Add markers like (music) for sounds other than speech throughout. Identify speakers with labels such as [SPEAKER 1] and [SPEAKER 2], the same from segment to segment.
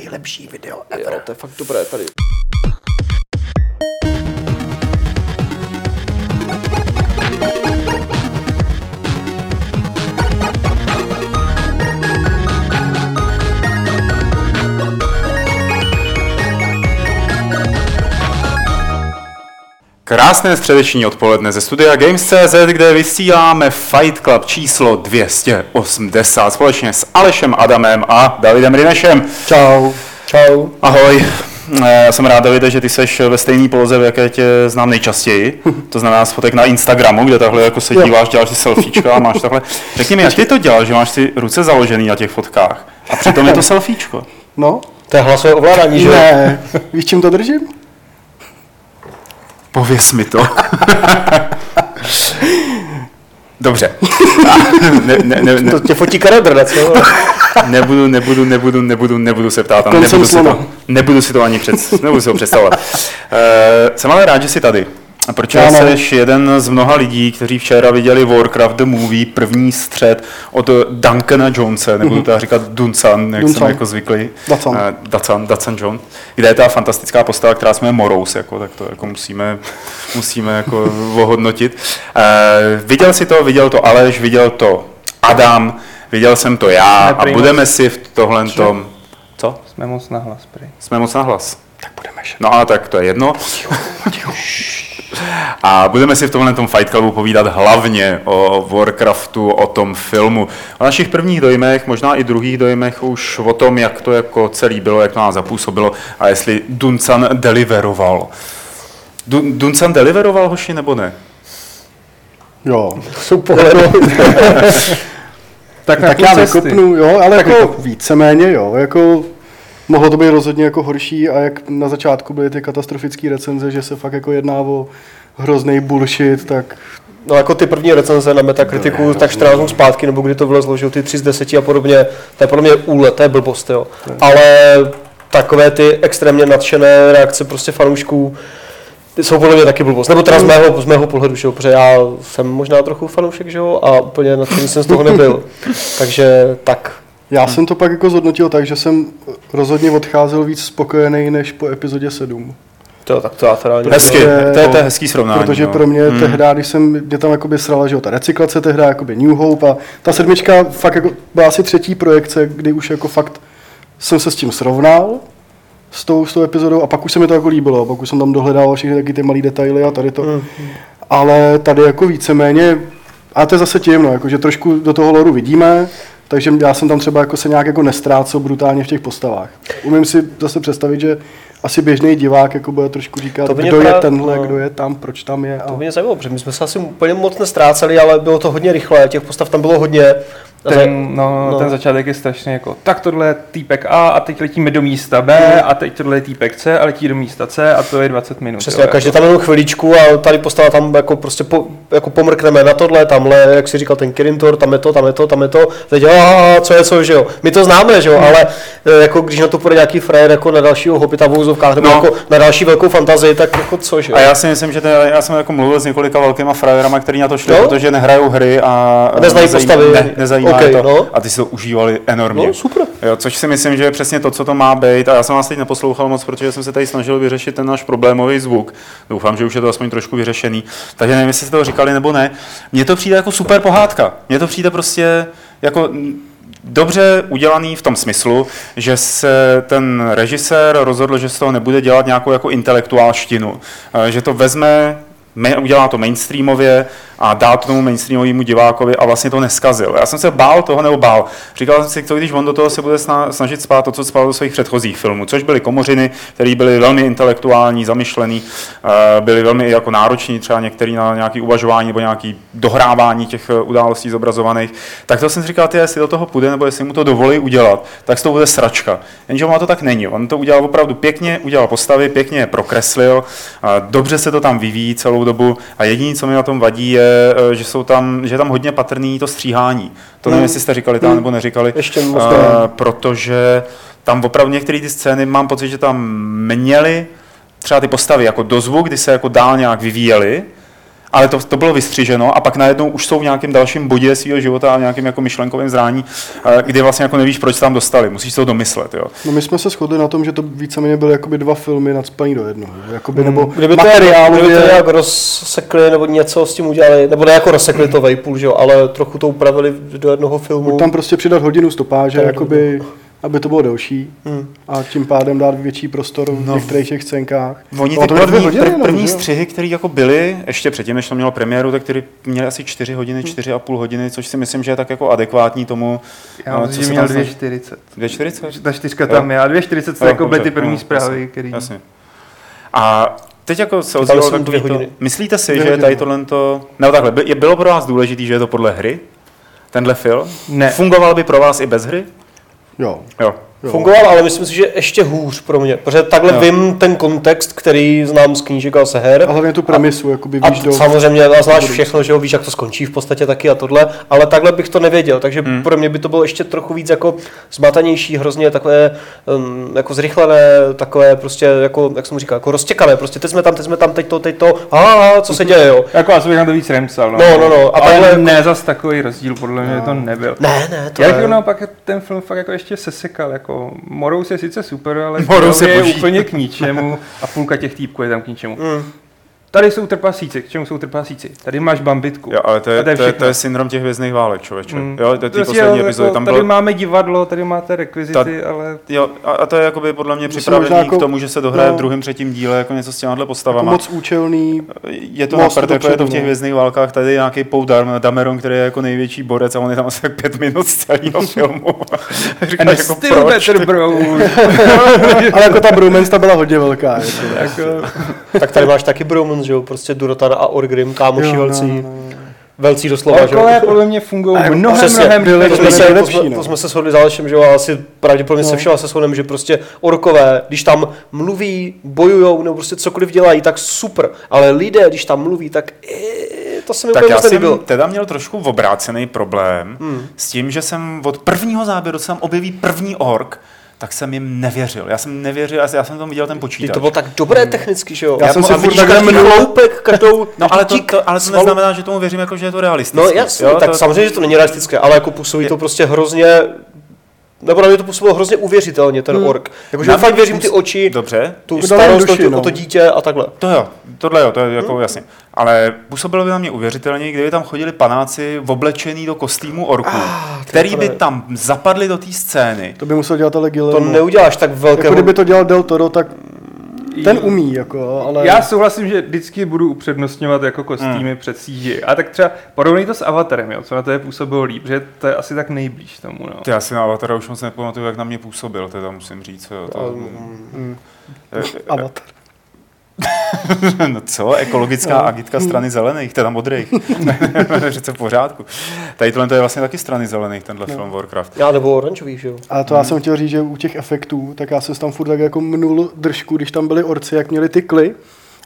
[SPEAKER 1] nejlepší video
[SPEAKER 2] Jo,
[SPEAKER 1] ever.
[SPEAKER 2] to je fakt dobré tady.
[SPEAKER 3] Krásné středeční odpoledne ze studia Games.cz, kde vysíláme Fight Club číslo 280 společně s Alešem Adamem a Davidem Rinešem.
[SPEAKER 1] Čau. Čau.
[SPEAKER 3] Ahoj, Eh, jsem rád, Davide, že ty seš ve stejné poloze, v jaké tě znám nejčastěji. To znamená z fotek na Instagramu, kde takhle jako se
[SPEAKER 1] Jo.
[SPEAKER 3] díváš, děláš si selfiečka a máš takhle. Řekni mi, jak ty to děláš, že máš ty ruce založený na těch fotkách a přitom je to selfiečko.
[SPEAKER 1] No,
[SPEAKER 4] To je hlasové ovládání, že? jo? (laughs)
[SPEAKER 1] ne. Víš, čím to držím?
[SPEAKER 3] Pověz mi to. Dobře. Ne, ne, ne, ne,
[SPEAKER 4] To tě fotí Karabra, co?
[SPEAKER 3] (laughs) nebudu, nebudu, nebudu, nebudu, nebudu se ptát. a
[SPEAKER 1] Koncem
[SPEAKER 3] Nebudu si,
[SPEAKER 1] slova.
[SPEAKER 3] to, nebudu si to ani před, nebudu si ho představovat. Uh, jsem ale rád, že jsi tady. A proč
[SPEAKER 1] Já ne.
[SPEAKER 3] jsi jeden z mnoha lidí, kteří včera viděli Warcraft The Movie, první střed od eh, Duncana Jonesa, nebudu teda říkat Duncan, jak
[SPEAKER 1] Duncan.
[SPEAKER 3] jsem jako zvyklý.
[SPEAKER 1] Dacan.
[SPEAKER 3] Eh, Dacan, Dacan John. Kde je ta fantastická postava, která jsme Morous, jako, tak to jako musíme, musíme jako ohodnotit. Eh, viděl si to, viděl to Aleš, viděl to Adam, viděl jsem to já
[SPEAKER 4] Ne,
[SPEAKER 3] a
[SPEAKER 4] prý
[SPEAKER 3] budeme si v tohle tom... Co?
[SPEAKER 4] Jsme moc nahlas, prý.
[SPEAKER 3] Jsme moc na hlas.
[SPEAKER 1] Tak budeme šet.
[SPEAKER 3] No a tak to je jedno. A budeme si v tomhle tom Fight Clubu povídat hlavně o Warcraftu, o tom filmu, o našich prvních dojmech, možná i druhých dojmech už o tom, jak to jako celý bylo, jak to nás zapůsobilo a jestli Duncan deliveroval. Dun- Duncan deliveroval, hoši, nebo ne?
[SPEAKER 1] Jo.
[SPEAKER 4] Jsou pohledy.
[SPEAKER 1] Tak,
[SPEAKER 4] na
[SPEAKER 1] tak
[SPEAKER 4] půl
[SPEAKER 1] já
[SPEAKER 4] cesty.
[SPEAKER 1] vykopnu, jo, ale jako víceméně, jo, jako mohlo to být rozhodně jako horší a jak na začátku byly ty katastrofické recenze, že se fakt jako jedná o hrozný bullshit, tak
[SPEAKER 4] (laughs) No jako ty první recenze na Metakritiku, tak 14 dnů zpátky, nebo kdy to vylezlo, že jo, ty 3 z 10 a podobně, to je podle mě úle, to je blbost, jo. Ale takové ty extrémně nadšené reakce prostě fanoušků, ty jsou podle mě taky blbost. Nebo teda z mého, z mého pohledu, že jo, protože já jsem možná trochu fanoušek, že jo, a úplně nadšený jsem z toho nebyl. Takže tak.
[SPEAKER 1] já jsem to pak jako zhodnotil tak, že jsem rozhodně odcházel víc spokojený než po epizodě 7.
[SPEAKER 4] To, jo, tak to já teda ani-
[SPEAKER 3] Hezky,
[SPEAKER 1] Protože-
[SPEAKER 3] to je, to je hezký srovnání.
[SPEAKER 1] Protože
[SPEAKER 3] no.
[SPEAKER 1] pro mě hmm. tehdy, když jsem, mě tam jakoby srala, že jo, ta recyklace tehdy, jakoby New Hope a ta sedmička fakt jako byla asi třetí projekce, kdy už jako fakt jsem se s tím srovnal, s tou, s tou epizodou a pak už se mi to jako líbilo, pak už jsem tam dohledával všechny taky ty malé detaily a tady to. Hmm. Ale tady jako víceméně, a to je zase tím, no, jako, že trošku do toho loru vidíme, takže já jsem tam třeba jako se nějak jako nestrácel brutálně v těch postavách. Umím si zase představit, že asi běžný divák jako bude trošku říkat,
[SPEAKER 4] To by mě
[SPEAKER 1] kdo je
[SPEAKER 4] právě-
[SPEAKER 1] tenhle,
[SPEAKER 4] no.
[SPEAKER 1] kdo je tam, proč tam je.
[SPEAKER 4] To
[SPEAKER 1] A...
[SPEAKER 4] mě zajímalo, protože my jsme se asi úplně moc nestráceli, ale bylo to hodně rychle, těch postav tam bylo hodně. A za-
[SPEAKER 5] Ten, no,
[SPEAKER 4] no.
[SPEAKER 5] no, ten začátek je strašně jako, tak tohle je týpek A a teď letíme do místa
[SPEAKER 4] Hmm.
[SPEAKER 5] B a teď tohle je týpek C a letí do místa C a to je 20 minut. jako."
[SPEAKER 4] Přesně, každý tam jenom chviličku a tady postava tam jako prostě po, jako pomrkneme na tohle, tamhle, jak si říkal ten Kirintor, tam je to, tam je to, tam je to, teď aha, co je co, že jo. My to známe, že
[SPEAKER 3] Hmm.
[SPEAKER 4] jo, ale e, jako když na to půjde nějaký frajer jako na dalšího hopita v úzovkách, nebo
[SPEAKER 3] No.
[SPEAKER 4] no. jako na další velkou fantazii, tak jako co, že jo.
[SPEAKER 3] A já si myslím, že to, je- já jsem jako mluvil s několika velkýma frajerama, kteří na to šli,
[SPEAKER 4] Jo?
[SPEAKER 3] protože nehrajou hry a
[SPEAKER 4] A neznají
[SPEAKER 3] nezajím-
[SPEAKER 4] postavy.
[SPEAKER 3] Ne, nezajímá okay,
[SPEAKER 4] Okej,
[SPEAKER 3] to. No.
[SPEAKER 4] no.
[SPEAKER 3] A ty si to užívali enormně.
[SPEAKER 4] No, super.
[SPEAKER 3] Jo, což si myslím, že je přesně to, co to má být. A já jsem vás teď neposlouchal moc, protože jsem se tady snažil vyřešit ten náš problémový zvuk. Doufám, že už je to aspoň trošku vyřešený. Takže nevím, jestli jste to říkali nebo ne. Mně to přijde jako super pohádka. Mně to přijde prostě jako mm, dobře udělaný v tom smyslu, že se ten režisér rozhodl, že z toho nebude dělat nějakou jako intelektuálštinu. Eh, Že to vezme ma- udělá to mainstreamově a dá to tomu mainstreamovému divákovi a vlastně to neskazil. Já jsem se bál toho nebo bál. Říkal jsem si, co když on do toho se bude sna- snažit spát to, co spal do svých předchozích filmů, což byly komořiny, které byly velmi intelektuální, zamyšlený, eh, byly velmi i jako nároční, třeba některý na nějaký uvažování nebo nějaký dohrávání těch eh, událostí zobrazovaných. Tak to jsem si říkal, ty, jestli do toho půjde nebo jestli mu to dovolí udělat, tak z toho bude sračka. Jenže má to tak není. On to udělal opravdu pěkně, udělal postavy, pěkně je prokreslil, a dobře se to tam vyvíjí celou dobu a jediné, co mi na tom vadí, je, eh, že, jsou tam, že je tam hodně patrný to stříhání. To nevím, jestli jste říkali tam nebo neříkali.
[SPEAKER 4] Ještě moc
[SPEAKER 3] Eh,
[SPEAKER 4] nevím.
[SPEAKER 3] protože tam opravdu některé ty scény, mám pocit, že tam měly třeba ty postavy jako dozvu, kdy se jako dál nějak vyvíjely, ale to, to bylo vystřiženo a pak najednou už jsou v nějakém dalším bodě svého života a nějakém jako myšlenkovém zrání, eh, kdy vlastně jako nevíš, proč se tam dostali, musíš to domyslet. Jo.
[SPEAKER 1] No my jsme se shodli na tom, že to víceméně byly jakoby dva filmy nadspaný do jednoho. že? Jakoby, nebo
[SPEAKER 4] Hmm, Kdyby to, kdyby to
[SPEAKER 1] materiálově,
[SPEAKER 4] nějak rozsekli nebo něco s tím udělali, nebo ne jako rozsekli to vejpůl, že jo, ale trochu to upravili do jednoho filmu.
[SPEAKER 1] tam prostě přidat hodinu stopáže,
[SPEAKER 4] Tak,
[SPEAKER 1] jakoby, aby to bylo delší
[SPEAKER 4] Hmm. No.
[SPEAKER 1] a tím pádem dát větší prostor v některých těch scénkách.
[SPEAKER 3] Oni
[SPEAKER 1] No,
[SPEAKER 3] ty
[SPEAKER 1] to bylo dvě
[SPEAKER 3] první,
[SPEAKER 1] hodiny
[SPEAKER 3] hodiny,
[SPEAKER 1] jenom,
[SPEAKER 3] první
[SPEAKER 1] že jo?
[SPEAKER 3] střihy, které jako byly, ještě předtím, než to mělo premiéru, tak které měly asi 4
[SPEAKER 1] Hm.
[SPEAKER 3] hodiny, 4 a půl hodiny, což si myslím, že je tak jako adekvátní tomu,
[SPEAKER 5] Já
[SPEAKER 3] eh,
[SPEAKER 5] myslím, že
[SPEAKER 3] se
[SPEAKER 5] měl
[SPEAKER 3] tam snaží-
[SPEAKER 5] 2,40.
[SPEAKER 3] 2,40?
[SPEAKER 5] Ta čtyřka
[SPEAKER 3] Jo.
[SPEAKER 5] tam je, a 2,40 to
[SPEAKER 3] Jo,
[SPEAKER 5] jako byly
[SPEAKER 3] dobře,
[SPEAKER 5] ty první
[SPEAKER 3] no,
[SPEAKER 5] zprávy,
[SPEAKER 3] jasně,
[SPEAKER 5] který...
[SPEAKER 3] Jasně. A teď jako se ozvalo
[SPEAKER 4] jsem dvě
[SPEAKER 3] takový to,
[SPEAKER 4] hodiny.
[SPEAKER 3] myslíte si,
[SPEAKER 1] Dvě
[SPEAKER 3] že je
[SPEAKER 1] hodiny.
[SPEAKER 3] tady tohle to, nebo takhle, by- je- bylo pro vás důležité, že je to podle hry? Tenhle film?
[SPEAKER 5] Ne.
[SPEAKER 3] Fungoval by pro vás i bez hry?
[SPEAKER 1] Jo.
[SPEAKER 3] Jo.
[SPEAKER 1] jo.
[SPEAKER 4] Fungoval, ale myslím si, že ještě hůř pro mě, protože takhle
[SPEAKER 3] Jo.
[SPEAKER 4] vím ten kontext, který znám z knížek a se her.
[SPEAKER 1] A hlavně tu premisu, jakoby
[SPEAKER 4] A
[SPEAKER 1] víš do...
[SPEAKER 4] samozřejmě a znáš všechno, že jo, víš, jak to skončí v podstatě taky a tohle, ale takhle bych to nevěděl, takže hmm. pro mě by to bylo ještě trochu víc jako zmatanější, hrozně takové um, jako zrychlené, takové prostě jako, jak jsem říkal, jako roztěkané, prostě teď jsme tam, teď jsme tam, teď to, teď to, a, a co
[SPEAKER 1] Mhm.
[SPEAKER 4] se děje, jo.
[SPEAKER 5] Jako asi bych na to víc remcal, no. jako-
[SPEAKER 4] No, no, no, a
[SPEAKER 5] ale
[SPEAKER 4] takhle- No.
[SPEAKER 5] ne zas takový rozdíl, podle mě to nebyl.
[SPEAKER 4] Ne, ne, to
[SPEAKER 5] Já bych
[SPEAKER 4] ne.
[SPEAKER 5] jenom naopak ten film fakt jako ještě sesekal, jako Morous je sice
[SPEAKER 3] (laughs)
[SPEAKER 5] super, ale
[SPEAKER 3] Morous je
[SPEAKER 5] je
[SPEAKER 3] boží.
[SPEAKER 5] úplně k ničemu a půlka těch týpků je tam k ničemu.
[SPEAKER 4] Mm.
[SPEAKER 5] Tady jsou trpasíci, k čemu jsou trpasíci? Tady máš bambitku.
[SPEAKER 3] Jo, ale to
[SPEAKER 5] A
[SPEAKER 3] je,
[SPEAKER 5] to je
[SPEAKER 3] to je, to
[SPEAKER 5] všechno.
[SPEAKER 3] je syndrom těch vězných válek, člověče.
[SPEAKER 5] Mm.
[SPEAKER 3] Jo, to je ty
[SPEAKER 5] Prostě,
[SPEAKER 3] poslední
[SPEAKER 5] jo,
[SPEAKER 3] epizody,
[SPEAKER 5] jako
[SPEAKER 3] tam
[SPEAKER 5] tady
[SPEAKER 3] bylo...
[SPEAKER 5] máme divadlo, tady máte rekvizity, ale
[SPEAKER 3] Jo, a, a to je jakoby podle mě
[SPEAKER 1] Myslím,
[SPEAKER 3] připravený
[SPEAKER 1] možná jako-
[SPEAKER 3] k tomu, že se dohraje
[SPEAKER 1] no.
[SPEAKER 3] v druhém, třetím díle jako něco s těma
[SPEAKER 1] jako
[SPEAKER 3] postavama.
[SPEAKER 1] moc
[SPEAKER 4] (laughs)
[SPEAKER 1] účelný,
[SPEAKER 3] Je to
[SPEAKER 1] Most
[SPEAKER 3] Most na je to
[SPEAKER 1] dopředu,
[SPEAKER 3] v těch
[SPEAKER 1] no.
[SPEAKER 3] vězných válkách, tady je nějaký Pou Dam- Dameron, který je jako největší borec a on je tam asi tak pět minut
[SPEAKER 4] (laughs)
[SPEAKER 3] z celého filmu.
[SPEAKER 5] And
[SPEAKER 3] Říkáš
[SPEAKER 5] it's
[SPEAKER 3] jako
[SPEAKER 5] still
[SPEAKER 3] proč?
[SPEAKER 5] better, bro.
[SPEAKER 3] (laughs)
[SPEAKER 1] ale jako ta bromance ta byla hodně velká. Jako.
[SPEAKER 5] jako,
[SPEAKER 4] Tak tady máš taky Bromance, že jo, prostě Durotan a Orgrim, kámoši
[SPEAKER 1] Jo, no,
[SPEAKER 4] velcí,
[SPEAKER 1] no,
[SPEAKER 4] velcí doslova, že jo.
[SPEAKER 5] Orkové podle mě fungují
[SPEAKER 1] A-
[SPEAKER 5] jako mnohem,
[SPEAKER 4] Přesně,
[SPEAKER 5] mnohem
[SPEAKER 4] to,
[SPEAKER 1] byly-
[SPEAKER 5] líp.
[SPEAKER 1] byly-
[SPEAKER 4] jsme
[SPEAKER 1] byli
[SPEAKER 4] se, to,
[SPEAKER 1] nejlepší,
[SPEAKER 4] jsme,
[SPEAKER 1] no.
[SPEAKER 4] to jsme se shodli s Alešem, že jo, a asi pravděpodobně se
[SPEAKER 1] No.
[SPEAKER 4] všema se shodneme, že prostě orkové, když tam mluví, bojujou, nebo prostě cokoliv dělají, tak super, ale lidé, když tam mluví, tak eh, to se mi
[SPEAKER 3] Tak
[SPEAKER 4] úplně
[SPEAKER 3] já
[SPEAKER 4] moc
[SPEAKER 3] jsem
[SPEAKER 4] nelíbilo.
[SPEAKER 3] teda měl trošku obrácený problém
[SPEAKER 4] Hmm.
[SPEAKER 3] s tím, že jsem od prvního záběru, co tam objeví první ork, tak jsem jim nevěřil. Já jsem nevěřil, já jsem- já jsem tam viděl ten
[SPEAKER 4] Teď
[SPEAKER 3] počítač.
[SPEAKER 4] to bylo tak dobré technicky, že jo.
[SPEAKER 1] Já jsem
[SPEAKER 3] po-
[SPEAKER 1] si
[SPEAKER 3] a
[SPEAKER 1] furt
[SPEAKER 3] vidíš
[SPEAKER 1] takhle
[SPEAKER 4] každý
[SPEAKER 1] mnul,
[SPEAKER 4] chloupek, každou,
[SPEAKER 3] No ale to,
[SPEAKER 4] dík,
[SPEAKER 3] to, ale to
[SPEAKER 4] svalu-
[SPEAKER 3] neznamená, že tomu věřím, jako, že je to realistické.
[SPEAKER 4] No jasně, tak samozřejmě, že to není realistické, ale jako působí to prostě hrozně nebo na mě to působilo hrozně uvěřitelně,
[SPEAKER 1] Hmm.
[SPEAKER 4] ten ork. Jakože
[SPEAKER 3] Na
[SPEAKER 4] já fakt
[SPEAKER 3] mě
[SPEAKER 4] věřím ty
[SPEAKER 3] působ-
[SPEAKER 4] oči,
[SPEAKER 3] Dobře,
[SPEAKER 4] tu
[SPEAKER 1] Dodal
[SPEAKER 4] starost
[SPEAKER 1] duši,
[SPEAKER 4] o to-
[SPEAKER 1] no.
[SPEAKER 4] o to dítě a takhle.
[SPEAKER 3] To jo, tohle jo, to je jako jasně. Ale působilo by na mě uvěřitelně, kdyby tam chodili panáci oblečený do kostýmu orků, ah, který by
[SPEAKER 4] právě.
[SPEAKER 3] tam zapadli do té scény.
[SPEAKER 1] To by musel dělat ale
[SPEAKER 4] To
[SPEAKER 1] Guillermo.
[SPEAKER 4] neuděláš tak
[SPEAKER 1] Jako
[SPEAKER 4] velkého
[SPEAKER 1] kdyby to dělal Del Toro, tak ten umí, jako, ale...
[SPEAKER 5] Já souhlasím, že vždycky budu upřednostňovat jako kostýmy před CGI. A tak třeba porovnej to s Avatarem, jo, co na to je působilo líp, že to je asi tak nejblíž tomu. No.
[SPEAKER 3] Ty, Já si na Avatara už moc nepamatuju, jak na mě působil, teda musím říct. Jo, to,
[SPEAKER 1] Hmm. Avatar.
[SPEAKER 3] (laughs) no co, ekologická
[SPEAKER 5] No.
[SPEAKER 3] agitka strany zelených, teda modrých. (laughs) Přece v pořádku. Tady tohle to je vlastně taky strany zelených, tenhle
[SPEAKER 5] No.
[SPEAKER 3] film Warcraft.
[SPEAKER 4] Já nebo oranžový, že jo?
[SPEAKER 1] A to já jsem chtěl říct, že u těch efektů, tak já jsem si tam furt tak jako mnul držku, když tam byli orci, jak měli ty kly.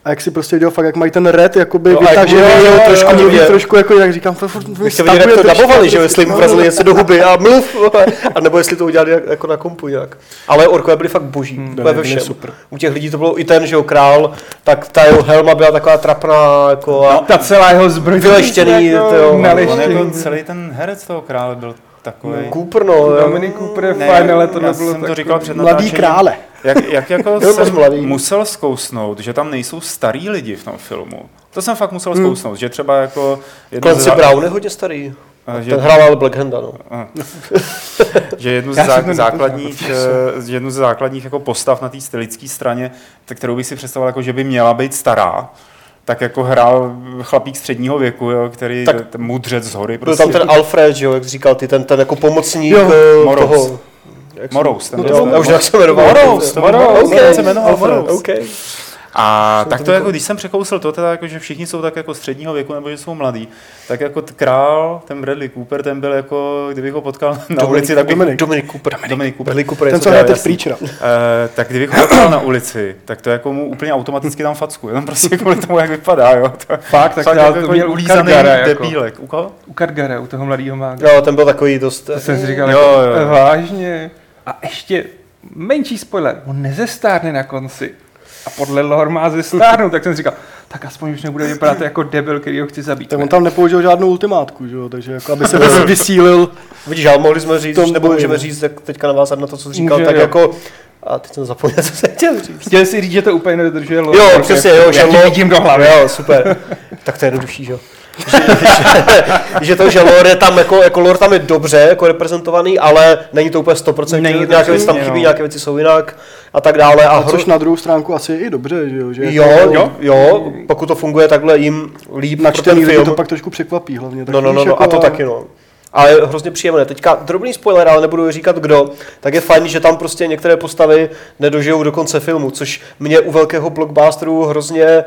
[SPEAKER 1] A jak si prostě viděl fakt, jak mají ten red, jakoby
[SPEAKER 4] No
[SPEAKER 1] no,
[SPEAKER 4] a jak
[SPEAKER 1] vytažený,
[SPEAKER 4] mluví, jo,
[SPEAKER 1] jo,
[SPEAKER 4] jo,
[SPEAKER 1] trošku
[SPEAKER 4] jo,
[SPEAKER 1] mluví,
[SPEAKER 4] jo.
[SPEAKER 1] trošku jako jak říkám, furt, furt,
[SPEAKER 4] Bych
[SPEAKER 1] furt,
[SPEAKER 4] chtěl vidět, jak to dabovali, že jo, jestli jim
[SPEAKER 1] no,
[SPEAKER 4] vrazili něco do huby a mluv, vole, a nebo jestli to udělali jak, jako na kompu nějak. Ale orkové byli fakt boží, hmm, ve všem. Super. U těch lidí to bylo i ten, že jo, král, tak ta jeho helma byla taková trapná, jako a...
[SPEAKER 5] No, ta celá jeho zbroj.
[SPEAKER 4] Vyleštěný, to jo.
[SPEAKER 3] On jako
[SPEAKER 5] Naleštěný.
[SPEAKER 3] celý ten herec toho krále byl takový.
[SPEAKER 4] Cooper, no, jo.
[SPEAKER 5] Dominic Cooper je fajn, ale tohle
[SPEAKER 3] já
[SPEAKER 5] bylo
[SPEAKER 3] jsem to
[SPEAKER 5] takový-
[SPEAKER 3] říkal před
[SPEAKER 1] Mladý
[SPEAKER 3] natáčením.
[SPEAKER 1] krále.
[SPEAKER 3] Jak, jak jako
[SPEAKER 4] Byl moc
[SPEAKER 3] jsem
[SPEAKER 4] mladý.
[SPEAKER 3] musel zkousnout, že tam nejsou starý lidi v tom filmu. To jsem fakt musel zkousnout, že třeba jako... jednu
[SPEAKER 4] Clancy
[SPEAKER 3] zá-
[SPEAKER 4] Brown je hodně starý.
[SPEAKER 3] eh, že-
[SPEAKER 4] Ten hrál ale Blackhanda, no.
[SPEAKER 3] že jednu z,
[SPEAKER 5] Já jsem
[SPEAKER 3] zá,
[SPEAKER 5] to
[SPEAKER 3] základních, eh, jednu z základních jako postav na té stylické straně, t- kterou bych si představoval, jako, že by měla být stará, tak jako hrál chlapík středního věku, jo, který
[SPEAKER 4] Tak-
[SPEAKER 3] tak, ten mudřec z hory.
[SPEAKER 4] Byl
[SPEAKER 3] Prostě.
[SPEAKER 4] tam ten Alfred, že jo, jak říkal ty, ten, ten jako pomocník
[SPEAKER 1] Jo,
[SPEAKER 4] jo,
[SPEAKER 3] Morous.
[SPEAKER 4] toho. Jak se-
[SPEAKER 3] Morous, ten
[SPEAKER 4] No,
[SPEAKER 3] byl-
[SPEAKER 4] jo, já už jak se jmenoval.
[SPEAKER 3] Morous, to byl Morous,
[SPEAKER 4] okay.
[SPEAKER 3] ten se jmenoval
[SPEAKER 4] Alfred,
[SPEAKER 3] Morous.
[SPEAKER 4] okay.
[SPEAKER 3] A tak to jako, když jsem překousl to, teda jako, že všichni jsou tak jako středního věku nebo že jsou mladí, tak jako t- král, ten Bradley Cooper, ten byl jako, kdybych ho potkal na ulici, tak bych...
[SPEAKER 1] Dominik.
[SPEAKER 4] Dominic Cooper.
[SPEAKER 3] Dominik Cooper.
[SPEAKER 4] Bradley Cooper je
[SPEAKER 1] Ten, co
[SPEAKER 4] super,
[SPEAKER 1] hraje teď
[SPEAKER 4] jasný.
[SPEAKER 1] Preachera.
[SPEAKER 3] Eh, tak kdybych ho potkal na ulici, tak to jako mu úplně automaticky dám facku, jenom prostě kvůli tomu, jak vypadá, jo. To, je
[SPEAKER 5] Fakt, tak
[SPEAKER 3] fakt
[SPEAKER 5] já
[SPEAKER 3] jako
[SPEAKER 5] to
[SPEAKER 3] takový
[SPEAKER 5] měl u
[SPEAKER 3] ulízaný
[SPEAKER 5] Kargara jako.
[SPEAKER 3] debílek. U koho?
[SPEAKER 5] U Kargara, u toho mladého mága.
[SPEAKER 4] Jo, No, ten byl takový dost...
[SPEAKER 5] To jsem si říkal,
[SPEAKER 3] Jo,
[SPEAKER 5] jako,
[SPEAKER 3] jo.
[SPEAKER 5] vážně. A ještě menší spoiler, on nezestárne na konci. a podle lore má zestárnout, tak jsem si říkal, tak aspoň už nebude vypadat jako debil, který ho chci zabít.
[SPEAKER 1] Tak on tam nepoužil žádnou ultimátku, že jo? takže jako, aby
[SPEAKER 4] (laughs)
[SPEAKER 1] se vys- vysílil.
[SPEAKER 4] Vidíš, ale mohli jsme říct,
[SPEAKER 1] Tom
[SPEAKER 4] už nebo
[SPEAKER 1] boji.
[SPEAKER 4] můžeme říct, tak teďka navázat na to, co jsi říkal,
[SPEAKER 5] Může,
[SPEAKER 4] tak
[SPEAKER 5] jo.
[SPEAKER 4] jako... A teď jsem zapomněl, co jsem chtěl říct.
[SPEAKER 5] Chtěl si říct, že to úplně nedodržuje lore.
[SPEAKER 4] Jo,
[SPEAKER 5] protože
[SPEAKER 4] přesně, jo, že
[SPEAKER 5] Já ti
[SPEAKER 4] lo-
[SPEAKER 5] vidím do hlavy.
[SPEAKER 4] Jo, super. tak to je jednodušší, že jo. že, že, že, to, že lore je tam jako, jako lore tam je dobře jako reprezentovaný, ale není to úplně 100%,
[SPEAKER 5] Není to
[SPEAKER 4] nějaké věci tam
[SPEAKER 5] přesně,
[SPEAKER 4] chybí,
[SPEAKER 5] no.
[SPEAKER 4] nějaké věci jsou jinak a tak dále. A
[SPEAKER 1] A což
[SPEAKER 4] hru-
[SPEAKER 1] na druhou stránku asi je i dobře, že jo? Že
[SPEAKER 4] Jo,
[SPEAKER 1] jako
[SPEAKER 4] jo, jo, pokud to funguje takhle jim líp pro ten
[SPEAKER 1] načtený lidi
[SPEAKER 4] film.
[SPEAKER 1] to pak trošku překvapí hlavně. Tak
[SPEAKER 4] No, no,
[SPEAKER 1] víš,
[SPEAKER 4] no, no,
[SPEAKER 1] jako,
[SPEAKER 4] a to taky, no. A je hrozně příjemné. Teďka drobný spoiler, ale nebudu říkat kdo, tak je fajn, že tam prostě některé postavy nedožijou do konce filmu, což mě u velkého blockbusteru hrozně eh,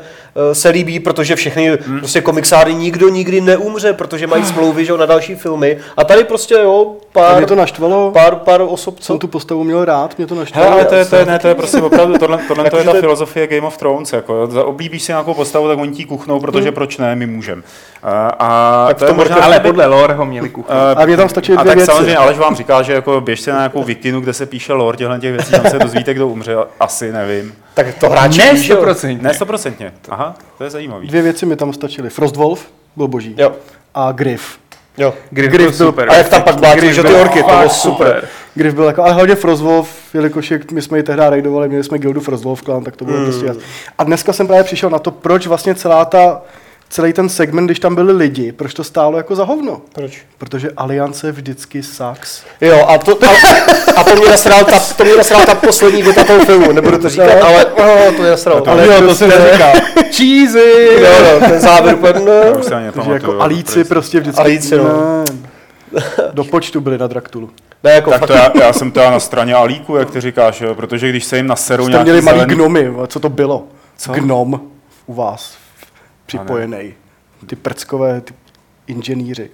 [SPEAKER 4] se líbí, protože všechny
[SPEAKER 5] Hmm.
[SPEAKER 4] prostě komiksáry nikdo nikdy neumře, protože mají
[SPEAKER 1] Hmm.
[SPEAKER 4] smlouvy že, jo, na další filmy. A tady prostě jo,
[SPEAKER 1] A
[SPEAKER 4] pár,
[SPEAKER 1] mě to naštvalo,
[SPEAKER 4] pár, pár osob, co
[SPEAKER 1] jsem tu postavu měl rád, mě to naštvalo.
[SPEAKER 3] Hele, ale to je, to je,
[SPEAKER 1] Já
[SPEAKER 3] ne, to je prostě opravdu, tohle, tohle to je
[SPEAKER 4] Jakože
[SPEAKER 3] ta
[SPEAKER 4] to je-
[SPEAKER 3] filozofie Game of Thrones, jako, jo. Za- oblíbíš si nějakou postavu, tak oni ti kuchnou, protože proč ne, my můžem. A, a
[SPEAKER 4] Tak v
[SPEAKER 3] to je
[SPEAKER 4] tom
[SPEAKER 3] možná,
[SPEAKER 5] Ale podle lore ho měli kuchat.
[SPEAKER 1] A mě tam stačily
[SPEAKER 3] Eh, a
[SPEAKER 1] dvě
[SPEAKER 3] tak
[SPEAKER 1] věci.
[SPEAKER 3] samozřejmě Aleš vám říká, že jako běžte na nějakou vikinu, kde se píše lore těchto těch věcí, tam se dozvíte, kdo umře, asi nevím.
[SPEAKER 4] tak to hráči
[SPEAKER 5] Ne
[SPEAKER 4] ví, že jo.
[SPEAKER 5] 100%.
[SPEAKER 3] Ne, stoprocentně. Aha, to je zajímavý.
[SPEAKER 1] Dvě věci mi tam stačily. Frostwolf byl boží.
[SPEAKER 4] Jo,
[SPEAKER 1] A Griff.
[SPEAKER 4] jo.
[SPEAKER 5] Griff,
[SPEAKER 1] Griff
[SPEAKER 5] byl
[SPEAKER 1] byl-
[SPEAKER 5] super.
[SPEAKER 4] A jak tam pak blátil, že ty
[SPEAKER 5] byl
[SPEAKER 4] orky, to
[SPEAKER 5] fakt
[SPEAKER 4] bylo super.
[SPEAKER 1] Griff byl jako, ale hlavně Frostwolf, jelikož je, my jsme ji tehdy raidovali, měli jsme gildu Frostwolf Clan, tak to
[SPEAKER 4] Hmm.
[SPEAKER 1] bylo prostě jasné. A dneska jsem právě přišel na to, proč vlastně celá ta, celý ten segment, když tam byli lidi, proč to stálo jako za hovno.
[SPEAKER 4] Proč?
[SPEAKER 1] Protože Aliance vždycky sucks.
[SPEAKER 4] Jo, a to, a, a to mě nasral ta, to mě nasral ta poslední věta toho filmu, nebudu (laughs) to říkat, ale no, to mě nasral. Ale prostě
[SPEAKER 5] jo, to jsem říkal.
[SPEAKER 1] (laughs)
[SPEAKER 5] Cheesy!
[SPEAKER 4] jo, no, ten závěr úplně,
[SPEAKER 3] Já
[SPEAKER 4] (laughs) no.
[SPEAKER 3] už se ani
[SPEAKER 1] Takže
[SPEAKER 3] nepamatuju,
[SPEAKER 1] jako
[SPEAKER 3] jo,
[SPEAKER 1] Alíci
[SPEAKER 3] prostě.
[SPEAKER 1] prostě vždycky...
[SPEAKER 4] Alíci, no.
[SPEAKER 1] Ne. Do počtu byli na Draktulu.
[SPEAKER 4] Ne, jako
[SPEAKER 3] Tak
[SPEAKER 4] fakt,
[SPEAKER 3] to já, já, jsem teda na straně Alíku, jak ty říkáš, jo, protože když se jim naserou
[SPEAKER 1] Jste
[SPEAKER 3] jako nějaký
[SPEAKER 1] měli malý
[SPEAKER 3] zelený...
[SPEAKER 1] gnomy, vole, co to bylo?
[SPEAKER 3] Co?
[SPEAKER 1] Gnom u vás připojený. Ty prckové ty inženýři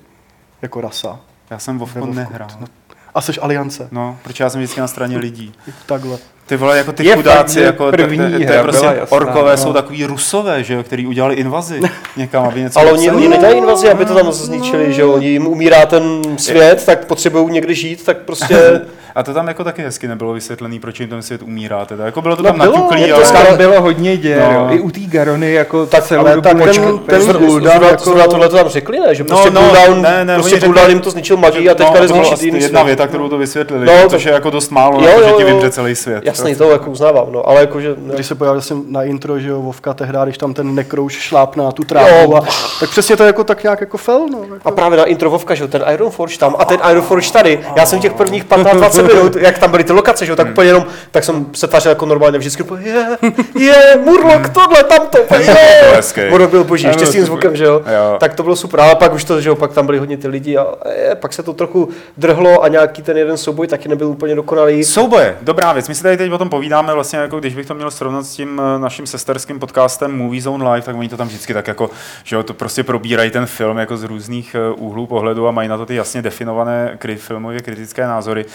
[SPEAKER 1] jako rasa.
[SPEAKER 3] Já jsem Vovko
[SPEAKER 1] Nebo v-
[SPEAKER 3] nehrál.
[SPEAKER 1] no, A seš aliance.
[SPEAKER 3] No, protože já jsem vždycky na
[SPEAKER 1] Hm.
[SPEAKER 3] straně lidí.
[SPEAKER 1] Takhle.
[SPEAKER 3] Ty vole, jako ty
[SPEAKER 5] Je fakt,
[SPEAKER 3] chudáci,
[SPEAKER 5] že
[SPEAKER 3] jako to-
[SPEAKER 5] první
[SPEAKER 3] to- to, to,
[SPEAKER 5] hra
[SPEAKER 3] je
[SPEAKER 5] byla
[SPEAKER 3] prostě
[SPEAKER 5] jasná,
[SPEAKER 3] orkové
[SPEAKER 5] no.
[SPEAKER 3] jsou takový rusové, že jo, který udělali invazi někam, aby něco
[SPEAKER 4] ale oni,
[SPEAKER 3] obsadili.
[SPEAKER 4] oni nedělají invazi, aby to tam zničili, že jo, oni jim umírá ten svět, tak potřebují někde žít, tak (laughs) prostě,
[SPEAKER 3] A to tam jako taky hezky nebylo vysvětlený, proč jim ten svět umírá teda. Jako bylo to
[SPEAKER 4] No
[SPEAKER 3] tam
[SPEAKER 4] bylo,
[SPEAKER 3] naťuklý,
[SPEAKER 4] je to
[SPEAKER 3] ale...
[SPEAKER 4] skvělé.
[SPEAKER 5] Tam bylo hodně děr,
[SPEAKER 3] No.
[SPEAKER 5] no. i u té Garony jako tak, celou
[SPEAKER 1] ale
[SPEAKER 5] dobu
[SPEAKER 1] tak ten-
[SPEAKER 5] počkej,
[SPEAKER 1] ten
[SPEAKER 5] ten,
[SPEAKER 4] Zvr-
[SPEAKER 1] Bulldown
[SPEAKER 4] zrovna-
[SPEAKER 1] jako-
[SPEAKER 4] zrovna tohle to tam řekli, ne, že
[SPEAKER 3] No,
[SPEAKER 4] prostě
[SPEAKER 3] no,
[SPEAKER 4] Bulldown,
[SPEAKER 3] ne, ne,
[SPEAKER 4] prostě
[SPEAKER 3] oni řekli- No,
[SPEAKER 4] Bulldown jim to zničil magii a teďka jde
[SPEAKER 3] to byla
[SPEAKER 4] zničit
[SPEAKER 3] asi
[SPEAKER 4] jiný
[SPEAKER 3] jedna
[SPEAKER 4] svět.
[SPEAKER 3] věta, kterou to vysvětlili,
[SPEAKER 4] No,
[SPEAKER 3] no,
[SPEAKER 4] to-
[SPEAKER 3] což je jako dost málo,
[SPEAKER 4] Jo,
[SPEAKER 3] jo,
[SPEAKER 4] jo,
[SPEAKER 3] že ti
[SPEAKER 4] jo.
[SPEAKER 3] vymře celý svět.
[SPEAKER 4] Jasný, to jako uznávám, no, ale jakože, ne.
[SPEAKER 1] Když se pojavil jsem na intro, že jo, Vovka tehdy, když tam ten nekrouš šlápne na tu trávu,
[SPEAKER 4] Jo.
[SPEAKER 1] a, tak přesně to je jako tak nějak jako fel, no.
[SPEAKER 4] A právě na introvovka, že jo, ten Iron Forge tam a ten Iron Forge tady. Já jsem těch prvních 15-20 minut, jak tam byly ty lokace, že jo, tak úplně jenom, tak jsem se tvářil jako normálně vždycky, úplně, je, je, Murlock, tohle, tamto, úplně, je.
[SPEAKER 3] hezký.
[SPEAKER 4] Murlock byl boží,
[SPEAKER 5] Ano,
[SPEAKER 4] ještě s tím
[SPEAKER 5] super.
[SPEAKER 4] zvukem, že jo.
[SPEAKER 3] Jo.
[SPEAKER 4] Tak to bylo super, ale pak už to, že jo, pak tam byli hodně ty lidi a je, pak se to trochu drhlo a nějaký ten jeden souboj taky nebyl úplně dokonalý.
[SPEAKER 3] Souboje, dobrá věc. My si tady teď o tom povídáme, vlastně jako když bych to měl srovnat s tím eh, naším sesterským podcastem Movie Zone Live, tak oni to tam vždycky tak jako, že jo, to prostě probírají ten film jako z různých eh, úhlů pohledu a mají na to ty jasně definované kry, filmově kritické názory.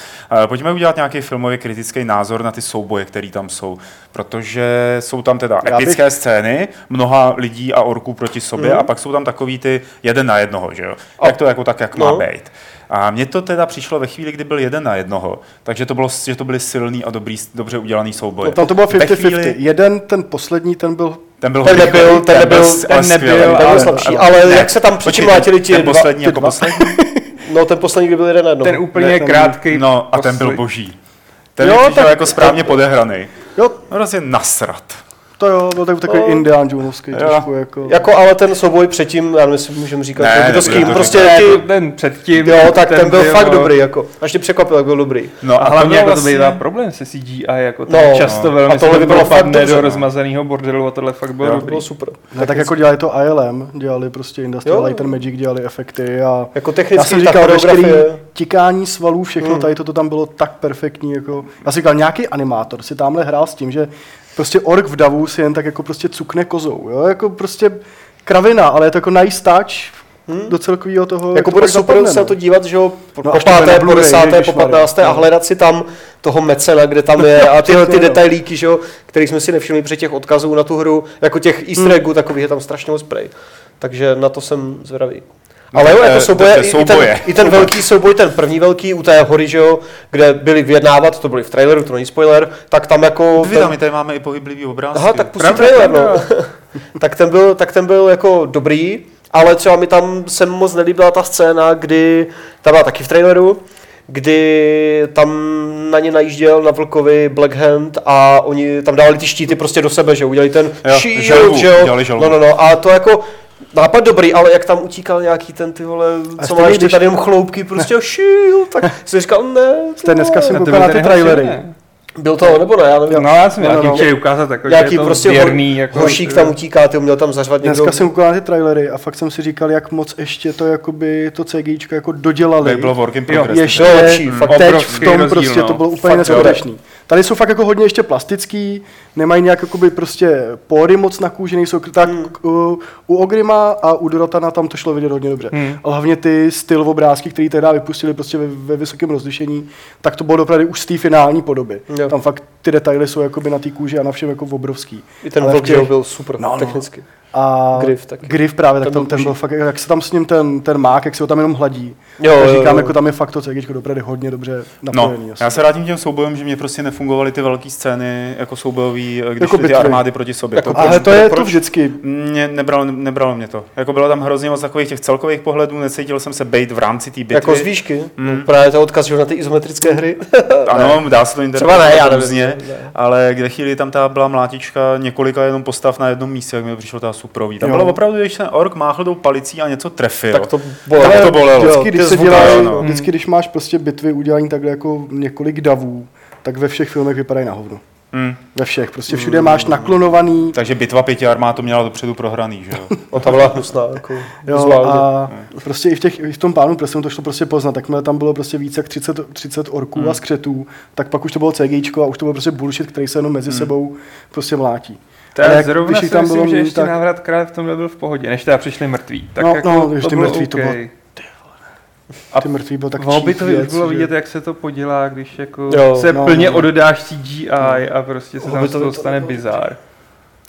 [SPEAKER 3] Eh, Pojďme udělat nějaký filmově kritický názor na ty souboje, které tam jsou, protože jsou tam teda
[SPEAKER 1] Já bych-
[SPEAKER 3] epické scény, mnoha lidí a orků proti sobě
[SPEAKER 4] Mhm.
[SPEAKER 3] a pak jsou tam takový ty jeden na jednoho, že jo. Jak to jako tak, jak má
[SPEAKER 4] No.
[SPEAKER 3] být. A mně to teda přišlo ve chvíli, kdy byl jeden na jednoho, takže to bylo, že to byly silný a dobrý, dobře udělaný souboj.
[SPEAKER 1] No, tam to bylo 50-50. Jeden, ten poslední, ten byl
[SPEAKER 3] ten byl
[SPEAKER 4] Ten
[SPEAKER 3] hodně
[SPEAKER 4] nebyl,
[SPEAKER 3] dobrý,
[SPEAKER 4] ten nebyl,
[SPEAKER 3] s- ale
[SPEAKER 5] ten nebyl,
[SPEAKER 3] skvělý,
[SPEAKER 4] ten byl
[SPEAKER 3] ale-
[SPEAKER 4] slabší,
[SPEAKER 3] ale-
[SPEAKER 4] ale
[SPEAKER 3] ne,
[SPEAKER 4] jak se tam
[SPEAKER 3] počkej,
[SPEAKER 4] přimlátili
[SPEAKER 3] ten-
[SPEAKER 4] ti
[SPEAKER 3] ten
[SPEAKER 4] dva-
[SPEAKER 3] poslední
[SPEAKER 4] ty
[SPEAKER 3] jako
[SPEAKER 4] dva.
[SPEAKER 3] poslední?
[SPEAKER 4] No, ten poslední, kdy byl jeden na
[SPEAKER 5] ten
[SPEAKER 4] jedno.
[SPEAKER 5] úplně
[SPEAKER 1] Ne, ten-
[SPEAKER 5] krátký.
[SPEAKER 3] No a ten byl
[SPEAKER 5] posled-
[SPEAKER 3] boží. Ten
[SPEAKER 4] Jo,
[SPEAKER 3] jo, přišel
[SPEAKER 4] tak-
[SPEAKER 3] jako správně podehraný.
[SPEAKER 1] Jo,
[SPEAKER 3] No prostě nasrat.
[SPEAKER 1] to jo, byl tak- takový
[SPEAKER 4] No.
[SPEAKER 1] Indian Jonesovský
[SPEAKER 3] Jo.
[SPEAKER 1] trošku jako.
[SPEAKER 4] Jako ale ten souboj předtím, já nevím, jestli můžeme říkat,
[SPEAKER 3] Ne,
[SPEAKER 4] ne, to s
[SPEAKER 3] nebudeme
[SPEAKER 4] kým,
[SPEAKER 3] to
[SPEAKER 4] prostě
[SPEAKER 3] říkat.
[SPEAKER 4] ti,
[SPEAKER 5] Jako Ten předtím. no.
[SPEAKER 4] Jo, tak ten, byl, fakt dobrý, jako. Až tě překvapil, jak byl dobrý.
[SPEAKER 3] No
[SPEAKER 5] A hlavně jako to
[SPEAKER 3] vlastně-
[SPEAKER 5] bývá problém se CGI, jako to
[SPEAKER 4] No,
[SPEAKER 5] je často
[SPEAKER 4] no.
[SPEAKER 5] velmi
[SPEAKER 4] A tohle
[SPEAKER 5] se to
[SPEAKER 4] vypadalo fakt
[SPEAKER 5] dopadne
[SPEAKER 4] dobře,
[SPEAKER 5] do
[SPEAKER 4] no.
[SPEAKER 5] rozmazaného bordelu a tohle fakt bylo
[SPEAKER 3] Jo,
[SPEAKER 4] To
[SPEAKER 5] dobrý.
[SPEAKER 4] bylo super.
[SPEAKER 1] Ne, tak jako dělali to ILM, dělali prostě Industrial
[SPEAKER 4] Jo.
[SPEAKER 1] Light and Magic, dělali efekty a
[SPEAKER 4] Jako
[SPEAKER 1] já
[SPEAKER 4] technicky, Hmm.
[SPEAKER 1] jsem
[SPEAKER 4] ta
[SPEAKER 1] říkal, veškerý
[SPEAKER 4] choreografie.
[SPEAKER 1] tikání svalů, všechno tady toto tam bylo tak perfektní. Jako... Já jsem říkal, nějaký animátor si tamhle hrál s tím, že prostě ork v davu si jen tak jako prostě cukne kozou. Jo? Jako prostě kravina, ale je to jako nice touch do celkového toho,
[SPEAKER 4] Hmm. Jako
[SPEAKER 1] to
[SPEAKER 4] bude
[SPEAKER 1] pak
[SPEAKER 4] super
[SPEAKER 1] zapadne,
[SPEAKER 4] se na
[SPEAKER 1] no.
[SPEAKER 4] to dívat, že jo, po,
[SPEAKER 1] No
[SPEAKER 4] po
[SPEAKER 1] až to bude
[SPEAKER 4] páté,
[SPEAKER 1] na
[SPEAKER 4] po
[SPEAKER 1] Blu-ray,
[SPEAKER 4] desáté, po
[SPEAKER 1] ježišmarja.
[SPEAKER 4] patnácté a
[SPEAKER 1] No.
[SPEAKER 4] hledat si tam toho mecena, kde tam je a tyhle ty
[SPEAKER 1] Přesně, no.
[SPEAKER 4] detailíky, že jo, kterých jsme si nevšimli při těch odkazů
[SPEAKER 1] Hmm.
[SPEAKER 4] na tu hru, jako těch easter eggů, takových je tam strašně moc spray. Takže na to jsem zvědavý. Ale jo,
[SPEAKER 3] Eh,
[SPEAKER 4] jako souboje,
[SPEAKER 3] to je
[SPEAKER 4] i- I,
[SPEAKER 3] souboje.
[SPEAKER 4] ten, i ten velký souboj, ten první velký u té hory, že jo, kde byli vyjednávat, to byli v traileru, to není spoiler, tak tam jako...
[SPEAKER 3] Vy
[SPEAKER 4] ten-
[SPEAKER 3] tam, my tady máme i pohyblivý obrázky.
[SPEAKER 4] Aha, tak pustí
[SPEAKER 5] Pravda,
[SPEAKER 4] trailer, no. (laughs)
[SPEAKER 5] pravda.
[SPEAKER 4] tak, ten byl, tak ten byl jako dobrý, ale třeba mi tam se moc nelíbila ta scéna, kdy, ta byla taky v traileru, kdy tam na ně najížděl na vlkovi Black Hand a oni tam dávali ty štíty prostě do sebe, že udělali ten
[SPEAKER 3] Jo,
[SPEAKER 4] shield,
[SPEAKER 3] želvu,
[SPEAKER 4] že jo.
[SPEAKER 3] udělali želvu.
[SPEAKER 4] No, no, no, a to jako Nápad dobrý, ale jak tam utíkal nějaký ten ty vole,
[SPEAKER 1] A
[SPEAKER 4] co
[SPEAKER 1] stejně,
[SPEAKER 4] má ještě
[SPEAKER 1] když-
[SPEAKER 4] tady jenom chloupky, prostě shield, tak jsem říkal, ne,
[SPEAKER 1] Jste dneska jsem
[SPEAKER 5] to
[SPEAKER 1] koukal na
[SPEAKER 5] byl
[SPEAKER 1] ty
[SPEAKER 5] ten
[SPEAKER 1] trailery.
[SPEAKER 5] hlavní, ne?
[SPEAKER 4] byl to nebo ne, já nevím.
[SPEAKER 5] No, já jsem
[SPEAKER 1] No, no,
[SPEAKER 5] nějaký
[SPEAKER 1] no.
[SPEAKER 5] chtěl ukázat, jako, že
[SPEAKER 4] nějaký
[SPEAKER 5] je to
[SPEAKER 4] prostě
[SPEAKER 5] věrný,
[SPEAKER 4] věrný,
[SPEAKER 5] jako,
[SPEAKER 4] hošík tam utíká, ty měl tam zařvat někdo.
[SPEAKER 1] Dneska jsem koukal na ty trailery a fakt jsem si říkal, jak moc ještě to jakoby to CGIčko jako dodělali.
[SPEAKER 3] Jak bylo work in
[SPEAKER 5] Jo,
[SPEAKER 3] progress.
[SPEAKER 1] ještě
[SPEAKER 4] Bylo lepší,
[SPEAKER 1] lepší,
[SPEAKER 4] fakt
[SPEAKER 1] teď v
[SPEAKER 5] obrovský
[SPEAKER 1] tom
[SPEAKER 5] rozdíl,
[SPEAKER 1] prostě
[SPEAKER 5] no.
[SPEAKER 1] to bylo úplně
[SPEAKER 4] Fakt,
[SPEAKER 1] neskutečný. Tady jsou fakt jako hodně ještě plastický, nemají nějak jakoby prostě pory moc na kůži, nejsou kr- tak
[SPEAKER 4] Hmm.
[SPEAKER 1] u, u Ogrima a u Dorotana tam to šlo vidět hodně dobře.
[SPEAKER 5] Hmm.
[SPEAKER 1] Ale hlavně ty styl obrázky, které tehdy vypustili prostě ve, ve vysokém rozlišení, tak to bylo dopravdy už z té finální podoby.
[SPEAKER 4] Jo.
[SPEAKER 1] Tam fakt ty detaily jsou jakoby na té kůži a na všem jako obrovský.
[SPEAKER 4] I ten
[SPEAKER 1] Ale v
[SPEAKER 4] vlk
[SPEAKER 1] těch-
[SPEAKER 4] těch... byl super,
[SPEAKER 1] No,
[SPEAKER 4] no,
[SPEAKER 1] no.
[SPEAKER 4] technicky.
[SPEAKER 1] a
[SPEAKER 4] Griff taky.
[SPEAKER 1] Griff právě, tak
[SPEAKER 4] Ten
[SPEAKER 1] tam,
[SPEAKER 4] byl
[SPEAKER 1] ten byl
[SPEAKER 4] boží.
[SPEAKER 1] fakt, jak se tam s ním ten, ten mák, jak se ho tam jenom hladí.
[SPEAKER 4] Jo,
[SPEAKER 1] tak
[SPEAKER 4] jo,
[SPEAKER 1] říkám,
[SPEAKER 4] jo.
[SPEAKER 1] jako tam je fakt to CG dopravdy hodně dobře
[SPEAKER 3] No,
[SPEAKER 1] napojený. asi.
[SPEAKER 3] já se vrátím k těm soubojům, že mě prostě nefungovaly ty velké scény jako soubojový, když
[SPEAKER 1] Jako
[SPEAKER 3] jako ty
[SPEAKER 1] bitvy.
[SPEAKER 3] armády proti sobě.
[SPEAKER 4] Jako
[SPEAKER 3] to
[SPEAKER 4] proč-
[SPEAKER 1] Ale to je to
[SPEAKER 4] proč-
[SPEAKER 1] vždycky.
[SPEAKER 3] mě nebralo, nebralo mě to. Jako bylo tam hrozně moc takových těch celkových pohledů, necítil jsem se bejt v rámci té bitvy.
[SPEAKER 4] Jako z výšky. Mm. Právě to odkaz, že jo, na ty izometrické hry.
[SPEAKER 3] Ano, dá se to
[SPEAKER 4] Třeba ne, já
[SPEAKER 3] interpretovat
[SPEAKER 4] nevím,
[SPEAKER 3] různě,
[SPEAKER 4] ne.
[SPEAKER 3] ale kde chvíli tam ta byla mlátička několika jenom postav na jednom místě, jak mi přišlo ta suprový. Tam
[SPEAKER 1] Jo.
[SPEAKER 3] bylo opravdu, když ten ork máchl tou palicí a něco trefil.
[SPEAKER 4] tak to bylo.
[SPEAKER 3] Tak to bolelo.
[SPEAKER 1] Vždycky, když,
[SPEAKER 4] Ty
[SPEAKER 1] se
[SPEAKER 4] zvuky,
[SPEAKER 1] dělají,
[SPEAKER 4] no.
[SPEAKER 3] ano.
[SPEAKER 1] vždycky, když máš prostě bitvy udělané takhle jako několik davů, tak ve všech filmech vypadají na hovno.
[SPEAKER 3] Hmm.
[SPEAKER 1] Ve všech. Prostě
[SPEAKER 4] Mm.
[SPEAKER 1] všude máš naklonovaný.
[SPEAKER 3] Takže bitva pěti armád to měla dopředu prohraný,
[SPEAKER 4] (laughs)
[SPEAKER 3] že jo?
[SPEAKER 4] No, ta byla hnusná, jako
[SPEAKER 1] Jo,
[SPEAKER 4] vizuálně.
[SPEAKER 1] a prostě i v, těch, i v tom pánu prstenu to šlo prostě poznat. Takmile tam bylo prostě více jak 30, 30 orků
[SPEAKER 4] Mm.
[SPEAKER 1] a skřetů, tak pak už to bylo CGčko a už to byl prostě bullshit, který se jenom
[SPEAKER 4] Mm.
[SPEAKER 1] mezi sebou prostě mlátí.
[SPEAKER 5] To je
[SPEAKER 1] Ale jak-
[SPEAKER 5] zrovna
[SPEAKER 1] když
[SPEAKER 5] si
[SPEAKER 1] jich tam
[SPEAKER 5] myslím,
[SPEAKER 1] bylo
[SPEAKER 5] že
[SPEAKER 1] míň,
[SPEAKER 5] ještě
[SPEAKER 1] tak-
[SPEAKER 5] návrat krále v tomhle byl v pohodě, než teda přišli mrtví. Tak
[SPEAKER 1] No,
[SPEAKER 5] jako
[SPEAKER 1] no, když ty
[SPEAKER 5] bylo
[SPEAKER 1] mrtví, to
[SPEAKER 5] OK.
[SPEAKER 1] bylo- Ty mrtví byl tak
[SPEAKER 5] V Hobbitovi
[SPEAKER 1] číp
[SPEAKER 5] už bylo
[SPEAKER 1] že-
[SPEAKER 5] vidět, jak se to podělá, když jako
[SPEAKER 4] Jo,
[SPEAKER 5] se
[SPEAKER 1] no,
[SPEAKER 5] plně
[SPEAKER 1] no.
[SPEAKER 5] oddáš CGI a prostě se tam z
[SPEAKER 4] Hobbitovi
[SPEAKER 5] toho
[SPEAKER 4] to
[SPEAKER 5] stane
[SPEAKER 4] bylo-
[SPEAKER 5] bizár.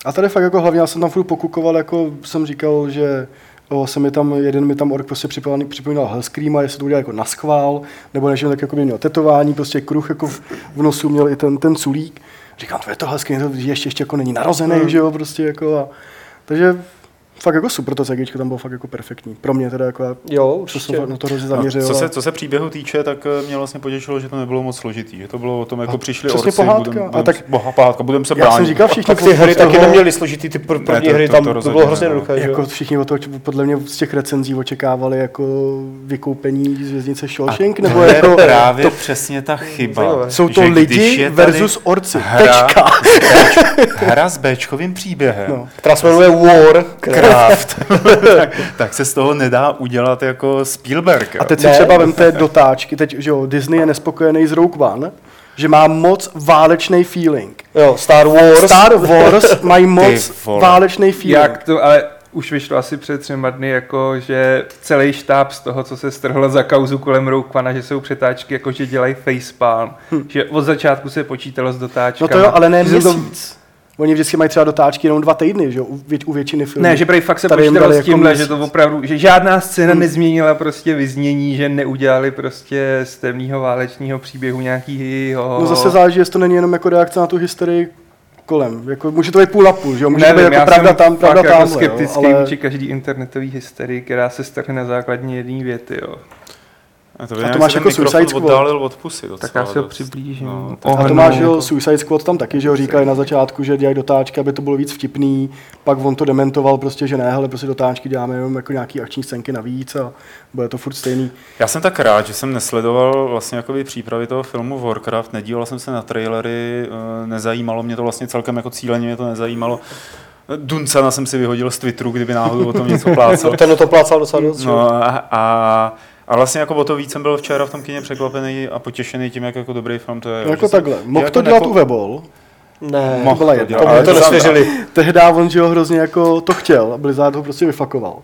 [SPEAKER 1] A tady fakt jako hlavně já jsem tam furt pokukoval, jako jsem říkal, že o, se mi tam, jeden mi tam ork prostě připomínal, připomínal Hellscreama, jestli to udělal jako na schvál, nebo než tak jako by měl tetování, prostě kruh jako v, v nosu měl i ten, ten culík. Říkám, to je to Hellscream, to vidíš, ještě, ještě jako není narozený, že jo, prostě jako a, takže fakt jako super to CGčko tam bylo fakt jako perfektní. Pro mě teda jako já
[SPEAKER 4] Jo,
[SPEAKER 1] to
[SPEAKER 4] určitě.
[SPEAKER 1] jsem fakt na to
[SPEAKER 3] No,
[SPEAKER 1] hrozně zaměřil.
[SPEAKER 3] co, se,
[SPEAKER 1] a-
[SPEAKER 3] co se příběhu týče, tak eh, mě vlastně potěšilo, že to nebylo moc složitý. Že to bylo o tom, jako
[SPEAKER 1] A
[SPEAKER 3] přišli
[SPEAKER 1] přesně
[SPEAKER 3] orci,
[SPEAKER 1] pohádka.
[SPEAKER 3] budem,
[SPEAKER 1] A
[SPEAKER 3] budem,
[SPEAKER 1] tak-
[SPEAKER 3] boha, pohádka, budem se
[SPEAKER 1] já
[SPEAKER 3] bránit.
[SPEAKER 1] jsem říkal všichni
[SPEAKER 4] Tak ty
[SPEAKER 1] od
[SPEAKER 4] hry taky
[SPEAKER 1] toho-
[SPEAKER 4] neměly složitý, ty pr- první
[SPEAKER 3] to-
[SPEAKER 4] hry
[SPEAKER 3] to-
[SPEAKER 4] tam
[SPEAKER 3] to
[SPEAKER 4] to,
[SPEAKER 3] rozhodně
[SPEAKER 4] bylo
[SPEAKER 3] ne,
[SPEAKER 4] hrozně
[SPEAKER 3] no.
[SPEAKER 4] jednoduché, že
[SPEAKER 1] Jako
[SPEAKER 4] jo.
[SPEAKER 1] všichni od toho, podle mě z těch recenzí očekávali jako vykoupení z věznice Shawshank, nebo
[SPEAKER 3] (laughs)
[SPEAKER 1] jako
[SPEAKER 3] právě to... přesně ta chyba.
[SPEAKER 4] Zajímavé.
[SPEAKER 1] jsou to
[SPEAKER 3] že když
[SPEAKER 1] lidi
[SPEAKER 3] je tady
[SPEAKER 1] versus orci.
[SPEAKER 3] Hra,
[SPEAKER 1] Tečka.
[SPEAKER 3] s Bč- hra s Bčkovým příběhem.
[SPEAKER 1] No.
[SPEAKER 4] Která se jmenuje War. Craft.
[SPEAKER 3] (laughs) tak, tak se z toho nedá udělat jako Spielberg.
[SPEAKER 1] A
[SPEAKER 3] jo.
[SPEAKER 1] teď si
[SPEAKER 4] Ne.
[SPEAKER 1] třeba vemte dotáčky, teď, že jo, Disney je nespokojený s Rogue One, že má moc válečný feeling.
[SPEAKER 4] Jo, Star Wars. (laughs)
[SPEAKER 1] Star Wars mají moc
[SPEAKER 3] vole.
[SPEAKER 1] válečný feeling.
[SPEAKER 5] Jak to, ale už vyšlo asi před třema dny, jako, že celý štáb z toho, co se strhlo za kauzu kolem Roukvana, že jsou přetáčky, jako, že dělají facepalm. Že od začátku se počítalo s
[SPEAKER 1] Hm. No
[SPEAKER 5] dotáčkami.
[SPEAKER 1] to jo, ale ne
[SPEAKER 5] Že jsou to-
[SPEAKER 1] měsíc. Oni vždycky mají třeba dotáčky jenom dva týdny, že jo, u, vě- u většiny filmů.
[SPEAKER 5] Ne, že prej fakt se
[SPEAKER 1] Tady jim
[SPEAKER 5] počítalo
[SPEAKER 1] dali
[SPEAKER 5] s
[SPEAKER 1] jako Hmm.
[SPEAKER 5] tímhle,
[SPEAKER 1] měsíc.
[SPEAKER 5] že to opravdu, že žádná scéna nezměnila prostě vyznění, že neudělali prostě z temného válečního příběhu nějaký ho,
[SPEAKER 1] No zase záleží, jestli to není jenom jako reakce na tu hysterii kolem. Jako, může to být půl na půl, že jo? Může to být jako pravda tam, pravda
[SPEAKER 5] fakt
[SPEAKER 1] tam.
[SPEAKER 5] jako skeptický ale... vůči každý internetový hysterii, která se strhne na základní jedné věty, jo.
[SPEAKER 3] A
[SPEAKER 1] to
[SPEAKER 3] by nějak
[SPEAKER 1] máš
[SPEAKER 3] se ten
[SPEAKER 1] jako
[SPEAKER 3] mikrofon
[SPEAKER 1] Suicide Squad.
[SPEAKER 3] oddálil od pusy docela
[SPEAKER 5] Tak já si ho
[SPEAKER 3] dost.
[SPEAKER 5] přiblížím.
[SPEAKER 3] No,
[SPEAKER 1] A to
[SPEAKER 5] Ohnu.
[SPEAKER 1] máš, jo, Suicide Squad tam taky, že jo, říkali na začátku, že dělají dotáčky, aby to bylo víc vtipný, pak on to dementoval prostě, že ne, ale prostě dotáčky děláme jenom jako nějaký akční scénky navíc a bude to furt stejný.
[SPEAKER 3] Já jsem tak rád, že jsem nesledoval vlastně jakoby přípravy toho filmu Warcraft, nedíval jsem se na trailery, eh, nezajímalo mě to vlastně celkem jako cíleně, mě to nezajímalo. Duncana jsem si vyhodil z Twitteru, kdyby náhodou o tom něco
[SPEAKER 1] (laughs)
[SPEAKER 3] plácel.
[SPEAKER 4] No, Ten to plácal docela dost, že jo.
[SPEAKER 3] No a, a, a vlastně jako o to víc jsem byl včera v tom kině překvapený a potěšený tím, jak jako dobrý film to je.
[SPEAKER 1] jako
[SPEAKER 3] že jsem-
[SPEAKER 1] takhle, mohl
[SPEAKER 3] jako
[SPEAKER 1] to dělat
[SPEAKER 3] nepo-
[SPEAKER 1] Uwe Boll,
[SPEAKER 4] Ne,
[SPEAKER 1] to
[SPEAKER 3] Mohl
[SPEAKER 1] byla
[SPEAKER 3] to
[SPEAKER 1] jedna.
[SPEAKER 3] dělat,
[SPEAKER 4] tomu
[SPEAKER 3] ale
[SPEAKER 4] to
[SPEAKER 3] to jsem-
[SPEAKER 4] nesvěřili.
[SPEAKER 1] Tehdy on, že jo, hrozně jako to chtěl a Blizzard ho prostě vyfakoval.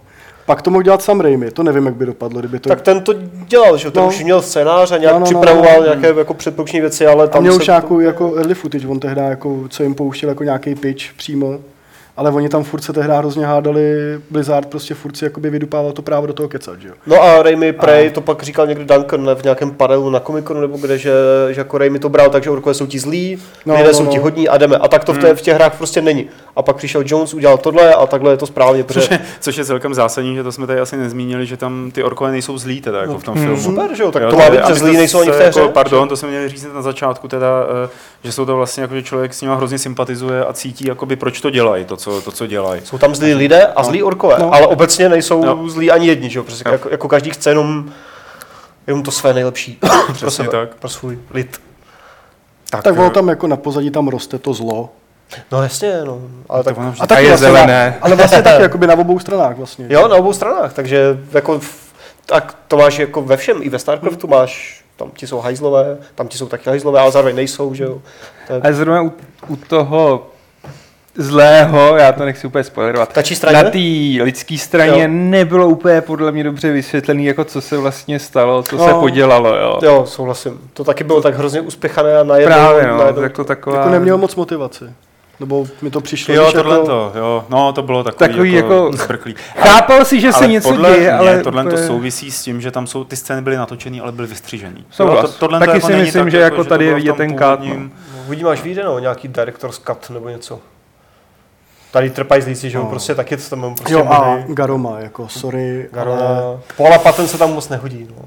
[SPEAKER 1] Pak to mohl dělat sam Raimi, to nevím, jak by dopadlo, kdyby to...
[SPEAKER 4] Tak ten to dělal, že jo, ten
[SPEAKER 1] No.
[SPEAKER 4] už měl scénář a nějak
[SPEAKER 1] No, no, no,
[SPEAKER 4] připravoval
[SPEAKER 1] no.
[SPEAKER 4] nějaké jako předpokční věci, ale tam
[SPEAKER 1] a měl
[SPEAKER 4] se...
[SPEAKER 1] už nějakou jako early footage, on tehdy jako, co jim pouštěl jako nějaký pitch přímo ale oni tam furt se tehdy hrozně hádali, Blizzard prostě furt si jakoby vydupával to právo do toho kecat, že jo.
[SPEAKER 4] No a Raimi Prey, to pak říkal někdy Duncan ne, v nějakém panelu na Comiconu nebo kde, že, že jako Raimi to bral tak, že orkové jsou ti zlí,
[SPEAKER 1] No,
[SPEAKER 4] no, lidé
[SPEAKER 1] no,
[SPEAKER 4] jsou
[SPEAKER 1] no.
[SPEAKER 4] ti hodní a jdeme. A tak to
[SPEAKER 3] Hmm.
[SPEAKER 4] v, té, v těch hrách prostě není. A pak přišel Jones, udělal tohle a takhle je to správně.
[SPEAKER 3] Což
[SPEAKER 4] Protože...
[SPEAKER 3] je, což je celkem zásadní, že to jsme tady asi nezmínili, že tam ty orkové nejsou zlí teda
[SPEAKER 1] No.
[SPEAKER 3] jako v tom
[SPEAKER 1] Mm.
[SPEAKER 3] filmu.
[SPEAKER 4] Super, že jo, tak
[SPEAKER 3] Jo,
[SPEAKER 4] to má
[SPEAKER 3] je-
[SPEAKER 4] být,
[SPEAKER 3] aby
[SPEAKER 4] že
[SPEAKER 3] to
[SPEAKER 4] zlí nejsou ani v
[SPEAKER 3] se
[SPEAKER 4] té
[SPEAKER 3] jako-
[SPEAKER 4] hře.
[SPEAKER 3] Pardon, to jsem měl říct hned na začátku, teda, eh, že jsou to vlastně jako, že člověk s nimi hrozně sympatizuje a cítí, jakoby, proč to dělají, to, co, to, co dělají.
[SPEAKER 4] Jsou tam zlí lidé a zlí orkové,
[SPEAKER 1] No.
[SPEAKER 4] no. ale obecně nejsou
[SPEAKER 3] Jo.
[SPEAKER 4] no. zlí ani jedni, že jo? Prostě
[SPEAKER 3] Jo.
[SPEAKER 4] jako, jako každý chce jenom, jenom to své
[SPEAKER 3] (coughs)
[SPEAKER 4] nejlepší pro sebe,
[SPEAKER 3] tak.
[SPEAKER 4] pro svůj lid.
[SPEAKER 1] Tak, tak ono tam jako na pozadí tam roste to zlo.
[SPEAKER 4] No jasně, no, ale tak,
[SPEAKER 3] tak ono vždy-
[SPEAKER 5] A je
[SPEAKER 1] vlastně
[SPEAKER 5] zelené.
[SPEAKER 1] Na, ale
[SPEAKER 4] (laughs)
[SPEAKER 1] vlastně
[SPEAKER 5] (laughs)
[SPEAKER 1] tak jakoby na obou stranách vlastně.
[SPEAKER 4] jako- Jo, na obou stranách, takže jako v, tak to máš jako ve všem, i ve StarCraftu máš, tam ti jsou hajzlové, tam ti jsou taky hajzlové, ale zároveň nejsou, že jo. To je,
[SPEAKER 5] A zrovna u, u toho zlého, já to nechci úplně spoilerovat,
[SPEAKER 4] ta čí straně?
[SPEAKER 5] Na té lidské straně
[SPEAKER 4] Jo.
[SPEAKER 5] jo. nebylo úplně podle mě dobře vysvětlený, jako co se vlastně stalo, co
[SPEAKER 4] No.
[SPEAKER 5] se podělalo, jo.
[SPEAKER 4] Jo, souhlasím. To taky bylo tak hrozně uspěchané a najednou.
[SPEAKER 5] Právě, no,
[SPEAKER 4] najednou
[SPEAKER 5] jako taková...
[SPEAKER 1] Jako neměl moc motivaci. Nebo mi to přišlo,
[SPEAKER 3] Jo,
[SPEAKER 1] když
[SPEAKER 3] tohle
[SPEAKER 1] jako,
[SPEAKER 3] to, jo, no to bylo takový,
[SPEAKER 5] Takový jako-
[SPEAKER 3] zbrklý.
[SPEAKER 5] Chápal si, že se něco
[SPEAKER 3] podle
[SPEAKER 5] děje,
[SPEAKER 3] mě
[SPEAKER 5] ale...
[SPEAKER 3] tohle to
[SPEAKER 5] úplně-
[SPEAKER 3] souvisí s tím, že tam jsou, ty scény byly natočený, ale byly vystřížený.
[SPEAKER 5] Souhlas.
[SPEAKER 3] Jo, tohle
[SPEAKER 5] Taky si
[SPEAKER 3] není
[SPEAKER 5] myslím, že jako
[SPEAKER 3] to
[SPEAKER 5] tady je
[SPEAKER 3] bylo v
[SPEAKER 5] vidět
[SPEAKER 3] tom
[SPEAKER 5] ten cut, no.
[SPEAKER 3] původním-
[SPEAKER 4] Uvidíme, až vyjde, no, nějaký director's cut nebo něco. Tady trpají zlíci, že jo,
[SPEAKER 1] No.
[SPEAKER 4] prostě taky to tam prostě
[SPEAKER 1] jo a
[SPEAKER 4] byli.
[SPEAKER 1] Garoma, jako sorry, ale
[SPEAKER 4] Garona. Paula Patton se tam moc nehodí, no.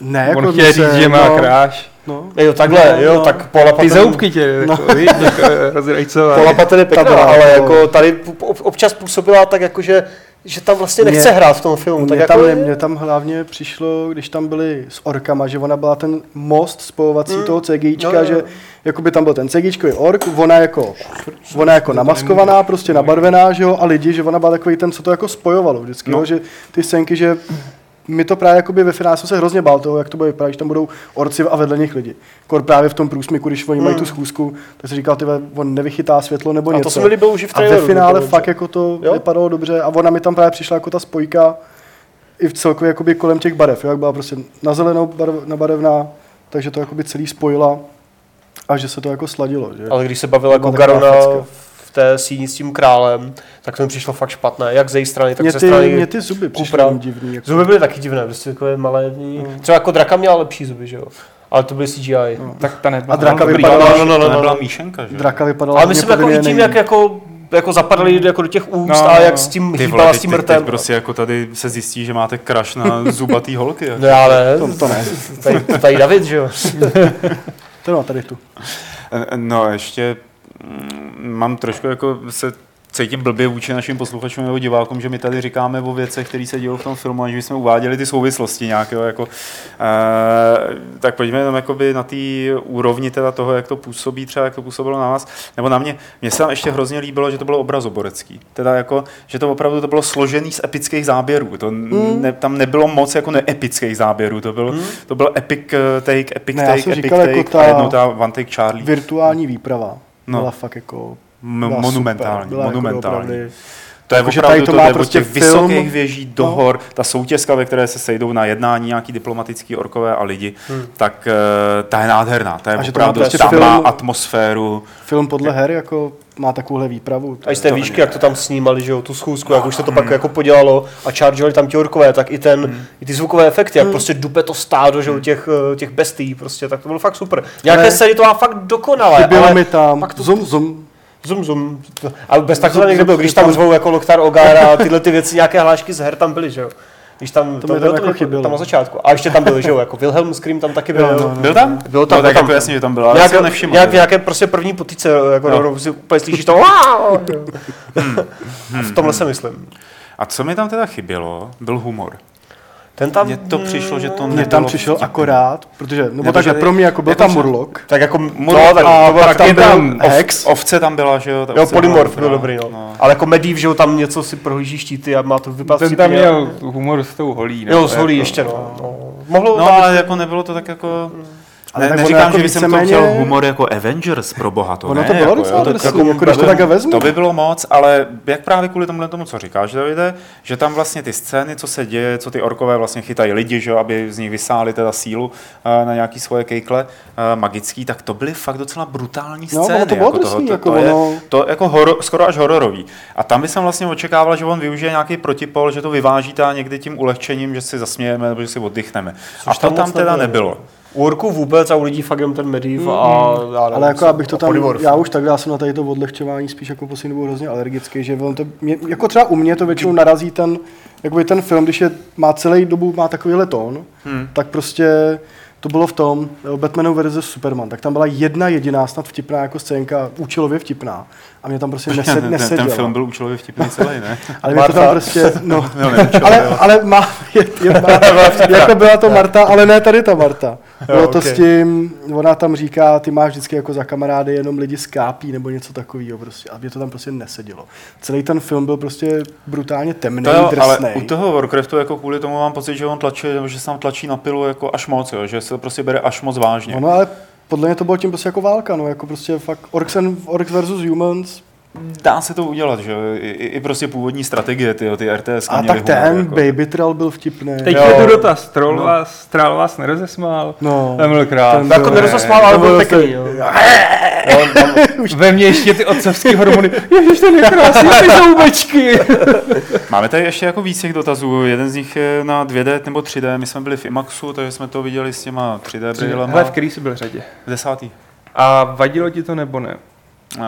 [SPEAKER 1] ne, jako
[SPEAKER 5] On chtěl
[SPEAKER 1] by
[SPEAKER 5] říct,
[SPEAKER 1] se-
[SPEAKER 5] že má
[SPEAKER 1] no,
[SPEAKER 5] kráš.
[SPEAKER 1] No,
[SPEAKER 4] Jo, takhle,
[SPEAKER 1] No,
[SPEAKER 4] jo,
[SPEAKER 1] no.
[SPEAKER 4] tak Paula Patton...
[SPEAKER 5] Ty zoubky tě, no. jako, víš, jako, eh, rozrajcová.
[SPEAKER 4] Paula Patton je pěkná,
[SPEAKER 1] byla,
[SPEAKER 4] ale
[SPEAKER 1] jako-
[SPEAKER 4] jako tady p- ob- občas působila tak jako, že, že tam vlastně
[SPEAKER 1] Mě-
[SPEAKER 4] nechce hrát v tom filmu. Tak
[SPEAKER 1] Mně
[SPEAKER 4] jako
[SPEAKER 1] tam, mně tam hlavně přišlo, když tam byli s orkama, že ona byla ten most spojovací
[SPEAKER 4] Mm.
[SPEAKER 1] mm. toho CGIčka,
[SPEAKER 4] No,
[SPEAKER 1] no,
[SPEAKER 4] jo.
[SPEAKER 1] že jakoby tam byl ten CGIčkový ork, ona jako, ona jako namaskovaná, prostě nabarvená, že jo, a lidi, že ona byla takový ten, co to jako spojovalo vždycky,
[SPEAKER 3] No.
[SPEAKER 1] no. jo, že ty scénky, že mi to právě jakoby ve finále jsem se hrozně bál toho, jak to bude vypadat, když tam budou orci a vedle nich lidi. Kor právě v tom průsmyku, když oni mají tu schůzku, tak jsem říkal, ty vole, on nevychytá světlo nebo
[SPEAKER 4] Hmm. a
[SPEAKER 1] něco.
[SPEAKER 4] to se mi líbilo už i v
[SPEAKER 1] A ve
[SPEAKER 4] traileru.
[SPEAKER 1] finále
[SPEAKER 4] dokonce.
[SPEAKER 1] fakt jako to
[SPEAKER 4] Jo?
[SPEAKER 1] jo? vypadalo dobře a ona mi tam právě přišla jako ta spojka i v celkově jakoby kolem těch barev, jo? jak byla prostě na zelenou barev, na barevná, takže to jakoby celý spojila a že se to jako sladilo. Že?
[SPEAKER 4] Ale když se bavila jako
[SPEAKER 1] Byla taková
[SPEAKER 4] Garona
[SPEAKER 1] facka.
[SPEAKER 4] v té síni s tím králem, tak to mi přišlo fakt špatné, jak ze její strany, tak
[SPEAKER 1] Mě
[SPEAKER 4] ze
[SPEAKER 1] ty,
[SPEAKER 4] strany.
[SPEAKER 1] mě ty zuby přišly
[SPEAKER 4] Kupra.
[SPEAKER 1] jim divný. Jako.
[SPEAKER 4] Zuby byly taky divné, prostě takové malé.
[SPEAKER 1] Hmm.
[SPEAKER 4] Mm. Třeba jako draka měla lepší zuby, že jo? Ale to byly CGI. No.
[SPEAKER 5] Tak ta nebyla.
[SPEAKER 1] A draka
[SPEAKER 5] dobrý.
[SPEAKER 1] vypadala-
[SPEAKER 3] No,
[SPEAKER 1] Vypadalo,
[SPEAKER 3] no,
[SPEAKER 4] že
[SPEAKER 3] no, no,
[SPEAKER 4] to
[SPEAKER 3] no, byla
[SPEAKER 4] nebyla
[SPEAKER 3] míšenka, že?
[SPEAKER 1] Draka vypadala
[SPEAKER 4] Ale myslím jako
[SPEAKER 1] hodně
[SPEAKER 4] i tím,
[SPEAKER 1] podivně,
[SPEAKER 4] jak jako, jako zapadali
[SPEAKER 1] Hmm.
[SPEAKER 4] jako do těch úst
[SPEAKER 5] No,
[SPEAKER 4] a
[SPEAKER 5] no,
[SPEAKER 4] jak
[SPEAKER 5] no.
[SPEAKER 4] s tím
[SPEAKER 3] Ty
[SPEAKER 4] hýbala
[SPEAKER 3] vole,
[SPEAKER 4] s tím
[SPEAKER 3] teď- teď-
[SPEAKER 4] rtem.
[SPEAKER 3] teď prostě jako tady se zjistí, že máte kraš na zubatý holky. Jako.
[SPEAKER 4] No já ne,
[SPEAKER 1] To, to ne.
[SPEAKER 4] tady, tady David, že jo?
[SPEAKER 1] To no, tady tu.
[SPEAKER 3] No, ještě mm, mám trošku jako se cítím blbě vůči našim posluchačům nebo divákům, že my tady říkáme o věcech, které se dějou v tom filmu, aniž bychom uváděli ty souvislosti nějakého. Jako, e, tak pojďme tam jakoby na té úrovni teda toho, jak to působí třeba, jak to působilo na vás, nebo na mě. Mně se tam ještě hrozně líbilo, že to bylo obrazoborecký. Teda jako, že to opravdu to bylo složený z epických záběrů. To
[SPEAKER 1] Hmm.
[SPEAKER 3] ne, tam nebylo moc jako neepických záběrů. To byl, to byl epic eh, take, epic
[SPEAKER 1] Ne, já
[SPEAKER 3] take,
[SPEAKER 1] jsem
[SPEAKER 3] epic
[SPEAKER 1] říkal
[SPEAKER 3] take
[SPEAKER 1] jako
[SPEAKER 3] a
[SPEAKER 1] ta-
[SPEAKER 3] jednou ta one take Charlie.
[SPEAKER 1] Virtuální výprava
[SPEAKER 3] No.
[SPEAKER 1] no. byla fakt jako
[SPEAKER 3] M-
[SPEAKER 1] byla super,
[SPEAKER 3] monumentální,
[SPEAKER 1] byla jako
[SPEAKER 3] monumentální.
[SPEAKER 1] doopravdy-
[SPEAKER 3] to je
[SPEAKER 1] Jakože
[SPEAKER 3] opravdu
[SPEAKER 1] tady
[SPEAKER 3] to,
[SPEAKER 1] to
[SPEAKER 3] to
[SPEAKER 1] má
[SPEAKER 3] jde prostě
[SPEAKER 1] prostě
[SPEAKER 3] těch vysokých
[SPEAKER 1] film.
[SPEAKER 3] věží do
[SPEAKER 1] No.
[SPEAKER 3] hor, ta soutězka, ve které se sejdou na jednání nějaký diplomatický orkové a lidi, tak eh, ta je nádherná, ta je
[SPEAKER 1] Hmm. A že to má
[SPEAKER 3] opravdu,
[SPEAKER 1] prostě
[SPEAKER 3] tam má
[SPEAKER 1] film-
[SPEAKER 3] atmosféru.
[SPEAKER 1] Film podle her jako má takovouhle výpravu. to
[SPEAKER 4] A
[SPEAKER 1] je-
[SPEAKER 4] z té výšky, jak to tam snímali, že jo, tu schůzku,
[SPEAKER 3] No.
[SPEAKER 4] jak už se to pak jako podělalo a chargeovali tam ti orkové, tak i ten,
[SPEAKER 3] Hmm.
[SPEAKER 4] i ty zvukové efekty,
[SPEAKER 1] Hmm.
[SPEAKER 4] jak prostě dupe to stádo, že jo, těch, eh, těch bestí, prostě, tak to bylo fakt super. Nějaké
[SPEAKER 1] Ale-
[SPEAKER 4] scény to má fakt dokonalé,
[SPEAKER 1] Chybělo
[SPEAKER 4] ale
[SPEAKER 1] mi tam,
[SPEAKER 4] pak to-
[SPEAKER 1] zum, zum,
[SPEAKER 4] Zum, zum. A bez tak to tam
[SPEAKER 1] Zum,
[SPEAKER 4] někde
[SPEAKER 1] zum,
[SPEAKER 4] bylo, když
[SPEAKER 1] je tam-
[SPEAKER 4] tam zvou jako Loktar Ogara a tyhle ty věci, nějaké hlášky z her tam byly, že jo. Když tam,
[SPEAKER 1] To mi tam jako
[SPEAKER 4] bylo-
[SPEAKER 1] chybělo.
[SPEAKER 4] Tam na začátku. A ještě tam byl, že jo, jako Wilhelm Scream tam taky byl.
[SPEAKER 1] Jo,
[SPEAKER 3] Byl
[SPEAKER 1] no, no.
[SPEAKER 3] tam?
[SPEAKER 4] Bylo tam,
[SPEAKER 3] no,
[SPEAKER 4] bylo
[SPEAKER 3] tak
[SPEAKER 4] tam.
[SPEAKER 3] jako jasně, že tam byla, ale
[SPEAKER 4] Nějak,
[SPEAKER 3] jsem nevšiml.
[SPEAKER 4] nějak,
[SPEAKER 3] teda.
[SPEAKER 4] nějaké prostě první potice, jako
[SPEAKER 3] Jo.
[SPEAKER 4] no. si úplně slyšíš to. "Wow!" A v tomhle se myslím.
[SPEAKER 3] A co mi tam teda chybělo, byl humor.
[SPEAKER 4] Ten tam,
[SPEAKER 3] Mně to přišlo, že to
[SPEAKER 1] Mně
[SPEAKER 3] nebylo
[SPEAKER 1] tam přišel akorát, protože, nebo,
[SPEAKER 3] Nebo
[SPEAKER 1] takhle,
[SPEAKER 3] že-
[SPEAKER 1] pro mě jako byl
[SPEAKER 3] jako
[SPEAKER 1] tam
[SPEAKER 3] že-
[SPEAKER 1] Murloc,
[SPEAKER 4] tak jako,
[SPEAKER 3] Murloc
[SPEAKER 4] no, tak,
[SPEAKER 1] a
[SPEAKER 4] to
[SPEAKER 1] pak
[SPEAKER 4] tak
[SPEAKER 1] tam
[SPEAKER 4] je
[SPEAKER 1] byl
[SPEAKER 3] Ov-
[SPEAKER 1] Hex,
[SPEAKER 3] Ovce tam byla, že jo? ta
[SPEAKER 4] Jo,
[SPEAKER 3] ovce byla
[SPEAKER 4] polymorf
[SPEAKER 3] dobrá.
[SPEAKER 4] byl dobrý, no. Ale jako Medivh, že jo, tam něco si prohlíží štíty a má to vypadat
[SPEAKER 5] Ten tam
[SPEAKER 4] vtipně.
[SPEAKER 5] měl humor s tou holí. nebo
[SPEAKER 4] Jo, z holí
[SPEAKER 5] jako-
[SPEAKER 4] ještě, no. no. Mohlo
[SPEAKER 3] No, ale jako nebylo to tak jako...
[SPEAKER 1] Ale
[SPEAKER 3] Ne,
[SPEAKER 1] tak ono
[SPEAKER 3] neříkám,
[SPEAKER 1] jako
[SPEAKER 3] že bych jsem to
[SPEAKER 1] víceméně-
[SPEAKER 3] chtěl humor jako Avengers pro boha, to
[SPEAKER 1] Ono
[SPEAKER 3] ne,
[SPEAKER 1] to bylo
[SPEAKER 3] jako,
[SPEAKER 1] docela
[SPEAKER 3] jo, to-
[SPEAKER 1] drsný, jako když to takhle vezmu.
[SPEAKER 3] To by bylo moc, ale jak právě kvůli tomu tomu, co říkáš, Davide, že tam vlastně ty scény, co se děje, co ty orkové vlastně chytají lidi, že, jo, aby z nich vysáli teda sílu eh, na nějaký svoje kejkle eh, magický, tak to byly fakt docela brutální
[SPEAKER 1] No, ono
[SPEAKER 3] scény.
[SPEAKER 1] to bylo
[SPEAKER 3] jako
[SPEAKER 1] drsný,
[SPEAKER 3] to,
[SPEAKER 1] jako
[SPEAKER 3] to, je,
[SPEAKER 1] ono-
[SPEAKER 3] to jako horo, skoro až hororový. A tam by jsem vlastně očekával, že on využije nějaký protipol, že to vyváží ta někdy tím ulehčením, že si zasmějeme nebo že si oddychneme. a
[SPEAKER 4] tam
[SPEAKER 3] to tam
[SPEAKER 4] moc
[SPEAKER 3] teda
[SPEAKER 4] nebylo.
[SPEAKER 3] nebylo.
[SPEAKER 4] U orků vůbec a u lidí fakt jenom ten mediv a... já nevím,
[SPEAKER 1] Ale jako
[SPEAKER 4] co-
[SPEAKER 1] abych to
[SPEAKER 4] a
[SPEAKER 1] tam,
[SPEAKER 4] polymorf.
[SPEAKER 1] já už takhle já jsem na tady to odlehčování spíš jako poslední dobou hrozně alergický, že on to, mě, jako třeba u mě to většinou narazí ten, jakoby ten film, když je, má celý dobu, má takovýhle tón, hmm. tak prostě to bylo v tom eh, Batmanu versus Superman, tak tam byla jedna jediná snad vtipná jako scénka, účelově vtipná a mě tam prostě
[SPEAKER 3] (laughs)
[SPEAKER 1] nesed,
[SPEAKER 3] Ten, ten, ten
[SPEAKER 1] neseděla.
[SPEAKER 3] film byl účelově vtipný celý,
[SPEAKER 1] (laughs)
[SPEAKER 3] ne?
[SPEAKER 1] Ale mě to tam
[SPEAKER 4] Martha?
[SPEAKER 1] prostě,
[SPEAKER 3] (laughs)
[SPEAKER 1] no,
[SPEAKER 3] No, neúčelově,
[SPEAKER 1] ale,
[SPEAKER 3] jo.
[SPEAKER 1] ale má, je,
[SPEAKER 3] (laughs)
[SPEAKER 1] je, má, jako byla to Marta, ale ne tady ta Marta. Bylo to
[SPEAKER 4] okay.
[SPEAKER 1] s tím, ona tam říká, ty máš vždycky jako za kamarády jenom lidi z kápí nebo něco takového prostě. A mě to tam prostě nesedělo. Celý ten film byl prostě brutálně temný,
[SPEAKER 3] To No jo, ale
[SPEAKER 1] drsnej.
[SPEAKER 3] u toho Warcraftu jako kvůli tomu mám pocit, že on tlačí, nebo že se tam tlačí na pilu jako až moc, jo, že se to prostě bere až moc vážně.
[SPEAKER 1] Ono ale podle mě to bylo tím prostě jako válka, no jako prostě fakt Orcs, and, Orcs versus Humans.
[SPEAKER 3] Dá se to udělat, že jo, i, i i prostě původní strategie, ty, ty RTS
[SPEAKER 1] A
[SPEAKER 3] měly
[SPEAKER 1] tak ten
[SPEAKER 3] humor, jako.
[SPEAKER 1] Baby Trail byl vtipný.
[SPEAKER 5] Teď
[SPEAKER 4] Jo.
[SPEAKER 5] je tu dotaz, troll vás, trál vás nerozesmál.
[SPEAKER 1] No.
[SPEAKER 5] Ten byl krásný.
[SPEAKER 1] Ten
[SPEAKER 4] Jako
[SPEAKER 1] byl-
[SPEAKER 5] (laughs)
[SPEAKER 4] nerozesmál, ale
[SPEAKER 1] to
[SPEAKER 4] byl
[SPEAKER 1] zase-
[SPEAKER 4] pěkný, jo.
[SPEAKER 5] Ve mně ještě ty otcovské hormony. Ježiš, ten je krásný, ty zoubečky.
[SPEAKER 3] Máme tady ještě jako víc těch dotazů, jeden z nich je na 2D nebo 3D, my jsme byli v IMAXu, takže jsme to viděli s těma 3D brýlema.
[SPEAKER 5] Hele, v který jsi byl řadě?
[SPEAKER 3] Desátý.
[SPEAKER 5] A vadilo ti to nebo ne?
[SPEAKER 3] Uh,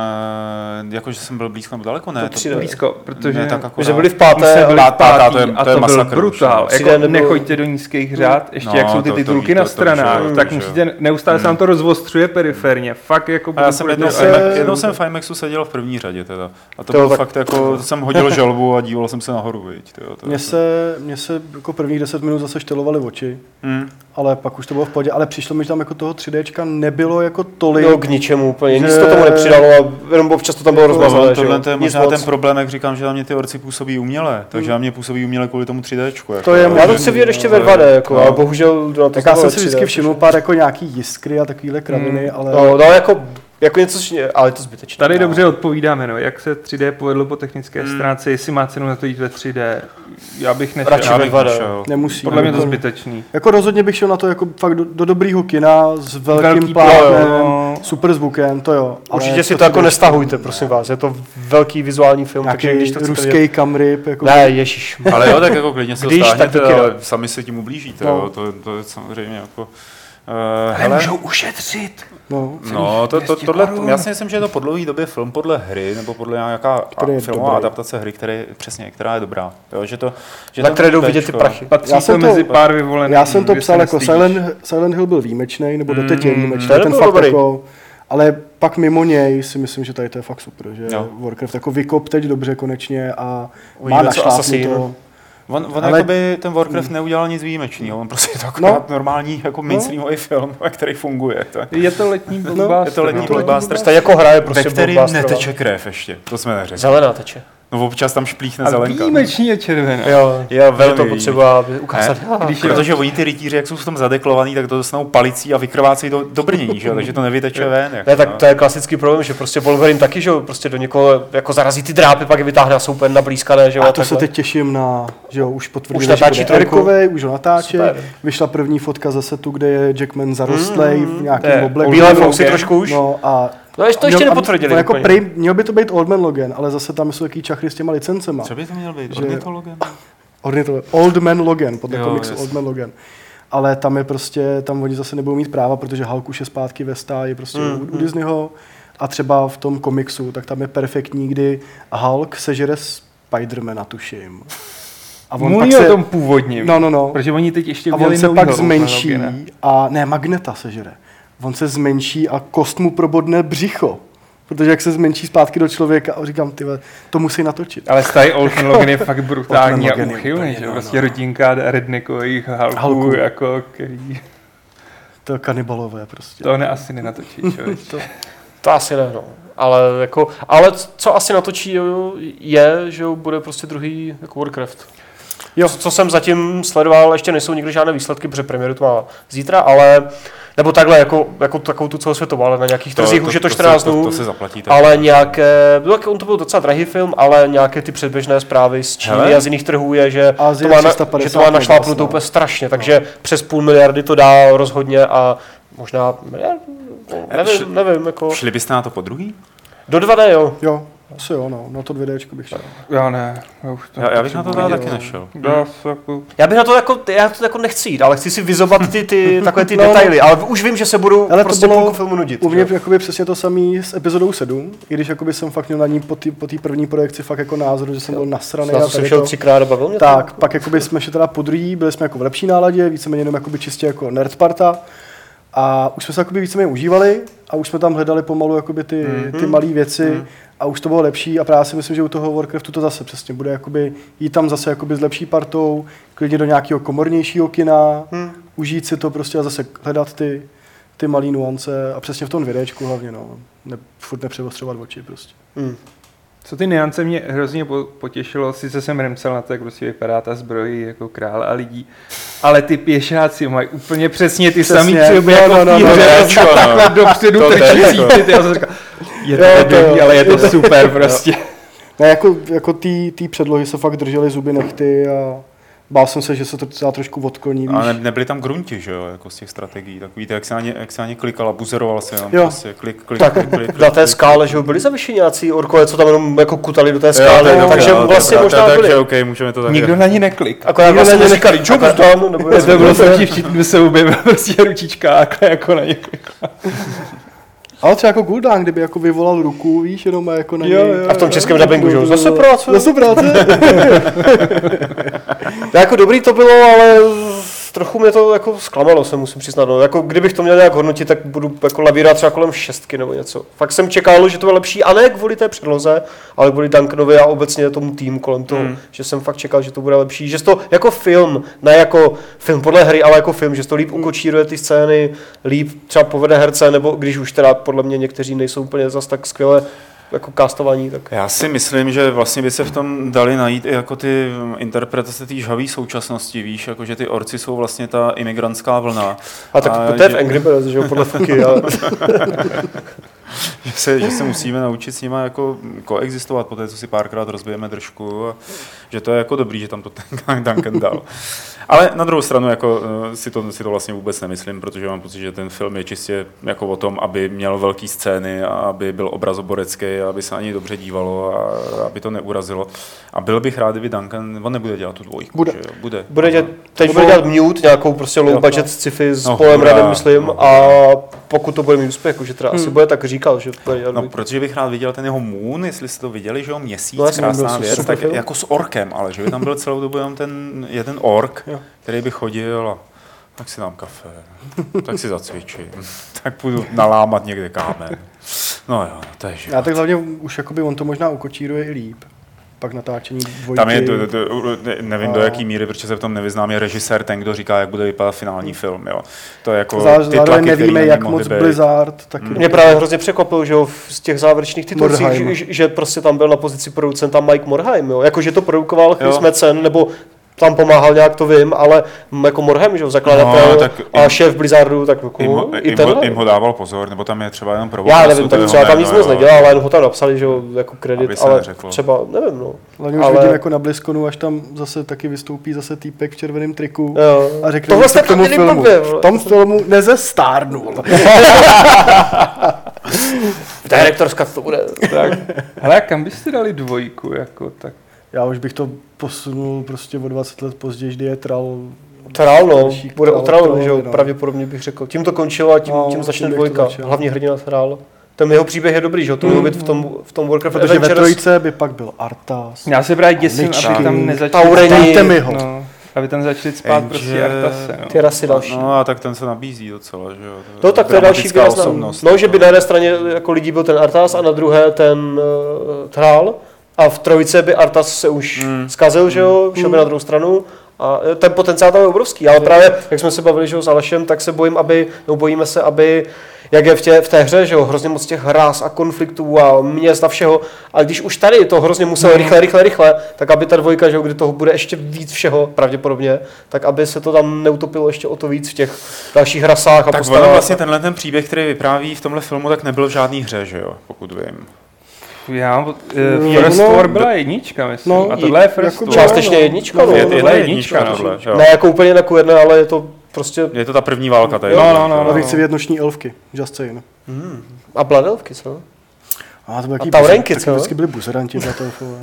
[SPEAKER 3] jakože jsem byl blízko nebo daleko, ne?
[SPEAKER 4] To 3D.
[SPEAKER 5] Blízko, protože...
[SPEAKER 3] ne, tak
[SPEAKER 4] My
[SPEAKER 3] akorát.
[SPEAKER 4] jsme byli v
[SPEAKER 5] My jsme
[SPEAKER 4] páté,
[SPEAKER 5] byli
[SPEAKER 4] ale
[SPEAKER 3] pátá,
[SPEAKER 5] pátý
[SPEAKER 3] to je-
[SPEAKER 5] a
[SPEAKER 3] to je
[SPEAKER 5] to byl
[SPEAKER 3] masakr už,
[SPEAKER 5] brutál.
[SPEAKER 3] no.
[SPEAKER 5] Jako
[SPEAKER 4] Přijde, nebylo-
[SPEAKER 5] nechoďte do nízkých řád, ještě
[SPEAKER 3] No,
[SPEAKER 5] jak jsou ty
[SPEAKER 3] to- to
[SPEAKER 5] titulky
[SPEAKER 3] ví,
[SPEAKER 5] na
[SPEAKER 3] to- to už je,
[SPEAKER 5] stranách,
[SPEAKER 3] to
[SPEAKER 5] tak
[SPEAKER 3] už je. Hmm.
[SPEAKER 5] musíte, neustále se nám to rozvostřuje periferně. Fakt jako...
[SPEAKER 3] A Eh, já jsem jednou,
[SPEAKER 1] se-
[SPEAKER 3] se... jednou jsem v IMAXu seděl v první řadě teda. A to,
[SPEAKER 4] To
[SPEAKER 3] bylo
[SPEAKER 4] tak-
[SPEAKER 3] fakt jako, to jsem hodil žalbu a díval jsem se nahoru, viď. To, to,
[SPEAKER 1] Mně se, mně se jako prvních 10 minut zase štelovaly oči.
[SPEAKER 3] Hmm.
[SPEAKER 1] ale pak už to bylo v pohodě, ale přišlo mi, že tam jako toho 3Dčka nebylo jako tolik.
[SPEAKER 4] No, k ničemu úplně, nic
[SPEAKER 1] Že-
[SPEAKER 4] to tomu nepřidalo a jenom občas to tam bylo rozmazané,
[SPEAKER 3] Jako- Tohle,
[SPEAKER 4] že jo.
[SPEAKER 3] tohle to je
[SPEAKER 4] Nic
[SPEAKER 3] možná
[SPEAKER 4] moc.
[SPEAKER 3] ten problém, jak říkám, že na mě ty orci působí uměle, takže na mě působí uměle kvůli tomu 3Dčku. Jako,
[SPEAKER 1] To je
[SPEAKER 4] Já
[SPEAKER 1] možný,
[SPEAKER 4] to chci vidět ještě ve 2D, jako,
[SPEAKER 3] No.
[SPEAKER 4] ale bohužel na to
[SPEAKER 1] tak já
[SPEAKER 4] bylo
[SPEAKER 1] jsem si
[SPEAKER 4] 3D,
[SPEAKER 1] vždycky všiml pár jako nějaký jiskry a takovýhle kraviny,
[SPEAKER 5] Hmm.
[SPEAKER 1] ale
[SPEAKER 4] No, no jako, jako něco, s- ale je to zbytečné.
[SPEAKER 5] Tady
[SPEAKER 4] no.
[SPEAKER 5] dobře odpovídáme, no. jak se 3D povedlo po technické
[SPEAKER 3] Hmm.
[SPEAKER 5] stránce, jestli má cenu na to jít ve 3D, já bych nešel.
[SPEAKER 4] Radši
[SPEAKER 5] Já
[SPEAKER 3] Já
[SPEAKER 5] bych-
[SPEAKER 3] bych
[SPEAKER 4] vypadá.
[SPEAKER 3] nešel.
[SPEAKER 1] nemusí.
[SPEAKER 5] Podle mě to
[SPEAKER 1] jako,
[SPEAKER 5] zbytečný.
[SPEAKER 1] jako rozhodně bych šel na to jako fakt do, do dobrýho kina s velkým
[SPEAKER 5] Velký
[SPEAKER 1] Velký plánem,
[SPEAKER 5] plán, no.
[SPEAKER 1] super zvukem, to jo. ale
[SPEAKER 4] Určitě si
[SPEAKER 1] co
[SPEAKER 4] to jako
[SPEAKER 1] bude-
[SPEAKER 4] nestahujte, prosím vás, je to velký vizuální film, takže
[SPEAKER 1] Nějaký
[SPEAKER 4] když to chcete vidět-
[SPEAKER 1] ruský kamrip, jako
[SPEAKER 4] Ne, ježíš.
[SPEAKER 3] Ale jo, tak jako klidně se
[SPEAKER 4] Když,
[SPEAKER 3] Když,
[SPEAKER 4] tak
[SPEAKER 3] stáhněte,
[SPEAKER 4] do kina.
[SPEAKER 3] ale sami se tím ublížíte,
[SPEAKER 1] No.
[SPEAKER 3] jo. To, to je samozřejmě jako... Uh, hele,
[SPEAKER 5] ušetřit.
[SPEAKER 1] no.
[SPEAKER 3] no, to, to,
[SPEAKER 5] 200
[SPEAKER 3] tohle,
[SPEAKER 5] korun.
[SPEAKER 3] já si myslím, že je to po dlouhé době film podle hry, nebo podle nějaká
[SPEAKER 1] Který je
[SPEAKER 3] filmová
[SPEAKER 1] dobrý.
[SPEAKER 3] adaptace hry, který, přesně, která je dobrá. Jo, že to, že no.
[SPEAKER 4] Na
[SPEAKER 3] to
[SPEAKER 4] které jdou vidět ty
[SPEAKER 3] Dčko-
[SPEAKER 4] prachy.
[SPEAKER 5] Patří
[SPEAKER 1] Já
[SPEAKER 5] to
[SPEAKER 1] jsem to-
[SPEAKER 5] mezi pár vyvolených.
[SPEAKER 1] Já jsem to
[SPEAKER 5] kdy se
[SPEAKER 1] psal jako
[SPEAKER 5] nestydíš.
[SPEAKER 1] Silent, Silent Hill byl výjimečný, nebo doteď je výjimečný,
[SPEAKER 4] to
[SPEAKER 1] ten
[SPEAKER 4] nebyl
[SPEAKER 1] fakt
[SPEAKER 4] dobrý.
[SPEAKER 1] jako, ale pak mimo něj si myslím, že tady to je fakt super, že
[SPEAKER 3] Jo.
[SPEAKER 1] Warcraft jako vykop teď dobře konečně a má
[SPEAKER 4] Uvidíme, co Assassin.
[SPEAKER 1] našlápnuto.
[SPEAKER 3] On, on
[SPEAKER 1] Ale-
[SPEAKER 3] ale... jakoby ten Warcraft neudělal nic výjimečného, on prostě je to akorát no. normální jako mainstreamový film, který funguje. To. je-
[SPEAKER 5] Je to letní
[SPEAKER 1] No,
[SPEAKER 5] no. blbá.
[SPEAKER 3] Je to letní blockbuster,
[SPEAKER 4] Prostě jako hra je prostě
[SPEAKER 3] ve kterým
[SPEAKER 4] blockbuster, no.
[SPEAKER 3] neteče krev ještě, to jsme neřekli.
[SPEAKER 4] Zelená teče.
[SPEAKER 3] No občas tam šplíchne
[SPEAKER 5] A
[SPEAKER 3] zelenka.
[SPEAKER 5] výjimečně no. je červená.
[SPEAKER 4] Jo,
[SPEAKER 3] Já velmi
[SPEAKER 4] velmi to potřeba aby ukázat.
[SPEAKER 5] Když je
[SPEAKER 3] No, Protože oni ty rytíři, jak jsou v tom zadeklovaný, tak to dostanou palicí a vykrvácejí do, do brnění, že? jo, takže to (laughs) nevyteče ven. Jako,
[SPEAKER 4] Ne, tak
[SPEAKER 3] no.
[SPEAKER 4] to je klasický problém, že prostě Wolverine taky, že jo, prostě do někoho jako zarazí ty drápy, pak je vytáhne a jsou úplně nablízkané, že jo.
[SPEAKER 1] A to se
[SPEAKER 4] takhle.
[SPEAKER 1] teď těším na, že jo, už potvrdili,
[SPEAKER 4] Už
[SPEAKER 1] že
[SPEAKER 4] natáčí
[SPEAKER 1] bude
[SPEAKER 4] trojku.
[SPEAKER 1] Erikovej, už ho natáčí.
[SPEAKER 4] Super.
[SPEAKER 1] Vyšla první fotka zase tu, kde je Jackman zarostlej
[SPEAKER 4] Mm,
[SPEAKER 1] v nějakém
[SPEAKER 5] je
[SPEAKER 1] obleku.
[SPEAKER 4] Bílé
[SPEAKER 5] Logan.
[SPEAKER 4] fousy trošku už.
[SPEAKER 1] No a
[SPEAKER 4] No, ještě to ještě
[SPEAKER 1] měl- a-
[SPEAKER 4] nepotvrdili.
[SPEAKER 1] no jako
[SPEAKER 4] úplně.
[SPEAKER 1] prej, měl by to být Old Man Logan, ale zase tam jsou taky čachry s těma licencema.
[SPEAKER 3] Co by to měl být?
[SPEAKER 1] Že-
[SPEAKER 3] Ornitologem?
[SPEAKER 1] Ornitolo- Old Man Logan, podle
[SPEAKER 3] Jo,
[SPEAKER 1] komiksu
[SPEAKER 3] jasně.
[SPEAKER 1] Old Man Logan. Ale tam je prostě, tam oni zase nebudou mít práva, protože Hulk už je zpátky ve stáji prostě mm, u, u Disneyho. A třeba v tom komiksu, tak tam je perfektní, kdy Hulk sežere Spidermana, tuším. A
[SPEAKER 5] Mluví o tom původním.
[SPEAKER 1] No, no, no.
[SPEAKER 5] Protože oni teď ještě
[SPEAKER 1] A on
[SPEAKER 5] udělali
[SPEAKER 1] se
[SPEAKER 5] novýho
[SPEAKER 1] pak zmenší
[SPEAKER 5] Logana.
[SPEAKER 1] a ne, magneta sežere. On se zmenší a kost mu probodne břicho. Protože jak se zmenší zpátky do člověka, a říkám, ty vole, to musí natočit.
[SPEAKER 5] Ale (laughs) starý Olfen Logan je fakt brutální a
[SPEAKER 1] Logan je
[SPEAKER 5] uchylný,
[SPEAKER 1] úplně,
[SPEAKER 5] že
[SPEAKER 1] no,
[SPEAKER 5] jo?
[SPEAKER 1] no.
[SPEAKER 5] Prostě rodinka redneckových halků,
[SPEAKER 1] Halků.
[SPEAKER 5] jako, který
[SPEAKER 1] To je kanibalové prostě.
[SPEAKER 5] to ne, asi nenatočí, (laughs) člověče.
[SPEAKER 4] To asi ne, no. Ale, jako, ale co asi natočí, jo, je, že jo, bude prostě druhý jako Warcraft.
[SPEAKER 1] Jo.
[SPEAKER 4] Jo. Co, co jsem zatím sledoval, ještě nejsou nikdy žádné výsledky, protože premiéru to má zítra, ale nebo takhle, jako, jako takovou tu celosvětovou, ale na nějakých trzích už je to
[SPEAKER 3] se-
[SPEAKER 4] 14
[SPEAKER 3] to,
[SPEAKER 4] dnů.
[SPEAKER 3] to, se zaplatíte.
[SPEAKER 4] Ale nějaké, no, tak on to byl docela drahý film, ale nějaké ty předběžné zprávy z Číny
[SPEAKER 3] Hele.
[SPEAKER 4] a z jiných trhů je, že
[SPEAKER 1] Azie
[SPEAKER 4] to má, na,
[SPEAKER 1] 350
[SPEAKER 4] že to má našlápnuto
[SPEAKER 3] no.
[SPEAKER 1] vlastně.
[SPEAKER 4] úplně strašně, takže přes půl miliardy to dá rozhodně a možná, ne, nevím, nevím, jako,
[SPEAKER 3] Šli byste na to po druhý?
[SPEAKER 4] do 2D, jo.
[SPEAKER 1] Jo, asi jo, no, na to 2Dčko bych šel.
[SPEAKER 5] Já ne, já už to
[SPEAKER 3] Já, já bych na to No. teda
[SPEAKER 5] nepotřebuji.
[SPEAKER 3] taky nešel.
[SPEAKER 5] Já se jako...
[SPEAKER 4] Já bych na to jako, já to jako nechci jít, ale chci si vyzobat ty,
[SPEAKER 1] (laughs)
[SPEAKER 4] ty takové ty
[SPEAKER 1] No, no.
[SPEAKER 4] detaily, ale už vím, že se budou
[SPEAKER 1] Ale to
[SPEAKER 4] prostě
[SPEAKER 1] bylo
[SPEAKER 4] půlku filmu nudit.
[SPEAKER 1] U
[SPEAKER 4] že
[SPEAKER 1] mě
[SPEAKER 4] jo.
[SPEAKER 1] jakoby přesně to samý s epizodou 7, i když jakoby jsem fakt měl na ní po té po té první projekci fakt jako názor, že jsem byl nasraný.
[SPEAKER 4] Na
[SPEAKER 1] a
[SPEAKER 4] to jsem
[SPEAKER 1] tady
[SPEAKER 4] šel
[SPEAKER 1] to.
[SPEAKER 4] třikrát a bavil mě to?
[SPEAKER 1] Tak, pak jakoby jsme šli teda po druhý, byli jsme jako v lepší náladě, víceméně jenom jakoby čistě jako nerd parta. A už jsme se jakoby víceméně užívali a už jsme tam hledali pomalu jakoby ty,
[SPEAKER 4] Mhm.
[SPEAKER 1] ty malé věci a už to bylo lepší a právě si myslím, že u toho Warcraftu to zase přesně bude jakoby jít tam zase jakoby s lepší partou, klidně do nějakého komornějšího kina,
[SPEAKER 4] Hmm,
[SPEAKER 1] užít si to prostě a zase hledat ty, ty malé nuance a přesně v tom 2 hlavně, no. Ne, furt nepřevostřovat oči prostě.
[SPEAKER 4] Hmm.
[SPEAKER 5] Co ty niance mě hrozně po- potěšilo, sice jsem remcel na to, jak prostě vypadá ta zbroj jako král a lidí, ale ty pěšáci mají úplně přesně ty
[SPEAKER 1] Přesně.
[SPEAKER 5] samý třeba
[SPEAKER 1] No,
[SPEAKER 5] jako
[SPEAKER 1] no, no,
[SPEAKER 5] no,
[SPEAKER 1] no,
[SPEAKER 5] no,
[SPEAKER 3] no, no.
[SPEAKER 5] takhle dopředu
[SPEAKER 3] To
[SPEAKER 5] trčící.
[SPEAKER 3] je
[SPEAKER 5] ty, já jsem říkal, je to
[SPEAKER 1] Jo, to jo.
[SPEAKER 5] debilní, ale je to (laughs) super prostě.
[SPEAKER 1] Ne, jako, jako tý, tý předlohy se fakt držely zuby nechty a bál jsem se, že se to třeba trošku odkloní, víš.
[SPEAKER 3] A ne, nebyly tam grunti, že jo, jako z těch strategií. Tak víte, jak se na ně, jak se na ně klikala, buzeroval se tam
[SPEAKER 1] Jo.
[SPEAKER 3] prostě klik, klik,
[SPEAKER 4] Tak,
[SPEAKER 3] klik, klik,
[SPEAKER 4] Na té
[SPEAKER 3] klik.
[SPEAKER 4] skále, že jo, byli zavyšeňáci orkové, co tam jenom jako kutali do té
[SPEAKER 3] Jo, to
[SPEAKER 4] skály,
[SPEAKER 3] je
[SPEAKER 4] no,
[SPEAKER 3] dobré,
[SPEAKER 4] takže
[SPEAKER 3] jo, to je
[SPEAKER 4] vlastně
[SPEAKER 3] dobré,
[SPEAKER 4] možná
[SPEAKER 3] to je-
[SPEAKER 4] byli.
[SPEAKER 3] Takže OK, můžeme to tak.
[SPEAKER 5] Nikdo na ní neklik.
[SPEAKER 4] Akorát
[SPEAKER 1] Nikdo
[SPEAKER 4] vlastně
[SPEAKER 1] na ně
[SPEAKER 4] říkali, čo
[SPEAKER 1] neklikal.
[SPEAKER 4] tam, nebo
[SPEAKER 5] To
[SPEAKER 4] něco.
[SPEAKER 5] bylo proti všichni, se objevil (laughs) prostě ručička a jako na ně.
[SPEAKER 1] Ale třeba jako Guldán, kdyby jako vyvolal ruku, víš, jenom a jako na
[SPEAKER 5] Jo,
[SPEAKER 1] něj.
[SPEAKER 5] jo.
[SPEAKER 4] A v tom českém dabingu, že jo, zase práce.
[SPEAKER 1] Zase práce.
[SPEAKER 4] No, jako dobrý to bylo, ale trochu mě to jako zklamalo, se musím přiznat. No. Jako kdybych to měl nějak hodnotit, tak budu jako lavírat třeba kolem šestky nebo něco. Fakt jsem čekal, že to bude lepší, a ne kvůli té předloze, ale kvůli Duncanovi a obecně tomu tým kolem toho, hmm. že jsem fakt čekal, že to bude lepší. Že se to jako film, ne jako film podle hry, ale jako film, že se to líp ukočíruje ty scény, líp třeba povede herce, nebo když už teda podle mě někteří nejsou úplně zas tak skvěle jako kastovaní, tak
[SPEAKER 3] Já si myslím, že vlastně by se v tom dali najít i jako ty mm, interpretace té žhavé současnosti, víš, jako že ty orci jsou vlastně ta imigrantská vlna.
[SPEAKER 4] a tak to je v Angry Birds, že jo, podle Fuky, (laughs) ale...
[SPEAKER 3] že se, že se musíme naučit s nima jako koexistovat po té, co si párkrát rozbijeme držku a že to je jako dobrý, že tam to ten Duncan dal. Ale na druhou stranu jako, eh, si, to, si to vlastně vůbec nemyslím, protože mám pocit, že ten film je čistě jako o tom, aby měl velké scény a aby byl obrazoborecký, a aby se na něj dobře dívalo a aby to neurazilo. A byl bych rád, kdyby Duncan, on nebude dělat tu dvojku,
[SPEAKER 1] Bude.
[SPEAKER 3] že jo? Bude.
[SPEAKER 4] Bude dělat, teď
[SPEAKER 1] Budou-
[SPEAKER 4] bude dělat Mute, nějakou prostě
[SPEAKER 1] Jo,
[SPEAKER 4] low budget sci-fi s
[SPEAKER 3] No,
[SPEAKER 4] no, Polem
[SPEAKER 3] hurá,
[SPEAKER 4] Radem, myslím,
[SPEAKER 3] no.
[SPEAKER 4] a pokud to bude mít úspěch, jako že teda asi bude tak říkal, že bude dělat
[SPEAKER 3] No,
[SPEAKER 4] no,
[SPEAKER 3] protože bych rád viděl ten jeho Moon, jestli jste to viděli, že jo, měsíc,
[SPEAKER 4] No, jasně, byl
[SPEAKER 3] krásná
[SPEAKER 4] super
[SPEAKER 3] věc, tak
[SPEAKER 4] film.
[SPEAKER 3] jako s orkem, ale že by tam byl celou dobu jenom ten jeden ork,
[SPEAKER 1] Jo.
[SPEAKER 3] který by chodil a tak si dám kafe, tak si zacvičím, (laughs) tak půjdu nalámat někde kámen. No jo, to je
[SPEAKER 1] A
[SPEAKER 3] život.
[SPEAKER 1] tak hlavně už jakoby on to možná ukočíruje i líp. Pak natáčení dvojky.
[SPEAKER 3] Tam je, to, to, to, ne- nevím
[SPEAKER 4] No.
[SPEAKER 3] do
[SPEAKER 1] A-
[SPEAKER 3] jaký míry, protože se v tom nevyznám, je režisér ten, kdo říká, jak bude vypadat finální film. Jo. To je jako
[SPEAKER 1] Zá-
[SPEAKER 3] ty
[SPEAKER 1] Zároveň
[SPEAKER 3] tlaky, který na
[SPEAKER 1] nevíme,
[SPEAKER 3] ní
[SPEAKER 1] jak
[SPEAKER 3] mohly
[SPEAKER 1] moc
[SPEAKER 3] být.
[SPEAKER 1] Blizzard, taky
[SPEAKER 4] mě právě hrozně překvapil, že jo, v- z těch závěrečných titulcích,
[SPEAKER 1] Morheim.
[SPEAKER 4] že, že- že, prostě tam byl na pozici producenta Mike Morheim, jo. Jako, že to produkoval Chris
[SPEAKER 3] Jo.
[SPEAKER 4] Metzen, nebo tam pomáhal nějak, to vím, ale m- jako Morheim, že jo, zakladatel
[SPEAKER 3] No,
[SPEAKER 4] no,
[SPEAKER 3] tak
[SPEAKER 4] a
[SPEAKER 3] im-
[SPEAKER 4] šéf Blizzardu, tak jako,
[SPEAKER 3] Jim, ho-
[SPEAKER 4] i
[SPEAKER 3] jim, ho,
[SPEAKER 4] tenhle.
[SPEAKER 3] jim ho dával pozor, nebo tam je třeba jenom provokace.
[SPEAKER 4] já nevím, tak
[SPEAKER 3] toho
[SPEAKER 4] třeba tam nic
[SPEAKER 3] jména,
[SPEAKER 4] moc
[SPEAKER 3] no, jo.
[SPEAKER 4] nedělal, ale jen ho tam napsali, že jo, jako
[SPEAKER 3] Aby
[SPEAKER 4] kredit,
[SPEAKER 3] se
[SPEAKER 4] ale
[SPEAKER 3] neřeklo.
[SPEAKER 4] třeba, nevím, no.
[SPEAKER 1] Hlavně už
[SPEAKER 4] Ale-
[SPEAKER 1] vidím jako na Blizzconu, až tam zase taky vystoupí zase týpek v červeném triku
[SPEAKER 4] Jo.
[SPEAKER 1] a řekne
[SPEAKER 4] Eh, Tohle
[SPEAKER 1] něco
[SPEAKER 4] jste
[SPEAKER 1] k tomu
[SPEAKER 4] tam měli
[SPEAKER 1] filmu.
[SPEAKER 4] blbě, vole.
[SPEAKER 1] v tom filmu nezestárnul. (laughs)
[SPEAKER 4] Direktorska to bude.
[SPEAKER 5] Tak. Hele, a kam byste dali dvojku, jako tak?
[SPEAKER 1] Já už bych to posunul prostě o 20 let později, kdy je tral.
[SPEAKER 4] Trál, no,
[SPEAKER 1] Další
[SPEAKER 4] bude
[SPEAKER 1] trál,
[SPEAKER 4] o trálu,
[SPEAKER 1] trál,
[SPEAKER 4] že jo,
[SPEAKER 1] no.
[SPEAKER 4] pravděpodobně bych řekl. Tím to končilo a tím,
[SPEAKER 1] No,
[SPEAKER 4] tím začne
[SPEAKER 1] tím, jak to
[SPEAKER 4] dvojka.
[SPEAKER 1] začalo.
[SPEAKER 4] Hlavně hrdina trál. Ten jeho příběh je dobrý, že jo, to mělo být v tom, v tom Warcraft
[SPEAKER 1] Mm. Protože ve
[SPEAKER 4] Adventures.
[SPEAKER 1] trojce by pak byl Artas.
[SPEAKER 5] Já se právě děsím,
[SPEAKER 1] Ličky,
[SPEAKER 5] aby tam
[SPEAKER 4] taurení.
[SPEAKER 5] nezačali...
[SPEAKER 1] Dejte mi ho.
[SPEAKER 5] No, aby tam začali spát
[SPEAKER 3] Angel.
[SPEAKER 5] prostě Artase, no.
[SPEAKER 4] Ty rasy další. No,
[SPEAKER 3] No a tak ten se nabízí docela, že jo.
[SPEAKER 4] no tak to je další
[SPEAKER 3] dramatická
[SPEAKER 4] výrazná. No, že by na jedné straně jako lidí byl ten Artas a na druhé ten eh, uh, trál. A v trojice by Artas se už mm. zkazil, že jo, šel by na druhou stranu. A eh, ten potenciál tam je obrovský, ale právě, jak jsme se bavili že jo, s Alešem, tak se bojím, aby, no bojíme se, aby, jak je v, tě, v té hře, že jo, hrozně moc těch hráz a konfliktů a měst a všeho, a když už tady to hrozně muselo rychle, rychle, rychle, tak aby ta dvojka, že jo, kdy toho bude ještě víc všeho, pravděpodobně, tak aby se to tam neutopilo ještě o to víc v těch dalších hrasách a
[SPEAKER 3] Tak ono
[SPEAKER 4] postavách.
[SPEAKER 3] vlastně tenhle ten příběh, který vypráví v tomhle filmu, tak nebyl v žádný hře, že jo, pokud vím.
[SPEAKER 5] Já, uh,
[SPEAKER 1] No,
[SPEAKER 5] First
[SPEAKER 1] no,
[SPEAKER 5] War byla jednička, myslím.
[SPEAKER 1] no,
[SPEAKER 5] a tohle je
[SPEAKER 1] jako
[SPEAKER 5] First War.
[SPEAKER 1] byla,
[SPEAKER 5] Část...
[SPEAKER 4] prostě- Částečně
[SPEAKER 1] no.
[SPEAKER 4] jednička, no.
[SPEAKER 3] Je, je,
[SPEAKER 5] tohle
[SPEAKER 3] je
[SPEAKER 5] je
[SPEAKER 3] jednička,
[SPEAKER 5] jednička,
[SPEAKER 3] tohle, jo.
[SPEAKER 4] Ne jako úplně na Q1, ale je to prostě
[SPEAKER 3] Je to ta první válka tady.
[SPEAKER 5] Jo, no, no,
[SPEAKER 1] A
[SPEAKER 5] no.
[SPEAKER 1] teď chci vidět noční elfky, just saying.
[SPEAKER 3] Hmm.
[SPEAKER 4] a bladelky, co?
[SPEAKER 1] A to byly
[SPEAKER 4] A
[SPEAKER 1] jaký
[SPEAKER 4] taurenky,
[SPEAKER 1] buzer-
[SPEAKER 4] co?
[SPEAKER 1] Vždycky byli buzeranti za to.
[SPEAKER 4] (laughs)
[SPEAKER 1] vole.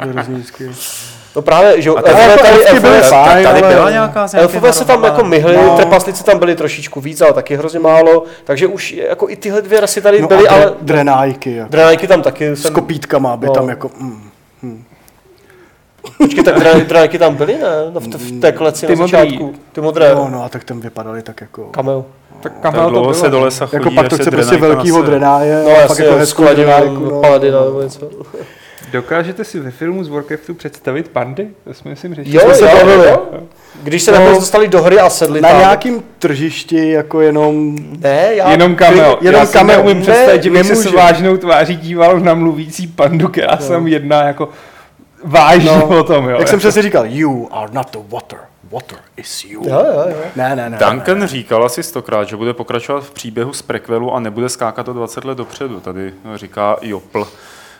[SPEAKER 1] Byli hrozně vždycky. jako
[SPEAKER 4] No právě, že jo,
[SPEAKER 3] A
[SPEAKER 4] ale
[SPEAKER 3] tady,
[SPEAKER 4] tady
[SPEAKER 1] elfky byly
[SPEAKER 4] elfové-
[SPEAKER 1] fajn,
[SPEAKER 3] tady
[SPEAKER 1] ale-
[SPEAKER 3] byla nějaká s nějakýma
[SPEAKER 4] Elfové se tam jako
[SPEAKER 3] rohama?
[SPEAKER 4] myhly,
[SPEAKER 1] No.
[SPEAKER 4] no. trpaslici tam byli trošičku víc, ale taky hrozně málo, takže už jako i tyhle dvě rasy tady
[SPEAKER 1] No
[SPEAKER 4] byly,
[SPEAKER 1] a
[SPEAKER 4] ale
[SPEAKER 1] ale... drenájky. Jako.
[SPEAKER 4] Dranajky tam taky,
[SPEAKER 1] S
[SPEAKER 4] jsem,
[SPEAKER 1] kopítkama, aby
[SPEAKER 4] No.
[SPEAKER 1] tam jako... Mm.
[SPEAKER 4] počkej, tak dra- Dranajky tam byly, ne? No, v, t- v té kleci
[SPEAKER 5] Ty
[SPEAKER 4] na
[SPEAKER 5] modrý.
[SPEAKER 4] začátku, ty modré,
[SPEAKER 1] No, no a tak tam vypadali tak jako...
[SPEAKER 4] kameo.
[SPEAKER 5] Tak
[SPEAKER 3] Tak
[SPEAKER 5] kamel to
[SPEAKER 3] dlouho
[SPEAKER 5] bylo.
[SPEAKER 3] se do lesa chodí,
[SPEAKER 1] Jako pak
[SPEAKER 3] až
[SPEAKER 1] to
[SPEAKER 3] se
[SPEAKER 1] chce prostě
[SPEAKER 3] drenajka
[SPEAKER 1] velkýho
[SPEAKER 3] nase.
[SPEAKER 1] drenáje,
[SPEAKER 4] No
[SPEAKER 1] a pak
[SPEAKER 4] jasně,
[SPEAKER 1] jako
[SPEAKER 4] jako
[SPEAKER 1] hezkou
[SPEAKER 4] skladina,
[SPEAKER 1] drenájku. no.
[SPEAKER 4] paladina nebo něco.
[SPEAKER 5] Dokážete si ve filmu z Warcraftu představit pandy? To jsme myslím řešili.
[SPEAKER 4] Jo,
[SPEAKER 1] jsme se
[SPEAKER 4] jo,
[SPEAKER 1] bavili.
[SPEAKER 4] jo. Když se
[SPEAKER 3] No.
[SPEAKER 4] nakonec dostali do hry a sedli
[SPEAKER 1] Na
[SPEAKER 4] tam.
[SPEAKER 1] nějakým tržišti jako jenom...
[SPEAKER 4] Ne, já...
[SPEAKER 5] Jenom kameo.
[SPEAKER 1] Jenom
[SPEAKER 5] já si
[SPEAKER 1] cameo.
[SPEAKER 5] neumím
[SPEAKER 1] Ne,
[SPEAKER 5] představit, že bych se s
[SPEAKER 1] nemůže.
[SPEAKER 5] vážnou tváří díval na mluvící pandu, která no. sem jedná jako vážně no. o tom, jo.
[SPEAKER 1] Jak jsem přesně říkal, you are not the water, water is you.
[SPEAKER 4] Jo, jo, jo.
[SPEAKER 1] Ne, ne, ne.
[SPEAKER 3] Duncan říkal asi stokrát, že bude pokračovat v příběhu z prequelu a nebude skákat o 20 let dopředu. Tady říká Jopl.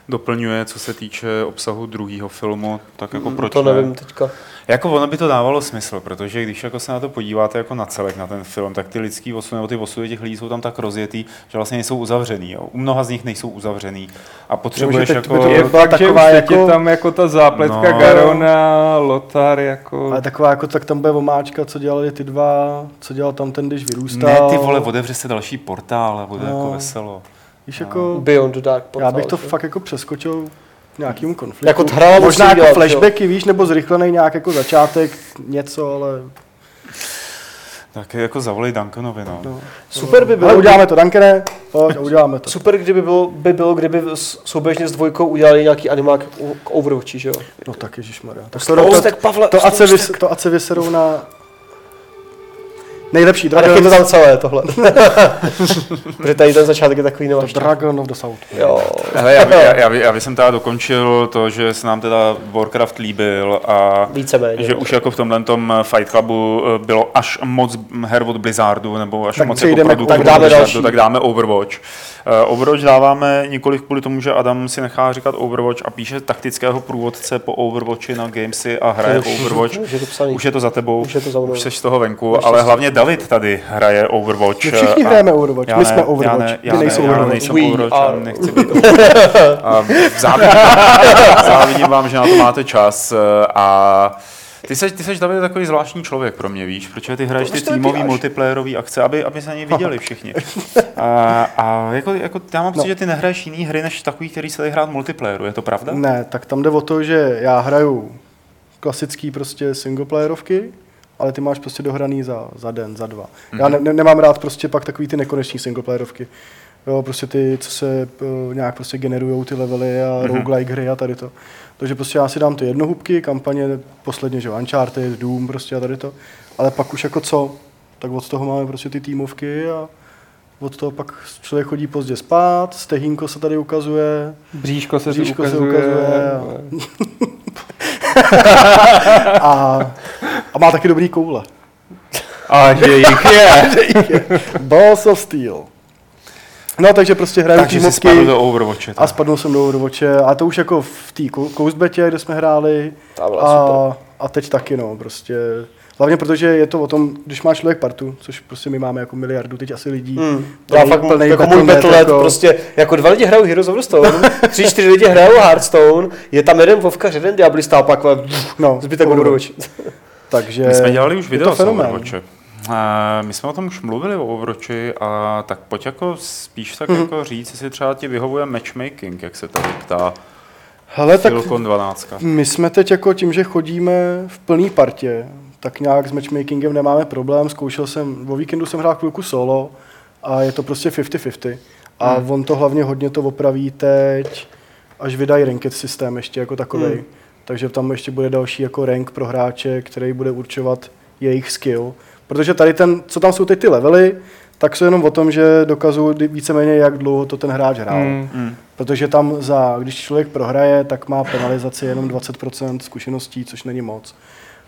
[SPEAKER 3] Doplňuje, co se týče obsahu druhého filmu, tak jako proč
[SPEAKER 4] Mm, To
[SPEAKER 3] ne?
[SPEAKER 4] nevím teďka.
[SPEAKER 3] Jako ono by to dávalo smysl, protože když jako se na to podíváte jako na celek, na ten film, tak ty lidský osudy nebo ty osudy těch lidí jsou tam tak rozjetý, že vlastně nejsou uzavřený. Jo. U mnoha z nich nejsou uzavřený. A potřebuješ
[SPEAKER 1] teď by
[SPEAKER 3] jako...
[SPEAKER 1] to
[SPEAKER 5] je
[SPEAKER 1] bylo byla
[SPEAKER 5] fakt, že už
[SPEAKER 1] taková
[SPEAKER 5] teď je
[SPEAKER 1] jako-
[SPEAKER 5] tam jako ta zápletka
[SPEAKER 3] No.
[SPEAKER 5] no. Garona, Lothar jako...
[SPEAKER 1] Ale taková jako, tak tam bude omáčka, co dělali ty dva, co dělal tam ten, když vyrůstal.
[SPEAKER 3] Ne, ty vole, otevře se další portál a bude
[SPEAKER 1] No.
[SPEAKER 3] jako veselo.
[SPEAKER 1] Víš, jako,
[SPEAKER 4] Beyond the Dark
[SPEAKER 1] já
[SPEAKER 4] portal,
[SPEAKER 1] bych to
[SPEAKER 4] že?
[SPEAKER 1] fakt jako přeskočil k nějakému konfliktu.
[SPEAKER 4] No. Jako hrála
[SPEAKER 1] Možná
[SPEAKER 4] musí dělat,
[SPEAKER 1] jako flashbacky, víš, nebo zrychlený nějak jako začátek, něco, ale...
[SPEAKER 3] Tak jako zavolej Duncanovi, no.
[SPEAKER 1] No.
[SPEAKER 4] Super by
[SPEAKER 1] Ale
[SPEAKER 4] bylo,
[SPEAKER 1] uděláme to, Duncane, pojď a uděláme to.
[SPEAKER 4] Super, kdyby bylo, by bylo, kdyby s- souběžně s dvojkou udělali nějaký animák k, k Overwatchi, že jo?
[SPEAKER 1] No tak ježišmarja. Tak to, to,
[SPEAKER 4] Spoustek, Pavle,
[SPEAKER 1] to, ať se
[SPEAKER 4] spoustek.
[SPEAKER 1] vys, to ať se vyserou na nejlepší
[SPEAKER 4] A nechej to
[SPEAKER 1] Dragon,
[SPEAKER 4] tam celé,
[SPEAKER 1] (laughs)
[SPEAKER 4] tohle. Protože tady ten začátek je takový
[SPEAKER 1] to
[SPEAKER 4] nemáš.
[SPEAKER 1] Dragon of the South.
[SPEAKER 4] Jo.
[SPEAKER 3] Hele, já, by, já, já, by, já bych jsem teda dokončil to, že se nám teda Warcraft líbil a
[SPEAKER 4] Víceméně.
[SPEAKER 3] že už jako v tomhle Fight Clubu eh, bylo až moc her od Blizzardu, nebo až
[SPEAKER 1] Tak
[SPEAKER 3] moc jako
[SPEAKER 1] přejdeme k-
[SPEAKER 3] produktů
[SPEAKER 1] tak
[SPEAKER 3] od
[SPEAKER 4] dáme
[SPEAKER 3] Blizzardu,
[SPEAKER 4] další.
[SPEAKER 3] tak dáme Overwatch. Eh, Overwatch dáváme nikoli kvůli tomu, že Adam si nechá říkat Overwatch a píše taktického průvodce po Overwatchi na Gamesy a hraje
[SPEAKER 4] To je už-
[SPEAKER 3] Overwatch.
[SPEAKER 4] už je to psaný.
[SPEAKER 3] Už je to za tebou,
[SPEAKER 4] Už je to za mnou.
[SPEAKER 3] už jsi z toho venku, ale hlavně David tady hraje Overwatch.
[SPEAKER 1] My všichni
[SPEAKER 3] eh, a-
[SPEAKER 1] hrajeme Overwatch,
[SPEAKER 3] já
[SPEAKER 1] my
[SPEAKER 3] ne,
[SPEAKER 1] jsme Overwatch,
[SPEAKER 3] já ne,
[SPEAKER 1] ty
[SPEAKER 3] já ne,
[SPEAKER 1] nejsou
[SPEAKER 3] já
[SPEAKER 1] Overwatch.
[SPEAKER 3] nejsem
[SPEAKER 4] We
[SPEAKER 3] Overwatch, já
[SPEAKER 4] are-
[SPEAKER 3] nechci být a závidím, závidím vám, že na to máte čas eh, a ty seš, ty seš David takový zvláštní člověk pro mě, víš, protože ty hraješ
[SPEAKER 4] To
[SPEAKER 3] ty
[SPEAKER 4] už
[SPEAKER 1] prostě
[SPEAKER 4] to
[SPEAKER 3] týmový
[SPEAKER 4] vybíráš.
[SPEAKER 3] multiplayerový akce, aby, aby se na ně viděli
[SPEAKER 1] (laughs)
[SPEAKER 3] všichni. A, a jako, jako, já
[SPEAKER 1] No.
[SPEAKER 3] mám pocit, že ty nehraješ jiný hry, než takový, který se dají hrát multiplayeru, je to pravda?
[SPEAKER 1] Ne, tak tam jde o to, že já hraju klasický prostě singleplayerovky, ale ty máš prostě dohraný za, za den, za dva. Mm-hmm. Já ne, ne, nemám rád prostě pak takový ty nekoneční singleplayerovky. Jo, prostě ty, co se uh, nějak prostě generujou ty levely a mm-hmm. roguelike hry a tady to. Takže prostě já si dám ty jednohubky, kampaně, posledně, že jo, Uncharted, Doom prostě a tady to. Ale pak už jako co, tak od toho máme prostě ty týmovky a od toho pak člověk chodí pozdě spát, stehínko se tady ukazuje,
[SPEAKER 5] Bříško se
[SPEAKER 1] Bříško
[SPEAKER 5] tu
[SPEAKER 1] se
[SPEAKER 5] ukazuje. No,
[SPEAKER 1] ukazuje, jo. No. a, a má taky dobrý koule.
[SPEAKER 5] A že jich je.
[SPEAKER 1] Balls of Steel. No, takže prostě hraju
[SPEAKER 3] Takže si
[SPEAKER 1] týmovky
[SPEAKER 3] spadl do Overwatche.
[SPEAKER 1] a
[SPEAKER 3] tak.
[SPEAKER 1] spadnul jsem do Overwatche. A to už jako v té Coastbetě, kde jsme hráli.
[SPEAKER 4] Ta byla
[SPEAKER 1] A, a teď taky, no, prostě. Hlavně protože je to o tom, když má člověk partu, což prostě my máme jako miliardu teď asi lidí.
[SPEAKER 4] Hmm.
[SPEAKER 1] plný-
[SPEAKER 4] Já fakt
[SPEAKER 1] plný
[SPEAKER 4] jako můj
[SPEAKER 1] Battle.net,
[SPEAKER 4] Battle.net,
[SPEAKER 1] jako-
[SPEAKER 4] prostě, jako dva lidi hrajou Heroes of the Stone, tři, čtyři lidi hrajou Hearthstone, je tam jeden Vovkař, jeden Diablista a pak
[SPEAKER 1] No,
[SPEAKER 4] no, zbytek
[SPEAKER 1] Overwatch.
[SPEAKER 4] Overwatch.
[SPEAKER 1] Takže
[SPEAKER 3] My jsme dělali už
[SPEAKER 1] je
[SPEAKER 3] video
[SPEAKER 1] to
[SPEAKER 3] o
[SPEAKER 1] fenomén.
[SPEAKER 3] Overwatche. A My jsme o tom už mluvili o Overwatchi a tak pojď jako spíš
[SPEAKER 1] Mhm.
[SPEAKER 3] tak jako říct, jestli třeba ti vyhovuje matchmaking, jak se tady ptá
[SPEAKER 1] Hele, Eh, tak
[SPEAKER 3] Filkon 12.
[SPEAKER 1] My jsme teď jako tím, že chodíme v plný partě, tak nějak s matchmakingem nemáme problém. Zkoušel jsem, o víkendu jsem hrál chvilku solo a je to prostě 50-50. A hmm. on to hlavně hodně to opraví teď, až vydají ranked systém ještě jako takový. Hmm. Takže tam ještě bude další jako rank pro hráče, který bude určovat jejich skill. Protože tady ten, co tam jsou teď ty levely, tak jsou jenom o tom, že dokazují víceméně, jak dlouho to ten hráč hrál.
[SPEAKER 5] Hmm.
[SPEAKER 3] Mm.
[SPEAKER 1] Protože tam za, když člověk prohraje, tak má penalizaci jenom 20% zkušeností, což není moc.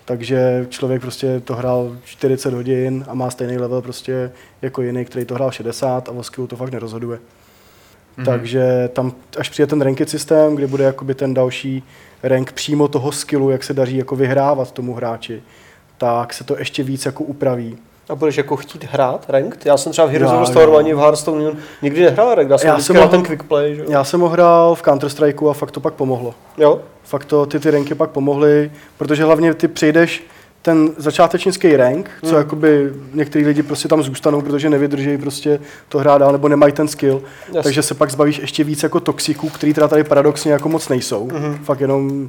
[SPEAKER 1] Takže člověk prostě to hrál 40 hodin a má stejný level prostě jako jiný, který to hrál 60 a o skillu to fakt nerozhoduje. Mm-hmm. Takže tam až přijde ten ranked systém, kde bude jakoby ten další rank přímo toho skillu, jak se daří jako vyhrávat tomu hráči, tak se to ještě víc jako upraví.
[SPEAKER 4] A budeš jako chtít hrát ranked? Já jsem třeba v Heroes
[SPEAKER 1] Já,
[SPEAKER 4] of the
[SPEAKER 1] jo.
[SPEAKER 4] Storm ani v Hearthstone Union nikdy nehrál ranked, já jsem,
[SPEAKER 1] Já
[SPEAKER 4] já
[SPEAKER 1] jsem
[SPEAKER 4] jsem hrál
[SPEAKER 1] mohl-
[SPEAKER 4] ten quick play, že? jo?
[SPEAKER 1] Já jsem ho hrál v Counter-Strikeu a fakt to pak pomohlo.
[SPEAKER 4] Jo?
[SPEAKER 1] Fakt to, ty, ty ranky pak pomohly, protože hlavně ty přejdeš ten začátečnický rank, co
[SPEAKER 4] Hmm.
[SPEAKER 1] jakoby některý lidi prostě tam zůstanou, protože nevydrží prostě to hrát dál nebo nemají ten skill,
[SPEAKER 4] Jasně.
[SPEAKER 1] takže se pak zbavíš ještě víc jako toxiků, který teda tady paradoxně jako moc nejsou,
[SPEAKER 4] Mhm.
[SPEAKER 1] fakt jenom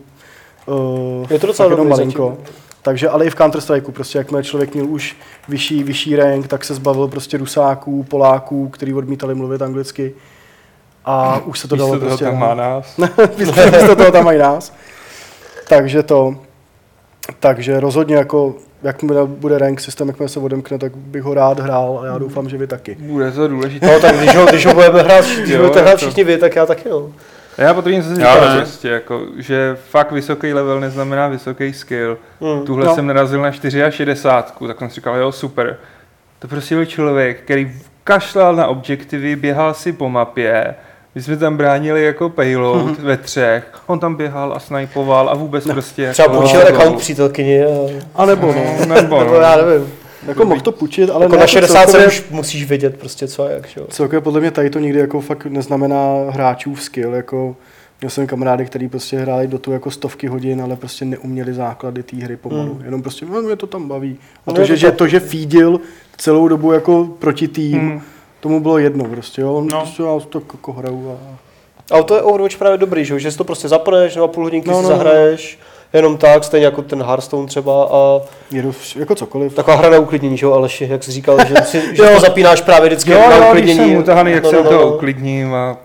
[SPEAKER 1] uh,
[SPEAKER 4] Je to docela
[SPEAKER 1] fakt jenom
[SPEAKER 4] dobrý
[SPEAKER 1] malinko. Takže ale i v Counter Strikeu, prostě jakmile člověk měl už vyšší, vyšší rank, tak se zbavil prostě Rusáků, Poláků, kteří odmítali mluvit anglicky a už se to dalo
[SPEAKER 5] Místo toho
[SPEAKER 1] prostě
[SPEAKER 5] tam
[SPEAKER 1] na-
[SPEAKER 5] má nás.
[SPEAKER 1] místo, místo toho tam mají nás. Takže to, takže rozhodně jako, jak bude rank systém, jak se odemkne, tak bych ho rád hrál a já doufám, že vy taky.
[SPEAKER 5] Bude
[SPEAKER 1] (laughs)
[SPEAKER 5] to důležité.
[SPEAKER 4] No tak když ho, když ho budeme hrát, když
[SPEAKER 5] Jo,
[SPEAKER 4] budete hrát
[SPEAKER 5] jako-
[SPEAKER 4] všichni vy, tak já taky no.
[SPEAKER 5] Já potvrdím, co jsi
[SPEAKER 3] Já
[SPEAKER 5] říkal
[SPEAKER 3] ne.
[SPEAKER 5] prostě, jako, že fakt vysoký level neznamená vysoký skill.
[SPEAKER 4] Hmm.
[SPEAKER 5] Tuhle
[SPEAKER 1] No.
[SPEAKER 5] no. jsem narazil na 64, tak jsem si říkal, jo, super. To prostě byl člověk, který kašlal na objektivy, běhal si po mapě. My jsme tam bránili jako
[SPEAKER 4] Mhm.
[SPEAKER 5] payload ve třech. On tam běhal a snajpoval a vůbec no. prostě...
[SPEAKER 4] Třeba
[SPEAKER 5] jako-
[SPEAKER 4] půjčil account přítelkyni a...
[SPEAKER 1] A nebo no.
[SPEAKER 5] No, nebo
[SPEAKER 4] Nebo já nevím.
[SPEAKER 1] Jako mohl to půjčit, ale
[SPEAKER 4] Jako
[SPEAKER 1] ne,
[SPEAKER 4] na
[SPEAKER 1] jako
[SPEAKER 4] 60
[SPEAKER 1] celkově-
[SPEAKER 4] už musíš vědět prostě co a jak, že jo.
[SPEAKER 1] Celkově podle mě tady to nikdy jako fakt neznamená hráčův skill, jako měl jsem kamarády, který prostě hráli do tu jako stovky hodin, ale prostě neuměli základy té hry pomalu.
[SPEAKER 4] Hmm.
[SPEAKER 1] Hmm. Jenom prostě, no, mě to tam baví. A
[SPEAKER 4] No,
[SPEAKER 1] to,
[SPEAKER 4] je
[SPEAKER 1] že,
[SPEAKER 4] to
[SPEAKER 1] že,
[SPEAKER 4] tak.
[SPEAKER 1] to, že feedil celou dobu jako proti tým,
[SPEAKER 5] Hmm.
[SPEAKER 1] hmm. tomu bylo jedno prostě, jo. On
[SPEAKER 3] No.
[SPEAKER 1] no. prostě já to jako hraju a...
[SPEAKER 4] Ale to je Overwatch právě dobrý, že, jo? že si to prostě zapneš, nebo půl hodinky
[SPEAKER 1] No,
[SPEAKER 4] no, si
[SPEAKER 1] no,
[SPEAKER 4] no,
[SPEAKER 1] no.
[SPEAKER 4] zahraješ, jenom tak, stejně jako ten Hearthstone třeba a
[SPEAKER 1] Jedu vš- jako cokoliv. Tak.
[SPEAKER 4] taková hra na uklidnění, že jo, Aleši, jak jsi říkal, že, si, že
[SPEAKER 1] (laughs) Jo.
[SPEAKER 4] to zapínáš právě vždycky
[SPEAKER 5] Jo,
[SPEAKER 4] na
[SPEAKER 5] jo, když
[SPEAKER 4] uklidnění.
[SPEAKER 5] jsem utahaný, jak
[SPEAKER 4] No,
[SPEAKER 5] se
[SPEAKER 4] no,
[SPEAKER 5] u toho
[SPEAKER 4] no.
[SPEAKER 5] uklidním a...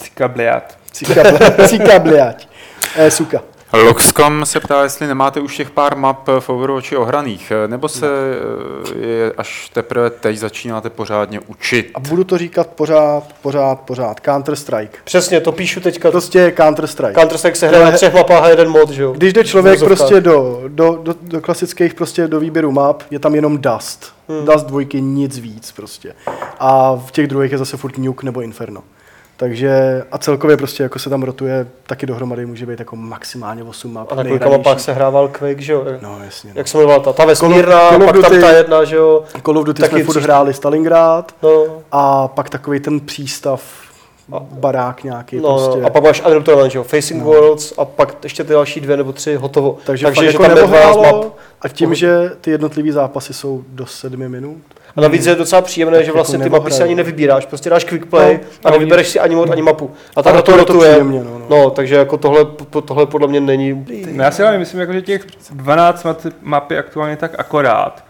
[SPEAKER 5] Cika bliat.
[SPEAKER 1] Cíka, (laughs) cíka bliať. Eh, suka.
[SPEAKER 3] Loxcom se ptá, jestli nemáte už těch pár map v Overwatchi ohraných, nebo se
[SPEAKER 1] No.
[SPEAKER 3] eh, je až teprve teď začínáte pořádně učit.
[SPEAKER 1] A budu to říkat pořád, pořád, pořád. Counter-Strike.
[SPEAKER 4] Přesně, to píšu teďka.
[SPEAKER 1] Prostě Counter-Strike.
[SPEAKER 4] Counter-Strike se hraje
[SPEAKER 1] Ale-
[SPEAKER 4] na třech mapách a jeden mod, že jo.
[SPEAKER 1] Když jde člověk
[SPEAKER 4] Vozovka.
[SPEAKER 1] prostě do, do, do, do klasických prostě do výběru map, je tam jenom Dust.
[SPEAKER 4] Hmm.
[SPEAKER 1] Hmm. Dust dvojky, nic víc prostě. A v těch druhých je zase furt Nuke nebo Inferno. Takže a celkově prostě jako se tam rotuje, taky dohromady může být jako maximálně 8 map.
[SPEAKER 4] A na kolika
[SPEAKER 1] nejhranější.
[SPEAKER 4] mapách se hrával Quake, že jo.
[SPEAKER 1] No jasně. No.
[SPEAKER 4] Jak se jmenovala ta, ta vesmírná,
[SPEAKER 1] Call of
[SPEAKER 4] pak tam
[SPEAKER 1] Duty.
[SPEAKER 4] ta jedna, že jo.
[SPEAKER 1] Call of Duty
[SPEAKER 4] Taky
[SPEAKER 1] jsme furt
[SPEAKER 4] příště.
[SPEAKER 1] hráli Stalingrad,
[SPEAKER 4] No,
[SPEAKER 1] A pak takový ten přístav,
[SPEAKER 4] A-
[SPEAKER 1] barák nějaký
[SPEAKER 4] no,
[SPEAKER 1] prostě. No.
[SPEAKER 4] no, a pak máš Unreal Tournament, že jo, Facing Worlds a pak ještě ty další dvě nebo tři, hotovo.
[SPEAKER 1] takže,
[SPEAKER 4] Takže
[SPEAKER 1] fakt
[SPEAKER 4] že
[SPEAKER 1] jako
[SPEAKER 4] tam je 12 map.
[SPEAKER 1] neohrálo a tím, že ty jednotlivý zápasy jsou do sedmi minut,
[SPEAKER 4] A navíc je docela příjemné,
[SPEAKER 1] Hmm. Tak
[SPEAKER 4] že
[SPEAKER 1] jako
[SPEAKER 4] vlastně ty
[SPEAKER 1] nebo
[SPEAKER 4] mapy si
[SPEAKER 1] hraju.
[SPEAKER 4] ani nevybíráš, prostě dáš quick play
[SPEAKER 1] No,
[SPEAKER 4] a
[SPEAKER 5] no,
[SPEAKER 4] nevybereš si ani mod, ani mapu. A ta
[SPEAKER 1] Ale
[SPEAKER 4] hra to
[SPEAKER 1] to je to
[SPEAKER 4] rotuje.
[SPEAKER 1] příjemně, no, no.
[SPEAKER 4] No, takže jako tohle, po- tohle podle mě není...
[SPEAKER 5] No já si ale myslím, jako, že těch 12 map, map je aktuálně tak akorát.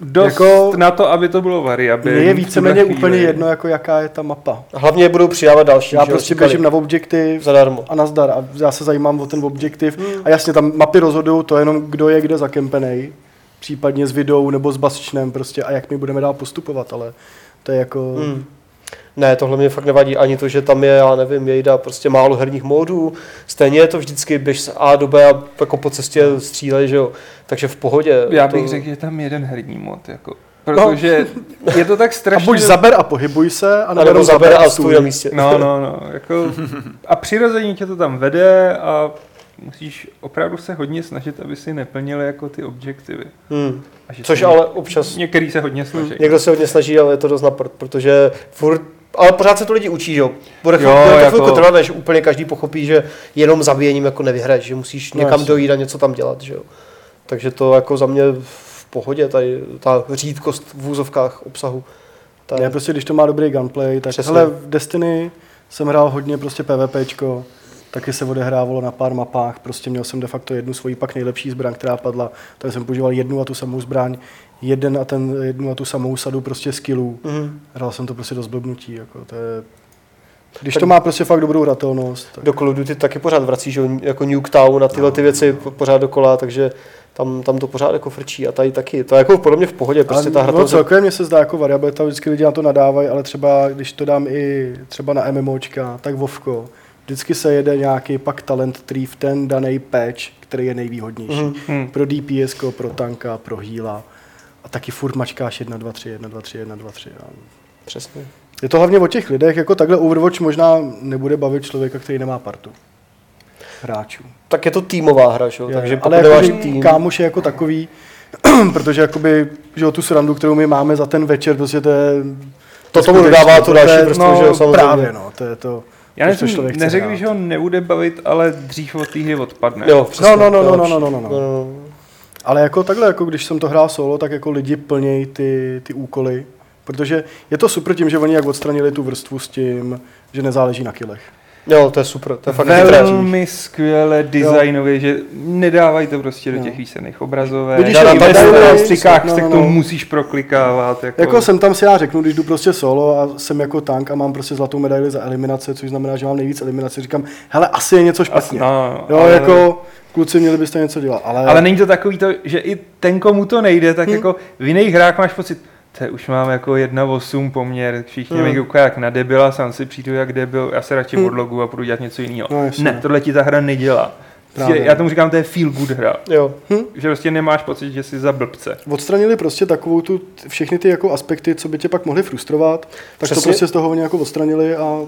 [SPEAKER 5] Dost
[SPEAKER 1] Jako-
[SPEAKER 5] jako, na to, aby to bylo variabilní.
[SPEAKER 1] mně
[SPEAKER 5] v
[SPEAKER 1] je
[SPEAKER 5] tuhle
[SPEAKER 1] víceméně
[SPEAKER 5] chvíli.
[SPEAKER 1] úplně jedno, jako jaká je ta mapa.
[SPEAKER 4] Hlavně budou přidávat další,
[SPEAKER 1] Já
[SPEAKER 4] že jo,
[SPEAKER 1] prostě
[SPEAKER 4] říkali.
[SPEAKER 1] běžím na objektiv
[SPEAKER 4] Zadarmo.
[SPEAKER 1] a nazdar a já se zajímám o ten objektiv
[SPEAKER 4] Hmm.
[SPEAKER 1] a jasně tam mapy rozhodují to jenom, kdo je kde zakempenej, případně s videou nebo s basčnem prostě a jak my budeme dál postupovat, ale to je jako...
[SPEAKER 4] Hmm. Ne, tohle mě fakt nevadí ani to, že tam je, já nevím, jejda prostě málo herních módů. Stejně je to vždycky běž z A do B a jako po cestě střílej, že jo. Takže v pohodě.
[SPEAKER 5] Hmm. Já
[SPEAKER 4] to...
[SPEAKER 5] bych řekl, že je tam jeden herní mod, jako. Protože je to tak
[SPEAKER 1] No. A
[SPEAKER 5] strašně...
[SPEAKER 1] buď zaber a pohybuj se,
[SPEAKER 4] A
[SPEAKER 1] anebo,
[SPEAKER 4] nebo
[SPEAKER 1] jenom
[SPEAKER 4] zabere a stůj na místě.
[SPEAKER 5] No, no, no. Jako, a přirozeně tě to tam vede a musíš opravdu se hodně snažit, aby si neplnil jako ty objektivy.
[SPEAKER 4] Hmm.
[SPEAKER 5] A že
[SPEAKER 4] Což
[SPEAKER 5] se-
[SPEAKER 4] ale občas
[SPEAKER 5] Některý se hodně
[SPEAKER 1] Hmm.
[SPEAKER 5] snaží.
[SPEAKER 4] Někdo se hodně snaží, ale je to dost na prd, protože furt ale pořád se to lidi učí, že jo. Bude, chvíli,
[SPEAKER 5] Jo,
[SPEAKER 4] bude to
[SPEAKER 5] jako-
[SPEAKER 4] chvilku trvat, než úplně každý pochopí, že jenom zabíjením jako nevyhraješ, že musíš
[SPEAKER 1] No,
[SPEAKER 4] někam
[SPEAKER 1] jasně.
[SPEAKER 4] dojít a něco tam dělat, že jo. Takže to jako za mě v pohodě, tady ta řídkost v úzovkách obsahu. Ta,
[SPEAKER 1] Ne, prostě když to má dobrý gunplay, tak
[SPEAKER 4] Přesně.
[SPEAKER 1] hele, v Destiny jsem hrál hodně prostě PvPčko, taky se odehrávalo na pár mapách, prostě měl jsem de facto jednu svoji pak nejlepší zbraň, která padla, takže jsem používal jednu a tu samou zbraň, jeden a ten, jednu a tu samou sadu prostě skillů.
[SPEAKER 4] Mhm.
[SPEAKER 1] Hrál jsem to prostě do zblbnutí, jako to je Když to má prostě fakt dobrou hratelnost. Tak.
[SPEAKER 4] Do Call of Duty taky pořád vrací, že jo, jako Nuketown a
[SPEAKER 1] No.
[SPEAKER 4] tyhle ty věci po- pořád dokola, takže tam, tam to pořád jako frčí a tady taky. To je jako podobně v pohodě, prostě
[SPEAKER 1] Ale
[SPEAKER 4] ta hra
[SPEAKER 1] no,
[SPEAKER 4] to
[SPEAKER 1] celkově mně se zdá jako variabilita, vždycky lidi na to nadávají, ale třeba když to dám i třeba na MMOčka, tak Vovko, vždycky se jede nějaký pak talent tree v ten daný patch, který je nejvýhodnější.
[SPEAKER 4] Mhm.
[SPEAKER 1] Mm.
[SPEAKER 5] Hm.
[SPEAKER 1] Pro DPS, ko, pro tanka, pro heala. A taky furt mačkáš 1, 2, 3, 1, 2, 3, 1, 2, 3. A
[SPEAKER 4] přesně.
[SPEAKER 1] Je to hlavně o těch lidech, jako takhle Overwatch možná nebude bavit člověka, který nemá partu hráčů.
[SPEAKER 4] Tak je to týmová hra, že jo, takže pokud
[SPEAKER 1] ale
[SPEAKER 4] nemáš
[SPEAKER 1] jakoby
[SPEAKER 4] tým,
[SPEAKER 1] kámoš je jako takový, (clears throat) protože jakoby, že jo, tu srandu, kterou my máme za ten večer, prostě to je...
[SPEAKER 4] To tomu
[SPEAKER 1] skutečný,
[SPEAKER 4] dodává tu
[SPEAKER 1] to je-
[SPEAKER 4] další vrstvu,
[SPEAKER 1] no,
[SPEAKER 4] že jo, samozřejmě.
[SPEAKER 1] Právě, no, to je to.
[SPEAKER 5] Já
[SPEAKER 1] to,
[SPEAKER 5] nevím,
[SPEAKER 1] co člověk chce
[SPEAKER 5] neřekl
[SPEAKER 1] hrát.
[SPEAKER 5] bych, že ho nebude bavit, ale dřív od té hry odpadne.
[SPEAKER 4] jo, přesně,
[SPEAKER 1] no, no,
[SPEAKER 4] to je
[SPEAKER 1] no,
[SPEAKER 4] lepší.
[SPEAKER 1] no, no, no, no.
[SPEAKER 4] no.
[SPEAKER 1] Ale jako takhle, jako když jsem to hrál solo, tak jako lidi plnějí ty, ty úkoly, protože je to super tím, že oni jak odstranili tu vrstvu s tím, že nezáleží na kilech.
[SPEAKER 4] No, Jo, to je super, to je fakt chytré.
[SPEAKER 5] Velmi skvěle designově, že nedávají to prostě do těch výsledných obrazovek.
[SPEAKER 1] Vidíš,
[SPEAKER 5] Vidíš,
[SPEAKER 4] že
[SPEAKER 5] na
[SPEAKER 4] i
[SPEAKER 5] ve
[SPEAKER 4] medaily-
[SPEAKER 5] statistickách
[SPEAKER 1] no,
[SPEAKER 5] se
[SPEAKER 1] no,
[SPEAKER 5] k tomu
[SPEAKER 1] no.
[SPEAKER 5] musíš proklikávat. Jako,
[SPEAKER 1] Jako jsem tam si já řeknu, když jdu prostě solo a jsem jako tank a mám prostě zlatou medaili za eliminace, což znamená, že mám nejvíc eliminace, říkám, hele, asi je něco špatně.
[SPEAKER 5] no,
[SPEAKER 1] jo,
[SPEAKER 5] ale-
[SPEAKER 1] jako kluci, měli byste něco dělat, ale,
[SPEAKER 5] Ale není to takový to, že i ten, komu to nejde, tak jako v jiných hrách máš pocit, to už mám jako 1,8 poměr, všichni mi koukají jak na debila, sám si přijdu jak debil, já se radši odlogu a půjdu dělat něco jiného.
[SPEAKER 1] No, jasně.
[SPEAKER 5] ne, tohle ti ta hra nedělá. Prostě
[SPEAKER 1] Právě.
[SPEAKER 5] Já tomu říkám, to je feel good hra.
[SPEAKER 4] Jo,
[SPEAKER 5] Že prostě nemáš pocit, že jsi za blbce.
[SPEAKER 1] odstranili prostě takovou tu, všechny ty jako aspekty, co by tě pak mohly frustrovat, tak
[SPEAKER 4] Přesně.
[SPEAKER 1] to prostě z toho oni jako odstranili a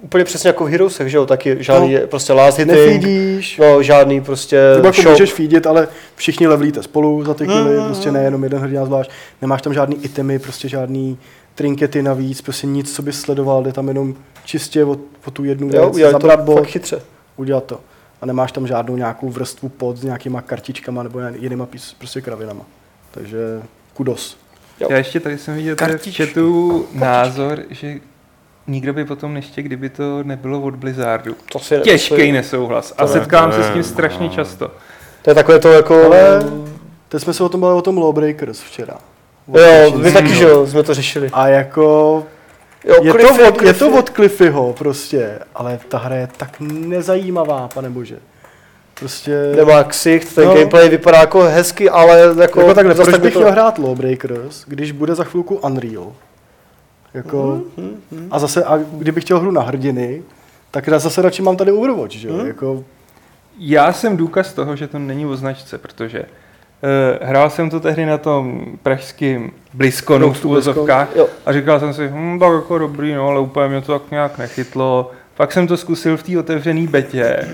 [SPEAKER 4] úplně přesně jako v Heroesech, že jo, taky žádný
[SPEAKER 1] No.
[SPEAKER 4] no. prostě last hitting,
[SPEAKER 1] nefídíš,
[SPEAKER 4] no žádný prostě
[SPEAKER 1] Třeba jako
[SPEAKER 4] shop.
[SPEAKER 1] můžeš feedit, ale všichni levlíte spolu za ty kily, prostě nejenom jeden hrdina zvlášť. Nemáš tam žádný itemy, prostě žádný trinkety navíc, prostě nic, co bys sledoval, jde tam jenom čistě o, o tu jednu
[SPEAKER 4] jo,
[SPEAKER 1] věc,
[SPEAKER 4] udělali to
[SPEAKER 1] zabrat
[SPEAKER 4] fakt
[SPEAKER 1] bod,
[SPEAKER 4] chytře.
[SPEAKER 1] udělat to. A nemáš tam žádnou nějakou vrstvu pod s nějakýma kartičkama nebo jinýma pís, prostě kravinama. Takže kudos.
[SPEAKER 4] Jo.
[SPEAKER 5] Já ještě tady jsem viděl tady v
[SPEAKER 3] Kartičky.
[SPEAKER 5] chatu názor, že nikdo by potom neštěl, kdyby to nebylo od Blizzardu.
[SPEAKER 4] To si
[SPEAKER 5] Těžký
[SPEAKER 4] nemyslím.
[SPEAKER 5] nesouhlas. A
[SPEAKER 4] To ne,
[SPEAKER 5] setkám
[SPEAKER 3] to
[SPEAKER 5] se
[SPEAKER 3] ne,
[SPEAKER 5] s tím
[SPEAKER 3] no.
[SPEAKER 5] strašně často.
[SPEAKER 4] To je takové to jako...
[SPEAKER 1] Ale teď jsme se o tom bavili o tom Lawbreakers včera. O
[SPEAKER 4] Jo,
[SPEAKER 1] Assassin's
[SPEAKER 4] vy taky,
[SPEAKER 1] Creed.
[SPEAKER 4] že jo, jsme to řešili.
[SPEAKER 1] A jako
[SPEAKER 4] Jo,
[SPEAKER 1] je,
[SPEAKER 4] Cliffy,
[SPEAKER 1] to od, je
[SPEAKER 4] Cliffy.
[SPEAKER 1] to od Cliffyho prostě, ale ta hra je tak nezajímavá, pane bože. Prostě,
[SPEAKER 4] Nemá ksicht, ten
[SPEAKER 1] No.
[SPEAKER 4] no. gameplay vypadá jako hezky, ale jako...
[SPEAKER 1] jako takhle,
[SPEAKER 4] zas
[SPEAKER 1] proč
[SPEAKER 4] tak by
[SPEAKER 1] bych měl hrát Lawbreakers, když bude za chvilku Unreal? Jako,
[SPEAKER 4] Mhm,
[SPEAKER 1] A zase, a kdybych chtěl hru na hrdiny, tak já zase radši mám tady Overwatch, že jo?
[SPEAKER 4] Mhm.
[SPEAKER 1] Jako,
[SPEAKER 5] Já jsem důkaz toho, že to není o značce, protože uh, hrál jsem to tehdy na tom pražském Bliskonu v úvozovkách
[SPEAKER 4] jo.
[SPEAKER 5] a říkal jsem si, hm, tak jako dobrý, no, ale úplně mě to tak nějak nechytlo. Pak jsem to zkusil v té otevřené betě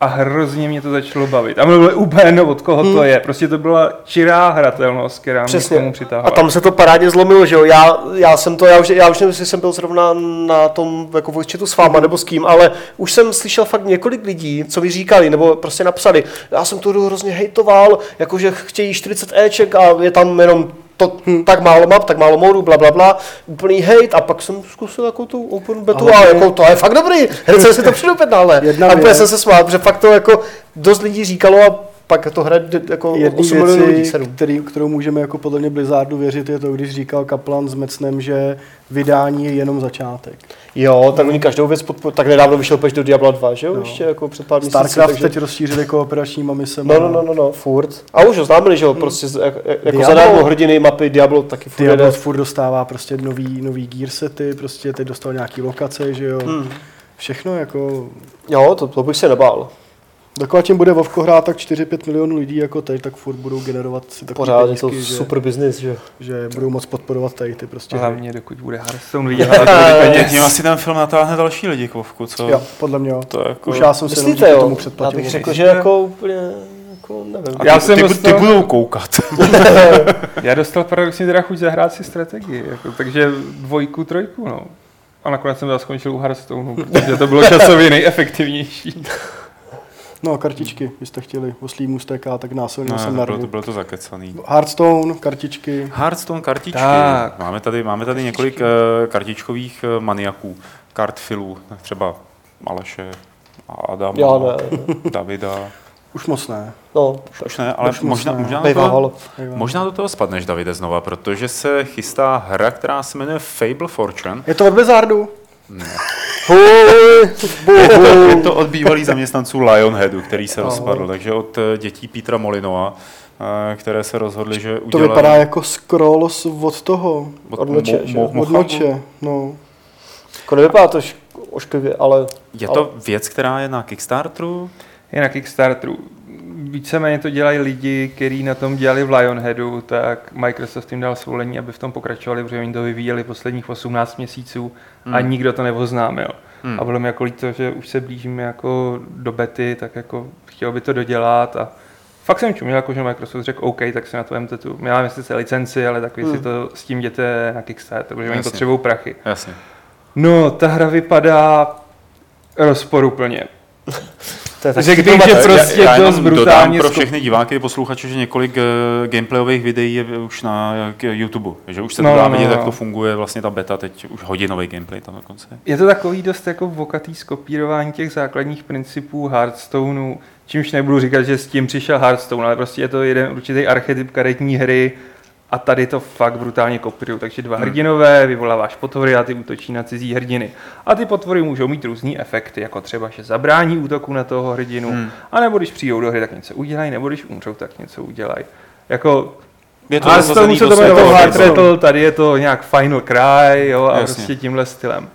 [SPEAKER 5] a hrozně mě to začalo bavit. A mluvil úplně no, od koho to je. Prostě to byla čirá hratelnost, která mě Přesně. k tomu
[SPEAKER 4] Přesně.
[SPEAKER 5] přitáhla.
[SPEAKER 4] A tam se to parádně zlomilo, že jo. Já, já jsem to, já už, já už nevím, jestli jsem byl zrovna na tom jako voice chatu s váma nebo s kým, ale už jsem slyšel fakt několik lidí, co mi říkali, nebo prostě napsali. Já jsem tu hru hrozně hejtoval, jakože chtějí 40 Eček a je tam jenom to,
[SPEAKER 1] Hm.
[SPEAKER 4] tak málo map, tak málo modů, bla, bla, bla, úplný hejt a pak jsem zkusil jako tu open betu
[SPEAKER 1] Ale
[SPEAKER 4] a
[SPEAKER 1] to je-
[SPEAKER 4] jako to je fakt
[SPEAKER 1] (laughs)
[SPEAKER 4] dobrý, hned jsem si to předupět náhle.
[SPEAKER 1] Jedna
[SPEAKER 4] A úplně
[SPEAKER 1] věc.
[SPEAKER 4] jsem se smál, protože fakt to jako dost lidí říkalo a pak to hraje jako
[SPEAKER 1] jedný
[SPEAKER 4] 8 milionů lidí,
[SPEAKER 1] věci,
[SPEAKER 4] 7.
[SPEAKER 1] který, kterou můžeme jako podle mě Blizzardu věřit, je to, když říkal Kaplan s Mecnem, že vydání je jenom začátek.
[SPEAKER 4] Jo, tak oni každou věc podporují. Tak nedávno vyšel peš do Diabla 2, že jo? Ještě jako před pár měsíci.
[SPEAKER 1] No. Starcraft
[SPEAKER 4] takže-
[SPEAKER 1] teď rozšířili kooperačníma misema.
[SPEAKER 4] No, no, no, no, no, furt. A už oznámili, že jo, prostě z- jak- jak- jako
[SPEAKER 1] Hmm. Diablo.
[SPEAKER 4] zadarmo hrdiny mapy Diablo taky furt
[SPEAKER 1] Diablo
[SPEAKER 4] jede.
[SPEAKER 1] furt dostává prostě nový, nový gear sety, prostě teď dostal nějaký lokace, že jo. Hmm. Všechno jako...
[SPEAKER 4] Jo, to, to bych se nebál.
[SPEAKER 1] Dokud tím bude Vovko hrát tak 4-5 milionů lidí jako teď, tak furt budou generovat si takové
[SPEAKER 4] Pořád je
[SPEAKER 1] penízky,
[SPEAKER 4] to
[SPEAKER 1] že,
[SPEAKER 4] super business, že jo.
[SPEAKER 1] že, budou moc podporovat tady ty prostě hry.
[SPEAKER 5] Hlavně dokud bude Hearthstone vydělávat tolik
[SPEAKER 3] Jak
[SPEAKER 5] peněz.
[SPEAKER 3] něm asi ten film natáhne další lidi, Kovku, co?
[SPEAKER 1] Jo, podle mě jo.
[SPEAKER 3] To jako...
[SPEAKER 1] Už já jsem si
[SPEAKER 4] Myslíte,
[SPEAKER 1] jenom tomu
[SPEAKER 4] jo? Já
[SPEAKER 1] předplatil.
[SPEAKER 4] bych řekl, že jako úplně, jako nevím.
[SPEAKER 3] A
[SPEAKER 5] Já
[SPEAKER 3] ty,
[SPEAKER 5] jsem
[SPEAKER 3] ty, bu- ty
[SPEAKER 5] dostal-
[SPEAKER 3] budou koukat.
[SPEAKER 5] Já dostal paradoxně teda chuť zahrát si strategii, jako, takže dvojku, trojku, no. A nakonec jsem teda skončil u Hearthstoneu, protože to bylo časově nejefektivnější.
[SPEAKER 1] No, kartičky, vy jste chtěli, oslý můstek a tak násilně
[SPEAKER 3] No,
[SPEAKER 1] jsem
[SPEAKER 3] to bylo, to
[SPEAKER 1] narval.
[SPEAKER 3] bylo to zakecaný.
[SPEAKER 1] Hearthstone, kartičky.
[SPEAKER 3] Hearthstone kartičky.
[SPEAKER 5] Tak.
[SPEAKER 3] Máme tady, máme tady několik eh, kartičkových eh, maniaků, kartfilů, třeba Aleše, Adama,
[SPEAKER 4] Já ne.
[SPEAKER 3] Davida.
[SPEAKER 1] Už moc ne.
[SPEAKER 4] No,
[SPEAKER 3] Už ne, ale
[SPEAKER 1] Už moc
[SPEAKER 3] možná,
[SPEAKER 1] ne.
[SPEAKER 3] možná, do toho,
[SPEAKER 4] bývávalo.
[SPEAKER 3] možná do toho spadneš, Davide, znova, protože se chystá hra, která se jmenuje Fable Fortune.
[SPEAKER 1] (laughs) Je to od Blizzardu? Hoj,
[SPEAKER 3] Je
[SPEAKER 1] bo,
[SPEAKER 3] to, je
[SPEAKER 1] bo.
[SPEAKER 3] to od bývalých zaměstnanců Lionheadu, který
[SPEAKER 1] No.
[SPEAKER 3] se rozpadl, takže od eh, dětí Petra Molinova, eh, které se rozhodli, že
[SPEAKER 1] To
[SPEAKER 3] udělají...
[SPEAKER 1] vypadá jako scroll z- od toho,
[SPEAKER 4] od noče, že?
[SPEAKER 3] mo,
[SPEAKER 1] od
[SPEAKER 3] mocha.
[SPEAKER 1] noče. No.
[SPEAKER 4] Jako nevypadá to š- ošklivě, ale
[SPEAKER 3] Je to věc, která je na Kickstarteru?
[SPEAKER 5] Je na Kickstarteru. Víceméně to dělají lidi, kteří na tom dělali v Lionheadu, tak Microsoft jim dal svolení, aby v tom pokračovali, protože oni to vyvíjeli posledních 18 měsíců a
[SPEAKER 3] Hmm.
[SPEAKER 5] nikdo to neoznámil.
[SPEAKER 3] Hmm.
[SPEAKER 5] A bylo mi jako líto, že už se blížíme jako do bety, tak jako chtěl by to dodělat a fakt jsem čuměl, jako že Microsoft řekl OK, tak si na to vemte tu, já nevím, jestli se licenci, ale tak vy si
[SPEAKER 4] Hmm.
[SPEAKER 5] to s tím jděte na Kickstarter, protože oni
[SPEAKER 3] Jasně.
[SPEAKER 5] potřebují prachy.
[SPEAKER 3] Jasně.
[SPEAKER 5] No, ta hra vypadá rozporuplně.
[SPEAKER 4] to je tak
[SPEAKER 5] Řekl bych, že prostě
[SPEAKER 3] já, já jenom
[SPEAKER 5] dost brutálně
[SPEAKER 3] dodám pro
[SPEAKER 5] skup-
[SPEAKER 3] všechny diváky i posluchače, že několik eh, gameplayových videí je už na eh, k YouTube, že už se to
[SPEAKER 5] No,
[SPEAKER 3] dá
[SPEAKER 5] no,
[SPEAKER 3] vidět,
[SPEAKER 5] no.
[SPEAKER 3] jak to funguje, vlastně ta beta, teď už hodinový gameplay tam dokonce. je.
[SPEAKER 5] Je to takový dost jako vokatý skopírování těch základních principů Hearthstoneu, čímž nebudu říkat, že s tím přišel Hearthstone, ale prostě je to jeden určitý archetyp karetní hry a tady to fakt brutálně kopírují. Takže dva hrdinové, vyvoláváš potvory a ty útočí na cizí hrdiny. A ty potvory můžou mít různé efekty, jako třeba, že zabrání útoku na toho hrdinu,
[SPEAKER 3] Hmm.
[SPEAKER 5] a nebo když přijdou do hry, tak něco udělají, nebo když umřou, tak něco udělají. Jako
[SPEAKER 3] Je
[SPEAKER 5] to Hearthstone
[SPEAKER 3] zařazený
[SPEAKER 5] se
[SPEAKER 3] do
[SPEAKER 5] to
[SPEAKER 4] prostě
[SPEAKER 3] světového
[SPEAKER 5] jmenovalo Hard
[SPEAKER 1] Hearthstone.
[SPEAKER 3] rekordu.
[SPEAKER 5] Rattle, tady je to nějak Final Cry jo, a
[SPEAKER 3] Jasně.
[SPEAKER 5] prostě tímhle stylem.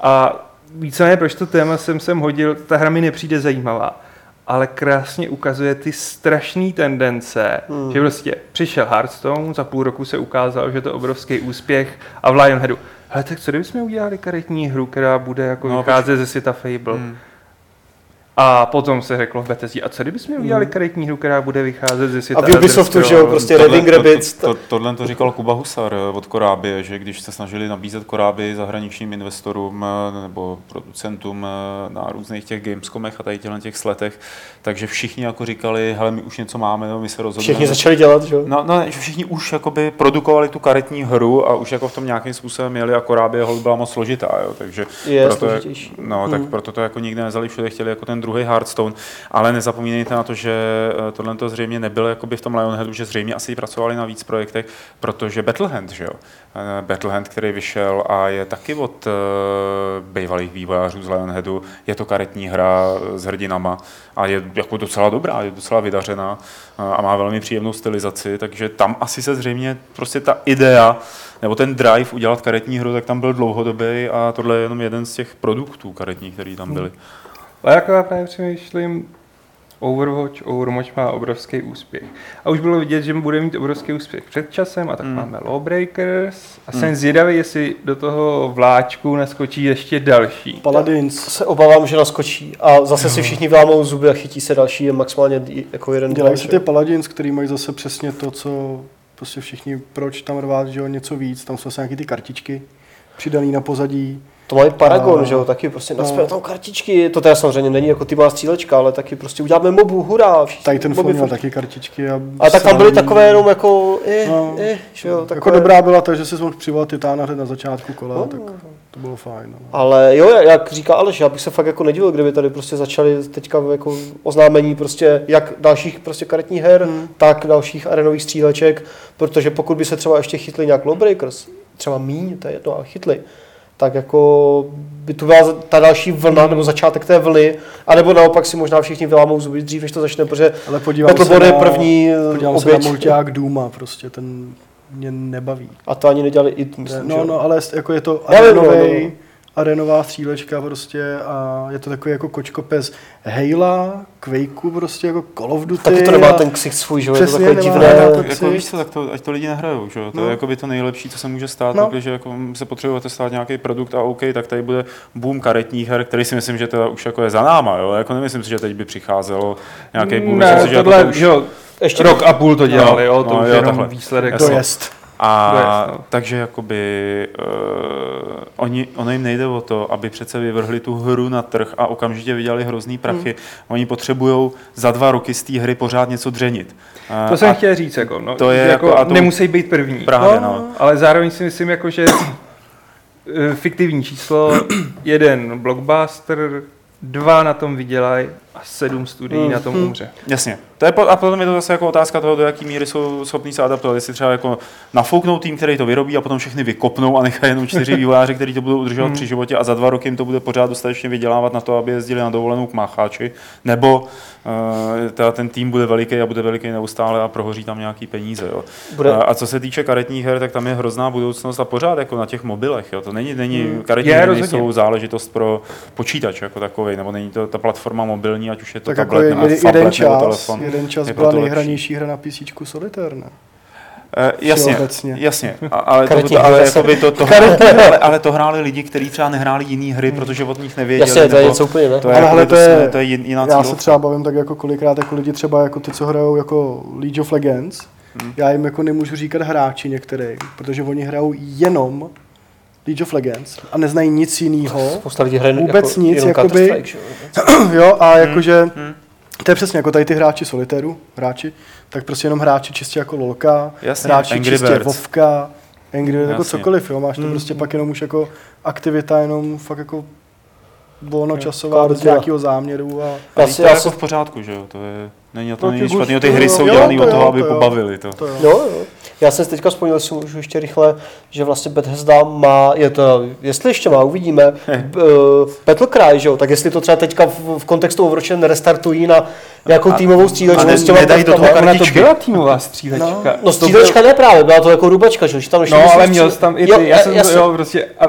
[SPEAKER 5] A víceméně proč to téma jsem sem hodil, ta hra mi nepřijde zajímavá, ale krásně ukazuje ty strašné tendence,
[SPEAKER 4] Hmm.
[SPEAKER 5] že prostě přišel Hearthstone, za půl roku se ukázalo, že to je obrovský úspěch a v Lionheadu, hele tak co kdybychom udělali karetní hru, která bude jako
[SPEAKER 3] No,
[SPEAKER 5] no, vycházet ze světa Fable.
[SPEAKER 3] Hmm.
[SPEAKER 5] A potom se řeklo v Bethesdě, a co kdybychom udělali karetní hru, která bude vycházet ze světa
[SPEAKER 4] A v Ubisoftu,
[SPEAKER 5] Elder
[SPEAKER 4] že jo,
[SPEAKER 5] Scrolls?
[SPEAKER 4] prostě Reading Rabbits.
[SPEAKER 3] To, to, to, tohle to říkal Kuba Husar eh, od Korábie, že když se snažili nabízet Koráby zahraničním investorům eh, nebo producentům eh, na různých těch Gamescomech a tady těchto těch sletech, takže všichni jako říkali, hele, my už něco máme, no, my se rozhodneme.
[SPEAKER 4] Všichni začali dělat, že jo?
[SPEAKER 3] No, no, že všichni už jakoby produkovali tu karetní hru a už jako v tom nějakým způsobem měli a Korábie hol byla moc složitá, jo, takže
[SPEAKER 4] Je
[SPEAKER 3] proto,
[SPEAKER 4] složitější.
[SPEAKER 3] No, tak
[SPEAKER 4] Mm.
[SPEAKER 3] proto to jako nikde nezali, všude chtěli jako ten druhý Hearthstone, ale nezapomínejte na to, že eh, tohle to zřejmě nebylo jakoby v tom Lionheadu, že zřejmě asi pracovali na víc projektech, protože Battlehand, že jo? Eh, Battlehand, který vyšel a je taky od eh, bývalých vývojářů z Lionheadu, je to karetní hra eh, s hrdinama a je jako docela dobrá, je docela vydařená eh, a má velmi příjemnou stylizaci, takže tam asi se zřejmě prostě ta idea nebo ten drive udělat karetní hru, tak tam byl dlouhodobý a tohle je jenom jeden z těch produktů karetních, který tam byly.
[SPEAKER 5] A jako já právě přemýšlím, Overwatch, Overwatch má obrovský úspěch. A už bylo vidět, že bude mít obrovský úspěch před časem, a tak
[SPEAKER 3] Mm.
[SPEAKER 5] mm. máme Lawbreakers.
[SPEAKER 3] Hmm.
[SPEAKER 5] A jsem zvědavý, jestli do toho vláčku naskočí ještě další.
[SPEAKER 1] Paladins.
[SPEAKER 4] se obávám, že naskočí a zase
[SPEAKER 1] Mhm.
[SPEAKER 4] si všichni vlámou zuby a chytí se další je maximálně d- jako jeden
[SPEAKER 1] Dělají
[SPEAKER 4] dva,
[SPEAKER 1] si
[SPEAKER 4] že?
[SPEAKER 1] ty Paladins, který mají zase přesně to, co prostě všichni, proč tam rvát, že jo, něco víc. Tam jsou zase nějaký ty kartičky přidaný na pozadí.
[SPEAKER 4] To mají Paragon,
[SPEAKER 1] No.
[SPEAKER 4] že jo, taky prostě
[SPEAKER 1] No.
[SPEAKER 4] naspěl tam kartičky, to teda samozřejmě není jako týmová střílečka, ale taky prostě uděláme mobu, hurá, všichni.
[SPEAKER 1] Titanfall
[SPEAKER 4] moby
[SPEAKER 1] měl
[SPEAKER 4] furt.
[SPEAKER 1] taky kartičky. A,
[SPEAKER 4] A tak tam byly
[SPEAKER 1] sám-
[SPEAKER 4] takové jenom jako, eh,
[SPEAKER 1] No.
[SPEAKER 4] eh, že jo, takové.
[SPEAKER 1] Jako dobrá byla ta, že si mohl přivolat Titána hned na začátku kola,
[SPEAKER 4] No.
[SPEAKER 1] tak to bylo fajn. No.
[SPEAKER 4] Ale jo, jak- jak říká Aleš, já bych se fakt jako nedivil, kdyby tady prostě začali teďka jako oznámení prostě jak dalších prostě karetních her,
[SPEAKER 1] Hmm.
[SPEAKER 4] hmm. tak dalších arenových stříleček, protože pokud by se třeba ještě chytli nějak Lawbreakers, třeba míň, to je jedno, ale chytli, tak jako by tu byla ta další vlna, nebo začátek té vlny, anebo naopak si možná všichni vylámou zuby dřív, než to začne, protože
[SPEAKER 1] Ale podívám se
[SPEAKER 4] Battlebot
[SPEAKER 1] na,
[SPEAKER 4] je první eh,
[SPEAKER 1] podívám se na
[SPEAKER 4] oběť.
[SPEAKER 1] multiák Duma, prostě ten mě nebaví.
[SPEAKER 4] A to ani nedělali IT, myslím, že
[SPEAKER 1] No,
[SPEAKER 4] jo.
[SPEAKER 1] no, ale jest- jako je to
[SPEAKER 4] Já vím, no,
[SPEAKER 1] arenovej,
[SPEAKER 4] no.
[SPEAKER 1] arenová střílečka prostě a je to takový jako kočko pes Hejla, Quakeu prostě jako Call of Duty.
[SPEAKER 4] Taky to nemá
[SPEAKER 1] a-
[SPEAKER 4] ten ksicht svůj, že jo, je to
[SPEAKER 1] Přesně,
[SPEAKER 4] takové
[SPEAKER 1] nemá
[SPEAKER 4] divné.
[SPEAKER 1] to-
[SPEAKER 3] Tak jako
[SPEAKER 1] cít.
[SPEAKER 3] víš co, tak to, ať to lidi nehrajou, že? jo? to
[SPEAKER 1] No.
[SPEAKER 3] je jako by to nejlepší, co se může stát,
[SPEAKER 1] No.
[SPEAKER 3] no. takže jako se potřebujete stát nějaký produkt a OK, tak tady bude boom karetních her, který si myslím, že teda už jako je za náma, jo? jako nemyslím si, že teď by přicházelo nějaký boom, myslím
[SPEAKER 5] ne,
[SPEAKER 3] si, že jako
[SPEAKER 5] tohle,
[SPEAKER 3] to už...
[SPEAKER 5] jo,
[SPEAKER 4] Ještě
[SPEAKER 5] rok a půl to dělali,
[SPEAKER 3] No,
[SPEAKER 5] jo, to
[SPEAKER 3] no,
[SPEAKER 5] už
[SPEAKER 3] jo,
[SPEAKER 5] je jenom
[SPEAKER 3] takhle.
[SPEAKER 5] výsledek.
[SPEAKER 1] To
[SPEAKER 3] Jasně.
[SPEAKER 5] toho.
[SPEAKER 1] jest.
[SPEAKER 3] A
[SPEAKER 5] To je, no.
[SPEAKER 3] takže jakoby uh, oni, ono jim nejde o to, aby přece vyvrhli tu hru na trh a okamžitě vydělali hrozný prachy. Hmm. Oni potřebují za dva roky z té hry pořád něco dřenit. Eh,
[SPEAKER 5] To jsem
[SPEAKER 3] a
[SPEAKER 5] chtěl říct, jako, no,
[SPEAKER 3] to je
[SPEAKER 5] jako,
[SPEAKER 3] jako- a to-
[SPEAKER 5] nemusí být první.
[SPEAKER 3] Právě, no.
[SPEAKER 5] Ale zároveň si
[SPEAKER 3] (clears throat)
[SPEAKER 5] myslím, jako, že eh, fiktivní číslo, jeden blockbuster, dva na tom vydělají a sedm studií na tom umře.
[SPEAKER 3] Jasně. To je, po- a potom je to zase jako otázka toho, do jaké míry jsou schopní se adaptovat. Jestli třeba jako nafouknou tým, který to vyrobí a potom všechny vykopnou a nechají jenom čtyři vývojáře, který to budou udržovat při životě a za dva roky jim to bude pořád dostatečně vydělávat na to, aby jezdili na dovolenou k mácháči. Nebo eh, teda ten tým bude veliký a bude veliký neustále a prohoří tam nějaký peníze. Jo.
[SPEAKER 4] Bude-
[SPEAKER 3] A, a co se týče karetních her, tak tam je hrozná budoucnost a pořád jako na těch mobilech. Jo. To není, není
[SPEAKER 1] Hmm.
[SPEAKER 3] karetní
[SPEAKER 5] Je,
[SPEAKER 3] hry
[SPEAKER 5] rozhodně.
[SPEAKER 3] nejsou záležitost pro počítač jako takový, nebo není to ta platforma mobilní, ať už je to
[SPEAKER 1] tak
[SPEAKER 3] tablet
[SPEAKER 1] jako je,
[SPEAKER 3] nebo
[SPEAKER 1] jeden,
[SPEAKER 3] tablet
[SPEAKER 1] jeden
[SPEAKER 3] nebo
[SPEAKER 1] čas,
[SPEAKER 3] telefon.
[SPEAKER 1] jeden čas
[SPEAKER 3] Je
[SPEAKER 1] byla
[SPEAKER 3] proto lepší.
[SPEAKER 1] nejhranější hra na PC Solitaire, ne?
[SPEAKER 3] Eh, jasně,
[SPEAKER 1] Všeobecně.
[SPEAKER 3] jasně. A, ale,
[SPEAKER 4] Karetní
[SPEAKER 3] to, ale,
[SPEAKER 4] hry.
[SPEAKER 3] jako by to, to (laughs) ale, ale, to hráli lidi, kteří třeba nehráli jiné hry, protože od nich nevěděli.
[SPEAKER 4] Jasně, to je
[SPEAKER 3] nebo-
[SPEAKER 4] něco úplně, ne?
[SPEAKER 3] to je,
[SPEAKER 1] Hmm.
[SPEAKER 3] jako ale
[SPEAKER 1] Ale hele,
[SPEAKER 3] to,
[SPEAKER 1] to je-
[SPEAKER 3] jsme- to je jin- jiná
[SPEAKER 1] Já se
[SPEAKER 3] cílovka.
[SPEAKER 1] třeba bavím tak jako kolikrát, jako lidi třeba jako ty, co hrajou jako League of Legends,
[SPEAKER 3] Hmm.
[SPEAKER 1] já jim jako nemůžu říkat hráči některým, protože oni hrajou jenom League of Legends a neznají nic jiného.
[SPEAKER 4] Spousta lidí hraje
[SPEAKER 1] Vůbec
[SPEAKER 4] jako,
[SPEAKER 1] nic,
[SPEAKER 4] jenom
[SPEAKER 1] jakoby-
[SPEAKER 4] Counter-Strike, že jo?
[SPEAKER 1] (clears throat) jo, a jakože to je přesně jako tady ty hráči solitéru, hráči, tak prostě jenom hráči čistě jako lolka,
[SPEAKER 3] Jasně,
[SPEAKER 1] hráči
[SPEAKER 3] Angry
[SPEAKER 1] čistě
[SPEAKER 3] Birds.
[SPEAKER 1] vovka, Angry Birds, jako
[SPEAKER 3] Jasně.
[SPEAKER 1] cokoliv, jo, máš to prostě pak jenom už jako aktivita, jenom fakt jako volnočasová bez
[SPEAKER 4] Kourbila.
[SPEAKER 1] nějakého záměru a
[SPEAKER 3] A
[SPEAKER 4] Já
[SPEAKER 3] vždyť
[SPEAKER 4] si-
[SPEAKER 3] to je
[SPEAKER 4] já
[SPEAKER 3] jako
[SPEAKER 4] si-
[SPEAKER 3] v pořádku, že jo? To je, není na to
[SPEAKER 1] No,
[SPEAKER 3] není
[SPEAKER 1] ty
[SPEAKER 3] špatný,
[SPEAKER 1] gusti,
[SPEAKER 3] ty hry
[SPEAKER 1] jo,
[SPEAKER 3] jsou
[SPEAKER 1] jo,
[SPEAKER 3] dělaný
[SPEAKER 1] to
[SPEAKER 3] od
[SPEAKER 1] jo,
[SPEAKER 3] toho, aby
[SPEAKER 1] to jo.
[SPEAKER 3] pobavili to.
[SPEAKER 1] to jo.
[SPEAKER 4] Jo, jo. Já jsem si teďka vzpomněl, jestli můžu ještě rychle, že vlastně Bethesda má, je to, jestli ještě má, uvidíme, b, eh, Battlecry, že jo, tak jestli to třeba teďka v, v kontextu Overwatche restartují na nějakou
[SPEAKER 3] A-
[SPEAKER 4] týmovou střílečku
[SPEAKER 3] a ne-
[SPEAKER 4] s těma
[SPEAKER 3] nedají do toho
[SPEAKER 4] kartama.
[SPEAKER 5] Ona to
[SPEAKER 3] kartičky.
[SPEAKER 5] byla týmová střílečka.
[SPEAKER 4] No střílečka ne právě, byla to jako rubačka, že jo, že tam ještě
[SPEAKER 5] No,
[SPEAKER 4] musíš
[SPEAKER 5] ale
[SPEAKER 4] střílet.
[SPEAKER 5] měl jsi tam i ty,
[SPEAKER 4] Jo, e-
[SPEAKER 5] já jsem,
[SPEAKER 4] jasně.
[SPEAKER 5] jo, prostě, a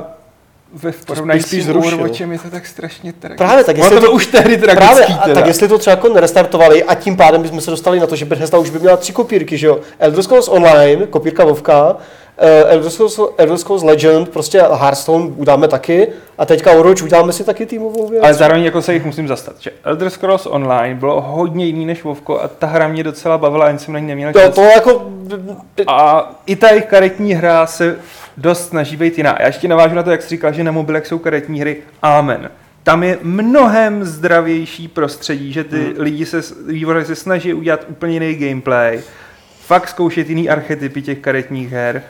[SPEAKER 5] ve v porovnání s
[SPEAKER 1] spíš
[SPEAKER 5] tím
[SPEAKER 1] zrušil.
[SPEAKER 5] Overwatchem je to tak strašně tragické.
[SPEAKER 4] Právě tak,
[SPEAKER 5] Ono
[SPEAKER 4] jestli
[SPEAKER 5] to bylo
[SPEAKER 4] to-
[SPEAKER 5] už tehdy
[SPEAKER 4] Právě,
[SPEAKER 5] tragický
[SPEAKER 4] a,
[SPEAKER 5] teda.
[SPEAKER 4] tak jestli to třeba jako nerestartovali a tím pádem bychom se dostali na to, že Bethesda už by měla tři kopírky, že jo? Elder Scrolls Online, kopírka Vovka, eh, Elder Scrolls, Elder Scrolls Legend, prostě Hearthstone udáme taky a teďka Overwatch uděláme si taky týmovou věc.
[SPEAKER 5] Ale zároveň jako se jich musím zastat, že Elder Scrolls Online bylo hodně jiný než Vovko a ta hra mě docela bavila, jen jsem na ní neměl
[SPEAKER 4] Jo,
[SPEAKER 5] čas.
[SPEAKER 4] to jako...
[SPEAKER 5] A i ta jejich karetní hra se dost snaží být jiná. Já ještě navážu na to, jak jsi říkal, že na mobilech jsou karetní hry. Amen. Tam je mnohem zdravější prostředí, že ty
[SPEAKER 3] Mhm.
[SPEAKER 5] hmm. lidi se, vývojáři se snaží udělat úplně jiný gameplay, fakt zkoušet jiný archetypy těch karetních her.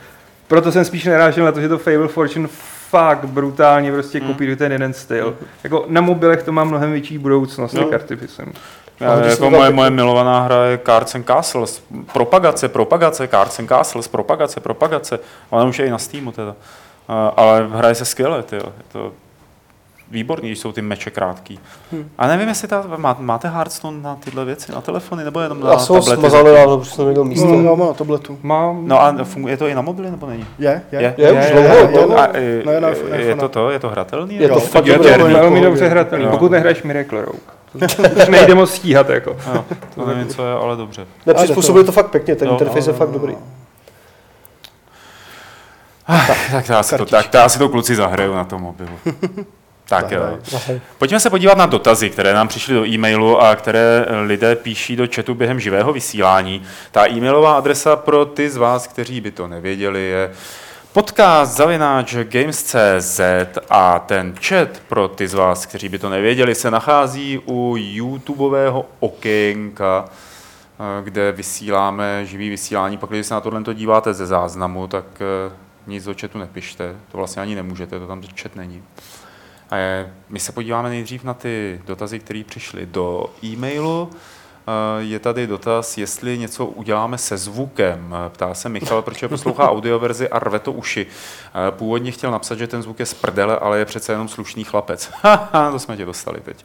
[SPEAKER 5] Proto jsem spíš narážel na to, že to Fable Fortune fakt brutálně prostě
[SPEAKER 3] Mhm.
[SPEAKER 5] kopíruje ten jeden styl. Jako na mobilech to má mnohem větší budoucnost, ty
[SPEAKER 3] No.
[SPEAKER 5] karty, myslím.
[SPEAKER 4] A
[SPEAKER 3] Já,
[SPEAKER 4] když
[SPEAKER 3] jako
[SPEAKER 4] jsme
[SPEAKER 3] moje,
[SPEAKER 4] tam-
[SPEAKER 3] moje milovaná hra je Cards and Castles. Propagace, propagace, Cards and Castles, propagace, propagace. Ona už je i na Steamu teda. A- Ale hraje se skvěle, tyjo. Je to výborný, když jsou ty meče krátký. A nevím, jestli ta, má, máte Hearthstone na tyhle věci, na telefony, nebo jenom na
[SPEAKER 4] Já jsem ho
[SPEAKER 3] tablety.
[SPEAKER 4] smazal nedávno, protože jsem neměl místo.
[SPEAKER 1] No, no, no, na tabletu.
[SPEAKER 5] Mám...
[SPEAKER 3] No a funguje je to i na mobily, nebo není?
[SPEAKER 1] Je, je.
[SPEAKER 4] Je, už dlouho,
[SPEAKER 1] je,
[SPEAKER 4] je to-
[SPEAKER 1] dlouho.
[SPEAKER 3] a, je,
[SPEAKER 1] Ne, na- na
[SPEAKER 3] je, je
[SPEAKER 1] iPhone.
[SPEAKER 3] to to, je to hratelný?
[SPEAKER 4] Je to
[SPEAKER 1] Jo,
[SPEAKER 4] fakt
[SPEAKER 3] je
[SPEAKER 4] dobré.
[SPEAKER 3] to-
[SPEAKER 5] Velmi
[SPEAKER 1] Pohodě.
[SPEAKER 5] dobře hratelný,
[SPEAKER 3] Jo.
[SPEAKER 5] pokud nehraješ Miracle Row. To už nejde moc stíhat, jako.
[SPEAKER 3] Jo, No, to nevím, co je,
[SPEAKER 4] (laughs)
[SPEAKER 3] ale dobře.
[SPEAKER 4] Nepřizpůsobili to fakt pěkně, ten
[SPEAKER 3] No,
[SPEAKER 4] interface je
[SPEAKER 1] no,
[SPEAKER 4] fakt
[SPEAKER 1] no,
[SPEAKER 4] dobrý.
[SPEAKER 1] no.
[SPEAKER 3] Tak já si to, tak, to, já si to kluci zahraju na
[SPEAKER 4] (laughs)
[SPEAKER 3] tom mobilu. Tak jo.
[SPEAKER 1] Zahraj.
[SPEAKER 3] Pojďme se podívat na dotazy, které nám přišly do e-mailu a které lidé píší do chatu během živého vysílání. Ta e-mailová adresa pro ty z vás, kteří by to nevěděli, je podcast zavináč games.cz a ten chat pro ty z vás, kteří by to nevěděli, se nachází u YouTubeového okénka eh, kde vysíláme živý vysílání. Pak, když se na tohle to díváte ze záznamu, tak eh, nic do chatu nepište. To vlastně ani nemůžete, to tam chat není. Eh, My se podíváme nejdřív na ty dotazy, které přišly do e-mailu. Eh, Je tady dotaz, jestli něco uděláme se zvukem. Eh, Ptá se Michal, proč je poslouchá audioverzi a rve to uši. Eh, Původně chtěl napsat, že ten zvuk je z prdele, ale je přece jenom slušný chlapec. (laughs) Haha, to jsme tě dostali teď.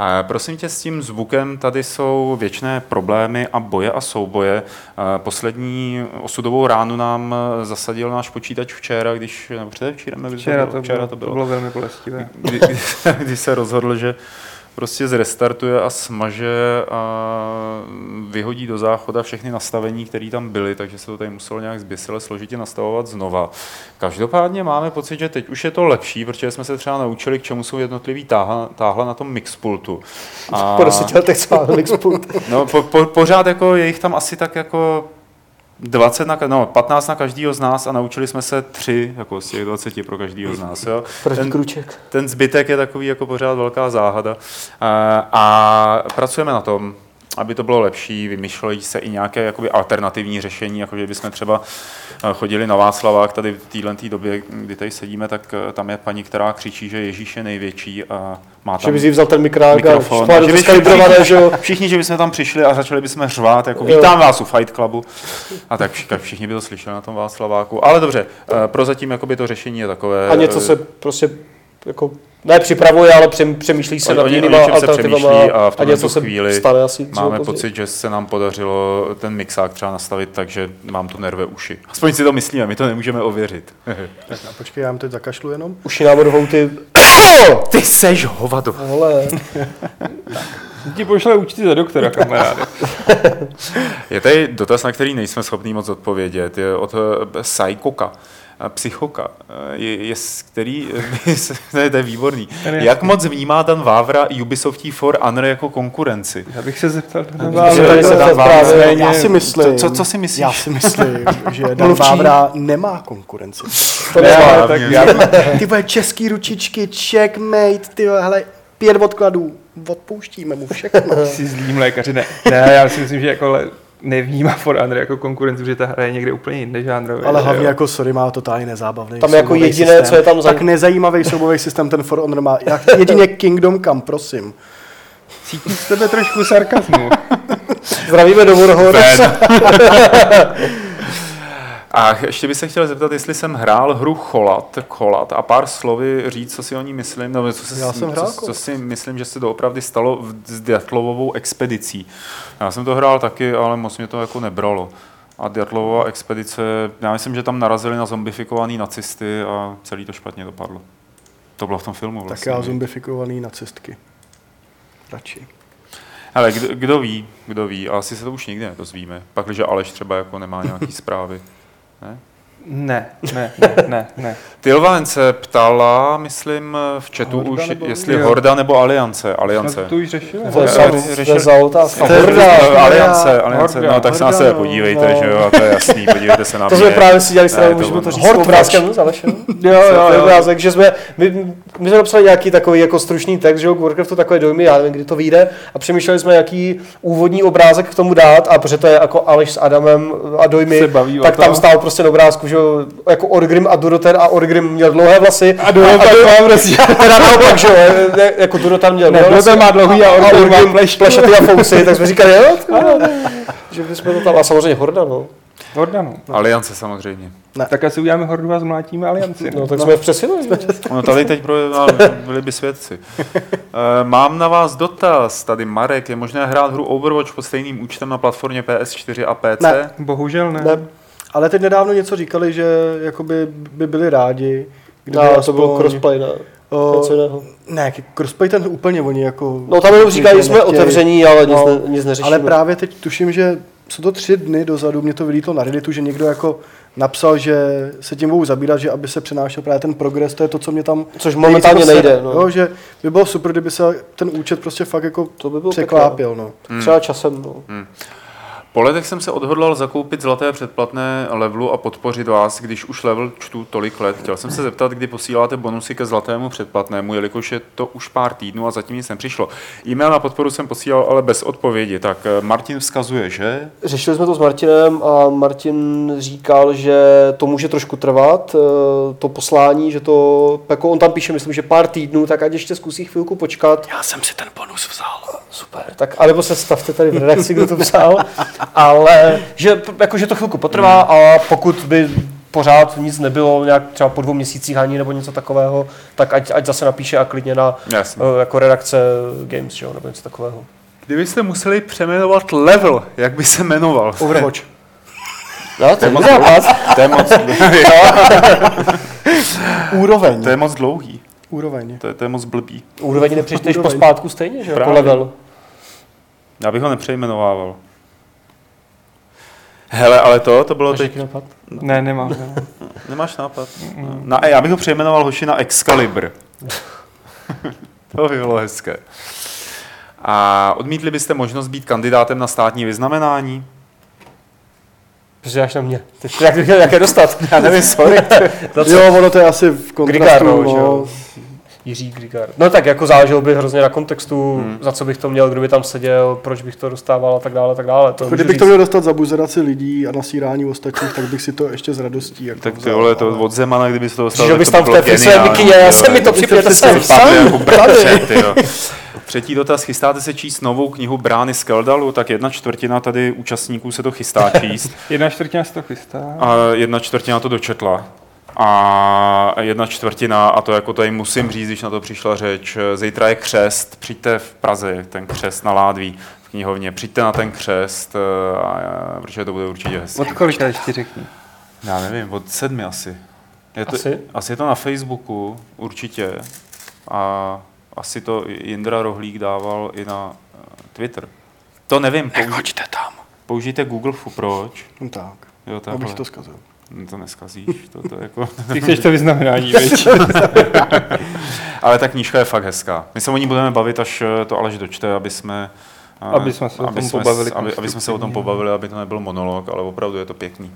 [SPEAKER 3] Eh, Prosím tě, s tím zvukem tady jsou věčné problémy a boje a souboje. Eh, Poslední osudovou ránu nám eh, zasadil náš počítač včera, když, nebo předevčírem, nevím,
[SPEAKER 5] Včera to,
[SPEAKER 3] včera
[SPEAKER 5] bylo, to bylo. velmi bolestivé.
[SPEAKER 3] kdy, (laughs) kdy se rozhodl, že prostě zrestartuje a smaže a vyhodí do záchoda všechny nastavení, které tam byly, takže se to tady muselo nějak zběsile složitě nastavovat znova. Každopádně máme pocit, že teď už je to lepší, protože jsme se třeba naučili, k čemu jsou jednotlivý táhla, táhla na tom mixpultu.
[SPEAKER 4] (laughs)
[SPEAKER 3] A,
[SPEAKER 4] Po deseti letech spálil Xpult.
[SPEAKER 3] no, po, po, pořád jako je jich tam asi tak jako 20 na, ka- no, 15 na každýho z nás a naučili jsme se tři jako z těch 20 pro každýho z nás. Jo?
[SPEAKER 4] První
[SPEAKER 3] Ten-
[SPEAKER 4] kruček.
[SPEAKER 3] ten zbytek je takový jako pořád velká záhada. Eh, A pracujeme na tom. aby to bylo lepší, vymýšlejí se i nějaké jakoby, alternativní řešení, jako že bychom třeba eh, chodili na Václavák tady v téhle době, kdy tady sedíme, tak eh, tam je paní, která křičí, že Ježíš je největší a má
[SPEAKER 1] Že
[SPEAKER 3] tam
[SPEAKER 1] bys jí vzal ten mikrák a
[SPEAKER 3] mikrofon.
[SPEAKER 1] špát
[SPEAKER 3] Že
[SPEAKER 1] do
[SPEAKER 3] by
[SPEAKER 1] skalibrované, že jo?
[SPEAKER 3] Všichni, že bychom tam přišli a začali bychom řvát, jako
[SPEAKER 1] Jo.
[SPEAKER 3] vítám vás u Fight Clubu. A tak vši- tak všichni by to slyšeli na tom Václaváku. Ale dobře, eh, prozatím jakoby to řešení je takové.
[SPEAKER 4] A něco se prostě jako ne připravuje, ale přem- přemýšlí se
[SPEAKER 3] O- o
[SPEAKER 4] nad
[SPEAKER 3] ně- o
[SPEAKER 4] jinýma
[SPEAKER 3] něčem se
[SPEAKER 4] alternativama
[SPEAKER 3] přemýšlí a v
[SPEAKER 4] a něco
[SPEAKER 3] tomto
[SPEAKER 4] se
[SPEAKER 3] chvíli
[SPEAKER 4] stane asi dřív
[SPEAKER 3] Máme
[SPEAKER 4] později.
[SPEAKER 3] pocit, že se nám podařilo ten mixák třeba nastavit, takže mám tu nerve uši. Aspoň si to myslíme, my to nemůžeme ověřit.
[SPEAKER 1] A Počkej, já jim teď zakašlu jenom.
[SPEAKER 4] Uši nám rvou ty...
[SPEAKER 3] Ty seš hovado. (laughs)
[SPEAKER 4] Hele,
[SPEAKER 5] Ti pošle účty za doktora, kamaráde.
[SPEAKER 3] Je tady dotaz, na který nejsme schopni moc odpovědět. Je od eh, Psychoka. A Psychoka, eh, je, je, s- který, (laughs) by se- ne, to je výborný.
[SPEAKER 5] Ten je
[SPEAKER 3] Jak moc vnímá Dan Vávra Ubisoftí For Honor jako konkurenci?
[SPEAKER 5] Já bych se zeptal na to
[SPEAKER 4] Že
[SPEAKER 5] Vávru.
[SPEAKER 4] tady se dá
[SPEAKER 1] Vávra-
[SPEAKER 4] právě-
[SPEAKER 1] já si myslím,
[SPEAKER 3] Co- co- co si myslíš?
[SPEAKER 1] Já si (laughs) myslím, že Dan
[SPEAKER 4] Mluvčí.
[SPEAKER 1] Vávra nemá konkurenci.
[SPEAKER 4] to nemá.
[SPEAKER 5] ale tak já,
[SPEAKER 1] Ty vole, český ručičky, checkmate, ty vole, hele, pět odkladů, odpouštíme mu všechno.
[SPEAKER 5] si zlým lékaři, ne. Ne, já si myslím, že jako le, nevnímá For Honor jako konkurenci, protože ta hra je někde úplně jinde žánrově.
[SPEAKER 1] Ale
[SPEAKER 5] že
[SPEAKER 1] hlavně
[SPEAKER 5] jo.
[SPEAKER 1] jako, sorry, má totálně nezábavný
[SPEAKER 4] Tam jako
[SPEAKER 1] soubojový
[SPEAKER 4] jediné,
[SPEAKER 1] systém.
[SPEAKER 4] co je tam za-
[SPEAKER 1] Tak nezajímavý soubový systém ten For Honor má. Jak jedině Kingdom Come, prosím.
[SPEAKER 5] Cítím z tebe trošku sarkazmu.
[SPEAKER 4] Zdravíme do Warhorse.
[SPEAKER 3] A ještě bych se chtěl zeptat, jestli jsem hrál hru Cholat, Cholat a pár slovy říct, co si o ní myslím, nebo co, se,
[SPEAKER 1] Já jsem hrál
[SPEAKER 3] co, co
[SPEAKER 1] Cholat.
[SPEAKER 3] si myslím, že se doopravdy stalo v, s Dětlovovou expedicí. Já jsem to hrál taky, ale moc mě to jako nebralo. A Dětlovová expedice, já myslím, že tam narazili na zombifikovaný nacisty a celý to špatně dopadlo. To bylo v tom filmu
[SPEAKER 1] Tak
[SPEAKER 3] vlastně.
[SPEAKER 1] já zombifikovaný nacistky. Radši.
[SPEAKER 3] Ale kdo, kdo ví, kdo ví, a asi se to už nikdy nedozvíme. Pak, že Aleš třeba jako nemá
[SPEAKER 1] (laughs)
[SPEAKER 3] nějaký zprávy.
[SPEAKER 5] Ne, ne, ne, ne, ne.
[SPEAKER 3] Tylvan se ptala, myslím, v chatu
[SPEAKER 1] Horda
[SPEAKER 3] už,
[SPEAKER 1] nebo-
[SPEAKER 3] jestli
[SPEAKER 5] Jo.
[SPEAKER 3] Horda nebo Aliance.
[SPEAKER 5] Jsme
[SPEAKER 3] Aliance.
[SPEAKER 5] No, to už řešili.
[SPEAKER 4] To je
[SPEAKER 3] Eh,
[SPEAKER 4] sam-
[SPEAKER 3] řešil-
[SPEAKER 4] to je prostě za otázka.
[SPEAKER 1] To je
[SPEAKER 4] Horda.
[SPEAKER 1] Horda.
[SPEAKER 3] Aliance, Aliance.
[SPEAKER 5] Horda,
[SPEAKER 3] No tak se na
[SPEAKER 1] Horda,
[SPEAKER 3] sebe
[SPEAKER 1] no,
[SPEAKER 3] podívejte,
[SPEAKER 4] no.
[SPEAKER 3] že jo, a to je jasný,
[SPEAKER 1] (laughs)
[SPEAKER 3] podívejte se na
[SPEAKER 4] To
[SPEAKER 3] mě.
[SPEAKER 4] jsme právě si dělali
[SPEAKER 3] Ne,
[SPEAKER 4] stranu,
[SPEAKER 3] to
[SPEAKER 4] můžeme to
[SPEAKER 3] ono.
[SPEAKER 4] říct s obrázkem za
[SPEAKER 3] (laughs)
[SPEAKER 4] Alešem.
[SPEAKER 5] Jo, jo,
[SPEAKER 4] To je
[SPEAKER 5] jo.
[SPEAKER 4] obrázek, že jsme, my, my jsme napsali nějaký takový jako stručný text, že jo, k Warcraftu takové dojmy, já nevím, kdy to vyjde, a přemýšleli jsme, jaký úvodní obrázek k tomu dát, a protože to je jako Aleš s Adamem a dojmy,
[SPEAKER 5] Se baví o
[SPEAKER 4] tak tam
[SPEAKER 5] tom.
[SPEAKER 4] stál prostě na obrázku, že jo, jako Orgrim a Duroter a Orgrim měl dlouhé vlasy.
[SPEAKER 5] A Durotar má
[SPEAKER 4] prostě. (laughs) Teda naopak, že jo, ne, jako Duroter měl
[SPEAKER 5] Ne,
[SPEAKER 4] dlouhé
[SPEAKER 5] kdo
[SPEAKER 4] vlasy
[SPEAKER 5] tam má dlouhý a
[SPEAKER 4] a
[SPEAKER 5] on má
[SPEAKER 4] Orgrim
[SPEAKER 5] pleš.
[SPEAKER 4] plešaty a fousy, tak jsme říkali, jo, ty vole, že bychom to tam, a samozřejmě Horda, no.
[SPEAKER 5] Hordanu.
[SPEAKER 3] Aliance samozřejmě.
[SPEAKER 5] Tak asi uděláme hordu a zmlátíme alianci.
[SPEAKER 4] No, tak jsme v přesilu. že jo.
[SPEAKER 3] No tady teď pro- ale byli by
[SPEAKER 1] (laughs)
[SPEAKER 3] svědci. Eh, Mám na vás dotaz, tady Marek, je možné hrát hru Overwatch pod stejným účtem na platformě PS4 a PC?
[SPEAKER 1] Ne.
[SPEAKER 5] Bohužel ne.
[SPEAKER 1] Ne. Ale teď nedávno něco říkali, že jakoby by byli rádi, kdyby
[SPEAKER 4] No, to bylo
[SPEAKER 1] aspoň-
[SPEAKER 4] crossplay, ne?
[SPEAKER 1] O,
[SPEAKER 4] Něco jiného.
[SPEAKER 1] ne, crossplay ten úplně oni jako...
[SPEAKER 4] No tam jenom říkají, že jsme
[SPEAKER 1] nechtějí.
[SPEAKER 4] otevření, ale nic,
[SPEAKER 1] No,
[SPEAKER 4] ne, nic neřešíme.
[SPEAKER 1] Ale právě teď tuším, že jsou to tři dny dozadu, mě to vylítlo na Redditu, že někdo jako napsal, že se tím budou zabírat, že aby se přenášel právě ten progres, to je to, co mě tam...
[SPEAKER 4] Což
[SPEAKER 1] nejvíc
[SPEAKER 4] momentálně
[SPEAKER 1] jako sere.
[SPEAKER 4] nejde, no.
[SPEAKER 1] Jo, že by bylo super, kdyby se ten účet prostě fakt jako
[SPEAKER 4] To by bylo
[SPEAKER 1] překlápil. No.
[SPEAKER 4] pěkné. Třeba časem, no.
[SPEAKER 3] Po letech jsem se odhodlal zakoupit zlaté předplatné levelu a podpořit vás, když už level čtu tolik let. Chtěl jsem se zeptat, kdy posíláte bonusy ke zlatému předplatnému, jelikož je to už pár týdnů a zatím nic nepřišlo. E-mail na podporu jsem posílal, ale bez odpovědi. Tak eh, Martin vzkazuje, že?
[SPEAKER 4] Řešili jsme to s Martinem a Martin říkal, že to může trošku trvat, eh, to poslání, že to, jako on tam píše, myslím, že pár týdnů, tak ať ještě zkusí chvilku počkat.
[SPEAKER 1] Já jsem si ten bonus vzal.
[SPEAKER 4] Super, tak anebo se stavte tady v redakci, kdo to psal, ale že, jako, že to chvilku potrvá a pokud by pořád nic nebylo, nějak třeba po dvou měsících ani nebo něco takového, tak ať, ať zase napíše a klidně na
[SPEAKER 3] Jasně.
[SPEAKER 4] eh, jako redakce Games, že jo, nebo něco takového.
[SPEAKER 3] Kdybyste museli přeměnovat level, jak by se jmenoval?
[SPEAKER 1] Overwatch.
[SPEAKER 4] No, to je
[SPEAKER 3] moc dlouhý. (laughs) To je moc (laughs) dlouhý.
[SPEAKER 1] Úroveň.
[SPEAKER 3] To je moc dlouhý.
[SPEAKER 1] Úroveň.
[SPEAKER 3] To je, to je moc blbý.
[SPEAKER 4] Úroveň nepřečteš po
[SPEAKER 1] Úroveň.
[SPEAKER 4] spátku stejně, že jo, jako
[SPEAKER 3] Právě.
[SPEAKER 4] level.
[SPEAKER 3] Já bych ho nepřejmenovával. Hele, ale to, to bylo
[SPEAKER 4] Máš
[SPEAKER 3] No, teď...
[SPEAKER 4] nějaký nápad?
[SPEAKER 5] Ne, nemám. nemám.
[SPEAKER 3] Nemáš nápad? No. Na, E, já bych ho přejmenoval hoši na Excalibur. (laughs) to by bylo hezké. A odmítli byste možnost být kandidátem na státní vyznamenání?
[SPEAKER 4] Přidáš na mě. Ty jsi jak bych měl nějaké dostat. (laughs)
[SPEAKER 3] (laughs) Já nevím, sorry.
[SPEAKER 4] Za co?
[SPEAKER 1] Jo, ono to je asi v kontrastu.
[SPEAKER 4] Grigárnou, že
[SPEAKER 1] no.
[SPEAKER 4] jo. Jiří Grigard. No tak jako záleželo by hrozně na kontextu, hmm. za co bych to měl, kdo by tam seděl, proč bych to dostával a tak dále, a tak dále. To
[SPEAKER 1] Jako
[SPEAKER 4] můžu
[SPEAKER 1] Kdybych to
[SPEAKER 4] říct.
[SPEAKER 1] měl dostat za buzeraci lidí a nasírání ostatních, tak bych si to ještě s radostí jako
[SPEAKER 3] Tak ty
[SPEAKER 1] vzal,
[SPEAKER 3] vole, to
[SPEAKER 1] ale-
[SPEAKER 3] od Zemana, kdyby se to dostal,
[SPEAKER 4] Přišel
[SPEAKER 3] tak
[SPEAKER 4] bys
[SPEAKER 3] to
[SPEAKER 4] tam v té
[SPEAKER 3] bylo
[SPEAKER 4] frisé
[SPEAKER 3] geniální,
[SPEAKER 4] mikině, já
[SPEAKER 3] ty
[SPEAKER 4] jsem
[SPEAKER 3] vole.
[SPEAKER 4] mi to připěl jsem
[SPEAKER 3] Vypadl
[SPEAKER 4] sám.
[SPEAKER 3] jako bratře, ty jo. Třetí dotaz. Chystáte se číst novou knihu Brány z Keldalu? Tak jedna čtvrtina tady účastníků se to chystá číst.
[SPEAKER 5] Jedna čtvrtina se to chystá.
[SPEAKER 3] A jedna čtvrtina to dočetla. A jedna čtvrtina, a to jako tady musím říct, když na to přišla řeč, zítra je křest, přijďte v Praze, ten křest na Ládví v knihovně, přijďte na ten křest, eh, a, a, protože to bude určitě hezké.
[SPEAKER 5] Od kolika ještě řekni?
[SPEAKER 3] Já nevím, od sedmi asi. Je to,
[SPEAKER 4] Asi?
[SPEAKER 3] asi je to na Facebooku, určitě. A asi to Jindra Rohlík dával i na eh, Twitter. To nevím, použi-
[SPEAKER 1] Nechoďte tam.
[SPEAKER 3] použijte Google Fu, proč?
[SPEAKER 1] No tak,
[SPEAKER 3] Jo, takhle.
[SPEAKER 1] abych to zkazil.
[SPEAKER 3] No to neskazíš, to, to jako...
[SPEAKER 5] Ty chceš to vyznamenání, viď?
[SPEAKER 3] Ale ta knížka je fakt hezká. My se o ní budeme bavit, až eh, to Aleš dočte, aby jsme... eh,
[SPEAKER 5] Aby jsme se o tom
[SPEAKER 3] jsme s-
[SPEAKER 5] pobavili
[SPEAKER 3] Aby, aby jsme se o tom
[SPEAKER 5] konstruktivně.
[SPEAKER 3] pobavili, aby to nebyl monolog, ale opravdu je to pěkný.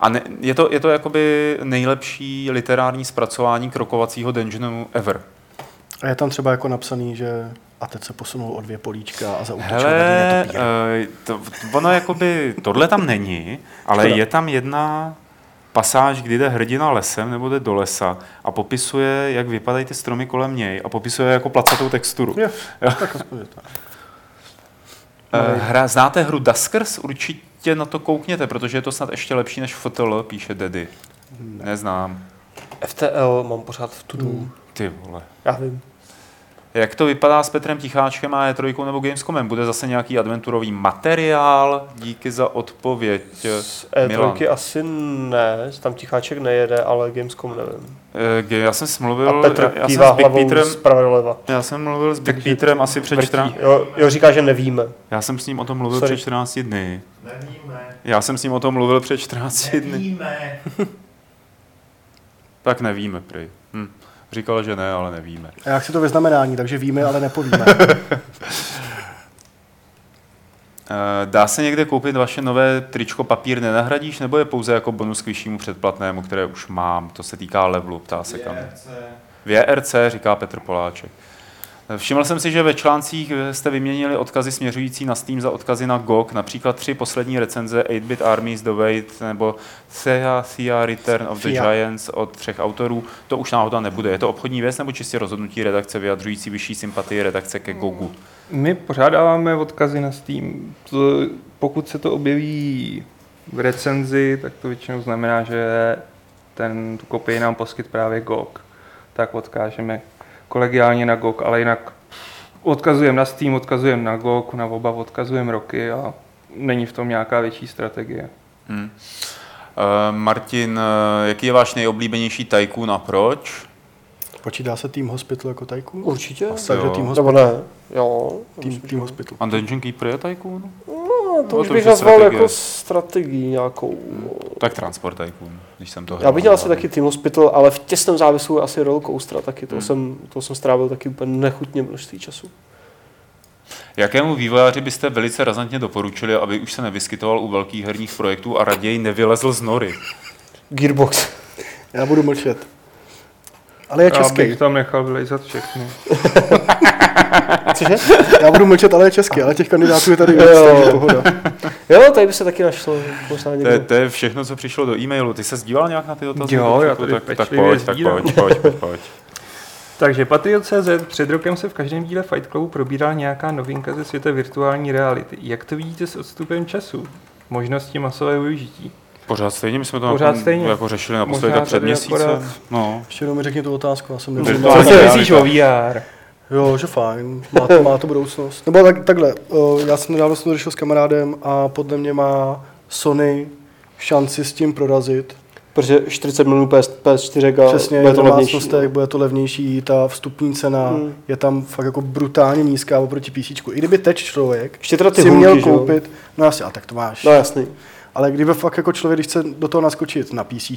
[SPEAKER 3] A ne, je, to, je to jakoby nejlepší literární zpracování krokovacího dungeonu ever.
[SPEAKER 1] A je tam třeba jako napsaný, že a teď se posunul o dvě políčka a zaútočil vedle
[SPEAKER 3] Hele,
[SPEAKER 1] netopíra.
[SPEAKER 3] eh, to, ono jakoby, tohle tam není, ale
[SPEAKER 4] Škoda.
[SPEAKER 3] je tam jedna pasáž, kdy jde hrdina lesem nebo jde do lesa a popisuje, jak vypadají ty stromy kolem něj a popisuje jako placatou texturu.
[SPEAKER 1] Jo,
[SPEAKER 3] Jo.
[SPEAKER 1] (laughs) tak aspoň je to.
[SPEAKER 3] Eh, Hra, znáte hru Duskers? Určitě na to koukněte, protože je to snad ještě lepší než FTL, píše Dedy.
[SPEAKER 4] Hmm.
[SPEAKER 3] Neznám.
[SPEAKER 4] FTL mám pořád v tudu. Hmm.
[SPEAKER 3] Ty vole.
[SPEAKER 4] Já vím.
[SPEAKER 3] Jak to vypadá s Petrem Ticháčkem a E3 nebo Gamescomem? Bude zase nějaký adventurový materiál? Díky za odpověď.
[SPEAKER 4] Z
[SPEAKER 3] Milan.
[SPEAKER 4] E3 asi ne, tam Ticháček nejede, ale Gamescom nevím.
[SPEAKER 3] Eh, ge- Já jsem se
[SPEAKER 4] A
[SPEAKER 3] mluvil,
[SPEAKER 4] Petr
[SPEAKER 3] já, já, jsem
[SPEAKER 4] kývá
[SPEAKER 3] s Big
[SPEAKER 4] hlavou
[SPEAKER 3] Peterem,
[SPEAKER 4] zprava doleva.
[SPEAKER 3] já jsem mluvil s Big Peterem asi před 14,
[SPEAKER 4] Jo, jo, říká, že nevíme.
[SPEAKER 3] já jsem s ním o tom mluvil
[SPEAKER 4] Sorry.
[SPEAKER 3] před 14 dny.
[SPEAKER 2] Nevíme,
[SPEAKER 3] Já jsem s ním o tom mluvil před 14 dny.
[SPEAKER 2] nevíme.
[SPEAKER 3] (laughs) Tak nevíme, prý. Hm. Říkal, že ne, ale nevíme.
[SPEAKER 1] A jak si to vyznamenání, takže víme,
[SPEAKER 3] (laughs)
[SPEAKER 1] ale nepovíme.
[SPEAKER 3] Eh, Dá se někde koupit vaše nové tričko papír nenahradíš, nebo je pouze jako bonus k vyššímu předplatnému, které už mám? To se týká levelu, ptá se kam. V JRC, říká Petr Poláček. Eh, Všiml jsem si, že ve článcích jste vyměnili odkazy směřující na Steam za odkazy na GOG, například tři poslední recenze 8-Bit Armies, The Wait nebo Thea, Thea Return of the
[SPEAKER 1] Thea.
[SPEAKER 3] Giants od třech autorů. To už náhoda nebude. Je to obchodní věc nebo čistě rozhodnutí redakce vyjadřující vyšší sympatii redakce ke GOGu?
[SPEAKER 5] (laughs) My pořádáváme odkazy na Steam. To, pokud se to objeví v recenzi, tak to většinou znamená, že ten, tu kopii nám poskyt právě GOG. Tak odkážeme kolegiálně na GOG, ale jinak odkazujeme na Steam, odkazujeme na GOG, na oba odkazujeme roky a není v tom nějaká větší strategie.
[SPEAKER 3] Hmm. Eh, Martin, eh, jaký je váš nejoblíbenější tycoon a proč?
[SPEAKER 1] Počítá se tým hospital jako tajku?
[SPEAKER 4] Určitě?
[SPEAKER 3] Asi.
[SPEAKER 1] Takže
[SPEAKER 3] jo.
[SPEAKER 1] tým hospital.
[SPEAKER 4] Nebo ne? Jo.
[SPEAKER 1] Tým, tým hospital.
[SPEAKER 3] A Dungeon Keeper je tycoon?
[SPEAKER 4] No, to
[SPEAKER 3] No,
[SPEAKER 4] už
[SPEAKER 3] to
[SPEAKER 4] bych
[SPEAKER 3] už je
[SPEAKER 4] nazval
[SPEAKER 3] strategie.
[SPEAKER 4] jako strategii nějakou. no.
[SPEAKER 3] Tak Transport Tycoon, když jsem to
[SPEAKER 4] Já
[SPEAKER 3] hrál.
[SPEAKER 4] bych dělal asi taky Team Hospital, ale v těsném závisu je asi Roll Coaster taky. To,
[SPEAKER 3] Hmm.
[SPEAKER 4] jsem, to jsem strávil taky úplně nechutně množství času.
[SPEAKER 3] Jakému vývojáři byste velice razantně doporučili, aby už se nevyskytoval u velkých herních projektů a raději nevylezl z nory?
[SPEAKER 4] Gearbox.
[SPEAKER 1] Já budu mlčet. Ale je
[SPEAKER 5] Já
[SPEAKER 1] český.
[SPEAKER 5] bych tam nechal vylejzat všechny.
[SPEAKER 4] Cože?
[SPEAKER 1] Já budu mlčet, ale je český. Ale těch kandidátů je tady
[SPEAKER 4] Jo.
[SPEAKER 1] víc, takže pohoda.
[SPEAKER 4] Jo, tady by se taky našlo možná
[SPEAKER 3] To je,
[SPEAKER 4] někdo.
[SPEAKER 3] to je všechno, co přišlo do e-mailu. Ty se díval nějak na ty dotazy?
[SPEAKER 5] Jo,
[SPEAKER 3] Vítku?
[SPEAKER 5] já tady
[SPEAKER 3] tak, tak
[SPEAKER 5] pečlivě
[SPEAKER 3] pojď, tak
[SPEAKER 5] sdílám.
[SPEAKER 3] pojď, pojď, pojď, pojď.
[SPEAKER 5] Takže Patriot.cz před rokem se v každém díle Fight Clubu probírala nějaká novinka ze světa virtuální reality. Jak to vidíte s odstupem času? Možnosti masového využití.
[SPEAKER 3] (laughs) Pořád stejně, my jsme to
[SPEAKER 5] Pořád
[SPEAKER 3] Pořád stejně.
[SPEAKER 5] stejně.
[SPEAKER 3] jako řešili naposledy
[SPEAKER 5] Možná
[SPEAKER 3] tak před
[SPEAKER 5] tady akorát-
[SPEAKER 3] měsícem. No.
[SPEAKER 1] Ještě jenom mi řekni tu otázku, já jsem
[SPEAKER 3] To
[SPEAKER 5] Co
[SPEAKER 1] nevěděl.
[SPEAKER 3] Virtuální-
[SPEAKER 5] si
[SPEAKER 3] je
[SPEAKER 5] myslíš o VR?
[SPEAKER 1] Jo, že fajn, má to, má to budoucnost. Nebo tak, takhle, o, já jsem nedávno jsem to řešil s kamarádem a podle mě má Sony šanci s tím prorazit.
[SPEAKER 4] Protože 40 milionů PS, PS4 a
[SPEAKER 1] Přesně,
[SPEAKER 4] bude
[SPEAKER 1] v
[SPEAKER 4] to levnější.
[SPEAKER 1] domácnostech bude to levnější, ta vstupní cena
[SPEAKER 4] Hmm.
[SPEAKER 1] je tam fakt jako brutálně nízká oproti PC. I kdyby teď člověk
[SPEAKER 4] Ještě teda ty
[SPEAKER 1] si
[SPEAKER 4] hulky,
[SPEAKER 1] měl
[SPEAKER 4] že jo?
[SPEAKER 1] koupit, no jasně, a tak to máš.
[SPEAKER 4] No jasný.
[SPEAKER 1] Ale kdyby fakt jako člověk, když chce do toho naskočit na PC,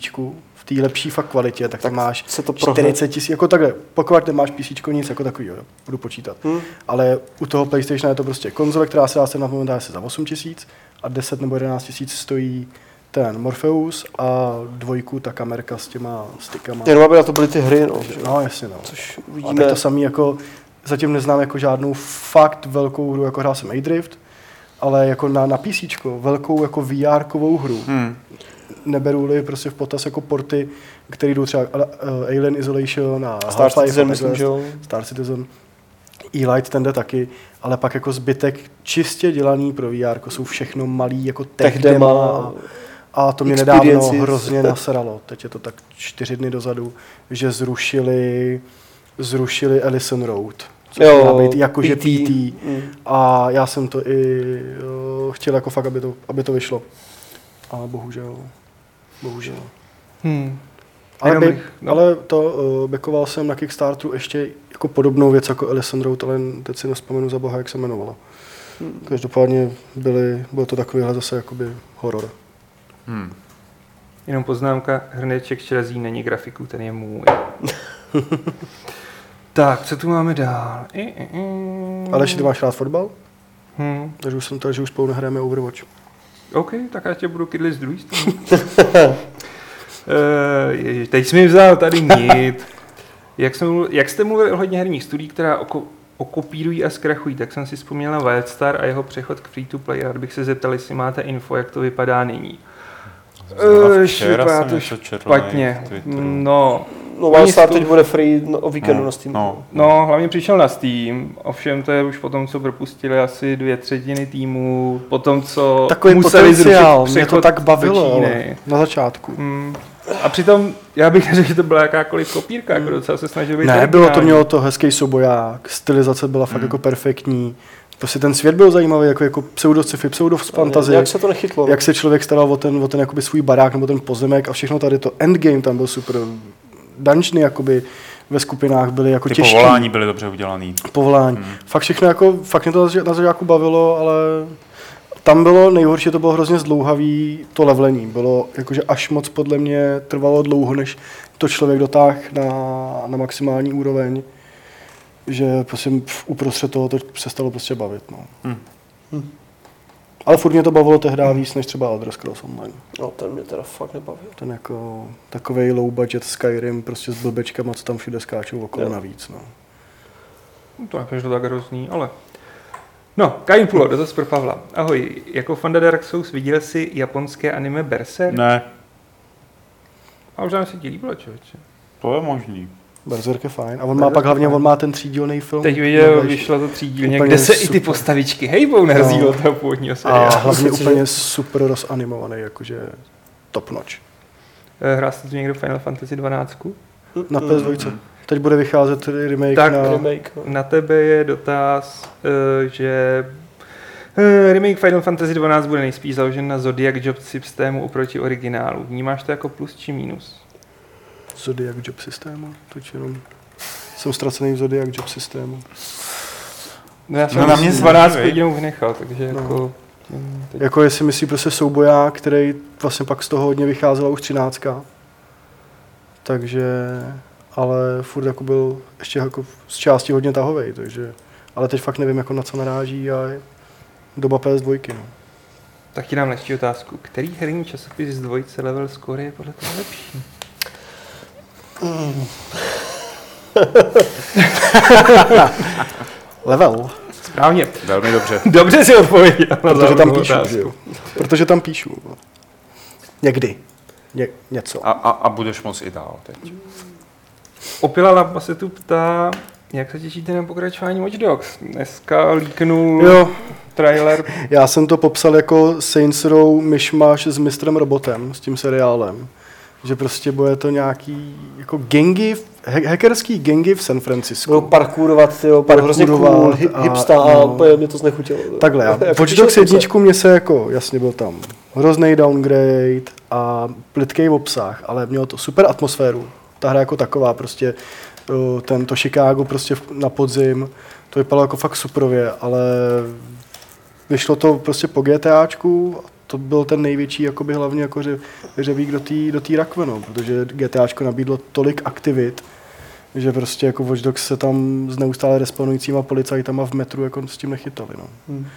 [SPEAKER 1] v té lepší fakt kvalitě, tak, tak
[SPEAKER 4] Tak
[SPEAKER 1] máš
[SPEAKER 4] se to prohne.
[SPEAKER 1] 40 tisíc, jako takhle, pokud nemáš PC, nic jako takovýho, jo, budu počítat.
[SPEAKER 4] Hmm.
[SPEAKER 1] Ale u toho PlayStation je to prostě konzole, která se dá se na momentálně se za 8 tisíc a 10 nebo 11 tisíc stojí ten Morpheus a dvojku ta kamerka s těma stykama.
[SPEAKER 4] Jenom aby na to byly ty hry, no. že?
[SPEAKER 1] No, jasně, no.
[SPEAKER 4] Což
[SPEAKER 1] A tak
[SPEAKER 4] uvidíme.
[SPEAKER 1] to samý jako, zatím neznám jako žádnou fakt velkou hru, jako hrál jsem Adrift, ale jako na, na PC, velkou jako vr -kovou hru.
[SPEAKER 3] Hmm.
[SPEAKER 1] Neberu-li prostě v potaz jako porty, které jdou třeba ale, eh, Alien Isolation a
[SPEAKER 4] Star
[SPEAKER 1] Half-Life a
[SPEAKER 4] Citizen,
[SPEAKER 1] takhle.
[SPEAKER 4] myslím, že jo.
[SPEAKER 1] Star Citizen. E-Light ten jde taky, ale pak jako zbytek čistě dělaný pro VR jsou všechno malý jako tech,
[SPEAKER 4] Tech
[SPEAKER 1] dema.
[SPEAKER 4] dema.
[SPEAKER 1] A to mě nedávno
[SPEAKER 4] Experiences.
[SPEAKER 1] hrozně nasralo. Teď je to tak čtyři dny dozadu, že zrušili, zrušili Ellison Road. Což
[SPEAKER 4] Jo,
[SPEAKER 1] jo, být jako, jakože PT.
[SPEAKER 4] PT.
[SPEAKER 1] PT.
[SPEAKER 4] Mm.
[SPEAKER 1] A já jsem to i jo, chtěl jako fakt, aby to, aby to vyšlo. Ale bohužel. Bohužel.
[SPEAKER 5] Hmm.
[SPEAKER 1] Ale,
[SPEAKER 5] Jenom
[SPEAKER 1] by,
[SPEAKER 5] bych- no.
[SPEAKER 1] ale to uh, bekoval jsem na Kickstarteru ještě jako podobnou věc jako Ellison Road, ale teď si nespomenu za boha, jak se jmenovala.
[SPEAKER 5] Hmm.
[SPEAKER 1] Každopádně byly, bylo to takovýhle zase jakoby horor.
[SPEAKER 3] Hmm.
[SPEAKER 5] Jenom poznámka, hrneček črazí není grafiku, ten je (laughs) můj. tak, co tu máme dál? I, i, i.
[SPEAKER 1] Ale ještě ty máš rád fotbal?
[SPEAKER 5] Hmm.
[SPEAKER 1] Takže už jsem to, že už spolu nehrajeme Overwatch.
[SPEAKER 5] OK, tak já tě budu kydlit z druhé strany. (laughs) Eh, ježiš, teď jsi mi vzal tady nit. Jak, jsme, mluvil- jak jste mluvil ohledně herních studií, která oko, okopírují a zkrachují, tak jsem si vzpomněl na Wildstar a jeho přechod k free-to-play. Rád bych se zeptal, jestli máte info, jak to vypadá nyní. Eh, vypadá to špatně. No,
[SPEAKER 4] No,
[SPEAKER 5] Oni
[SPEAKER 4] Wildstar
[SPEAKER 5] stu-
[SPEAKER 4] teď bude free no, o víkendu
[SPEAKER 3] No,
[SPEAKER 4] na Steam.
[SPEAKER 3] no.
[SPEAKER 5] No, hlavně přišel na Steam, ovšem to je už potom, co propustili asi dvě třetiny týmu, potom, co
[SPEAKER 1] Takový
[SPEAKER 5] museli
[SPEAKER 1] potenciál,
[SPEAKER 5] zrušit
[SPEAKER 1] mě to
[SPEAKER 5] přechod
[SPEAKER 1] tak
[SPEAKER 5] do
[SPEAKER 1] bavilo ale
[SPEAKER 5] Číny.
[SPEAKER 1] na začátku.
[SPEAKER 5] Mm. A přitom, já bych (laughs) neřekl, že to byla jakákoliv kopírka, jako docela se snažil být
[SPEAKER 1] Mm. Ne, bylo
[SPEAKER 5] originální.
[SPEAKER 1] to, mělo to hezký souboják, stylizace byla fakt
[SPEAKER 3] Hmm.
[SPEAKER 1] jako perfektní. Prostě ten svět byl zajímavý, jako, jako pseudo sci-fi, pseudo fantasy.
[SPEAKER 4] Jak se to nechytlo? no.
[SPEAKER 1] jak se člověk staral o ten, o ten jakoby svůj barák nebo ten pozemek a všechno tady to endgame tam byl super. Dungeony jakoby ve skupinách byly jako
[SPEAKER 3] Ty
[SPEAKER 1] těžký.
[SPEAKER 3] povolání byly dobře udělaný.
[SPEAKER 1] povolání. Hmm. Fakt všechno jako, fakt mě to na zač- na začátku bavilo, ale tam bylo nejhorší, to bylo hrozně zdlouhavý to levlení. Bylo jakože až moc podle mě trvalo dlouho, než to člověk dotáhl na, na maximální úroveň že prostě v- uprostřed toho to přestalo prostě bavit. No.
[SPEAKER 3] Hmm.
[SPEAKER 1] Ale furt mě to bavilo tehdy víc než třeba Elder Scrolls Online
[SPEAKER 4] No, ten mě teda fakt nebavil.
[SPEAKER 1] ten jako takovej low budget Skyrim prostě s blbečkama, co tam všude skáčou okolo
[SPEAKER 4] Jo.
[SPEAKER 1] navíc. No.
[SPEAKER 5] No To je tak hrozný, ale... No, Kain Pulo, dotaz pro Pavla. Ahoj, jako fanda Dark Souls viděl jsi japonské anime Berserk?
[SPEAKER 3] Ne,
[SPEAKER 5] A možná se ti líbilo, člověče.
[SPEAKER 3] to je možný.
[SPEAKER 1] Berserk je fajn. A on má
[SPEAKER 5] Berserk
[SPEAKER 1] pak
[SPEAKER 5] je
[SPEAKER 1] hlavně,
[SPEAKER 5] fajn.
[SPEAKER 1] on má ten třídílný film.
[SPEAKER 5] Teď viděl,
[SPEAKER 1] vedlejší.
[SPEAKER 5] vyšlo to třídílně,
[SPEAKER 1] Úplně
[SPEAKER 5] kde se i ty
[SPEAKER 1] super.
[SPEAKER 5] postavičky hejbou na rozdíl
[SPEAKER 1] No.
[SPEAKER 5] od toho původního seriálu.
[SPEAKER 1] A hlavně
[SPEAKER 4] Myslím si,
[SPEAKER 1] úplně super rozanimovaný, jakože top notch.
[SPEAKER 5] Eh, Hrál jste tu někdo Final Fantasy 12?
[SPEAKER 1] Na PS2. Teď bude vycházet tedy remake
[SPEAKER 5] Mm. Tak,
[SPEAKER 1] na...
[SPEAKER 4] Remake, no.
[SPEAKER 5] Na tebe je dotaz, eh, že eh, remake Final Fantasy 12 bude nejspíš založen na Zodiac Job systému oproti originálu. Vnímáš to jako plus či minus?
[SPEAKER 1] Zodiac Job Systému. To jenom... Jsem ztracený v Zodiac Job Systému.
[SPEAKER 5] No, já
[SPEAKER 3] No, na mě
[SPEAKER 5] s
[SPEAKER 3] zní,
[SPEAKER 5] 12
[SPEAKER 3] viď?
[SPEAKER 5] hodinou vynechal, takže
[SPEAKER 1] No.
[SPEAKER 5] jako... hm, teď-
[SPEAKER 1] Jako jestli myslí prostě souboják, který vlastně pak z toho hodně vycházela už třináctka. Takže, ale furt jako byl ještě jako z části hodně tahovej, takže, ale teď fakt nevím, jako na co naráží a je doba PS2. No.
[SPEAKER 5] Tak ti dám lehčí otázku. Který herní časopis z dvojice level score je podle toho lepší?
[SPEAKER 1] Level.
[SPEAKER 5] Správně. (laughs)
[SPEAKER 3] Velmi dobře.
[SPEAKER 5] Dobře si odpověděl na
[SPEAKER 1] Protože tam
[SPEAKER 5] závodnou
[SPEAKER 1] píšu, že
[SPEAKER 5] otázku.
[SPEAKER 1] jo. Protože tam píšu. no. Někdy. Ně, něco.
[SPEAKER 3] A, a, a budeš moc i dál teď.
[SPEAKER 5] Opila Lapa se tu ptá, jak se těšíte na pokračování Watch Dogs? Dneska líknul
[SPEAKER 1] Jo,
[SPEAKER 5] trailer
[SPEAKER 1] Já jsem to popsal jako Saints Row myšmaš s mistrem robotem, s tím seriálem. Že prostě bude to nějaký jako gengy, he- hackerský gengy v San Francisco.
[SPEAKER 4] Budou parkourovat, jo, parkourovat, hrozně cool,
[SPEAKER 1] Parkourovat
[SPEAKER 4] hip,
[SPEAKER 1] a-
[SPEAKER 4] hipsta a,
[SPEAKER 1] no.
[SPEAKER 4] úplně mě to znechutilo. (laughs)
[SPEAKER 1] Takhle, já,
[SPEAKER 4] Jako
[SPEAKER 1] Watch
[SPEAKER 4] přišel
[SPEAKER 1] Dogs
[SPEAKER 4] jsem se-
[SPEAKER 1] jedničku mě se jako, jasně byl tam hrozný downgrade a plitkej v obsah, ale mělo to super atmosféru. Ta hra jako taková, prostě uh, tento Chicago prostě v- na podzim, to vypadalo jako fakt suprově, ale vyšlo to prostě po GTAčku a to byl ten největší jakoby hlavně jako ře, řevík do té do tý rakve, no, protože GTAčko nabídlo tolik aktivit, že prostě jako Watch Dogs se tam s neustále respawnujícíma policajtama v metru jako s tím nechytali. No.
[SPEAKER 4] Hmm.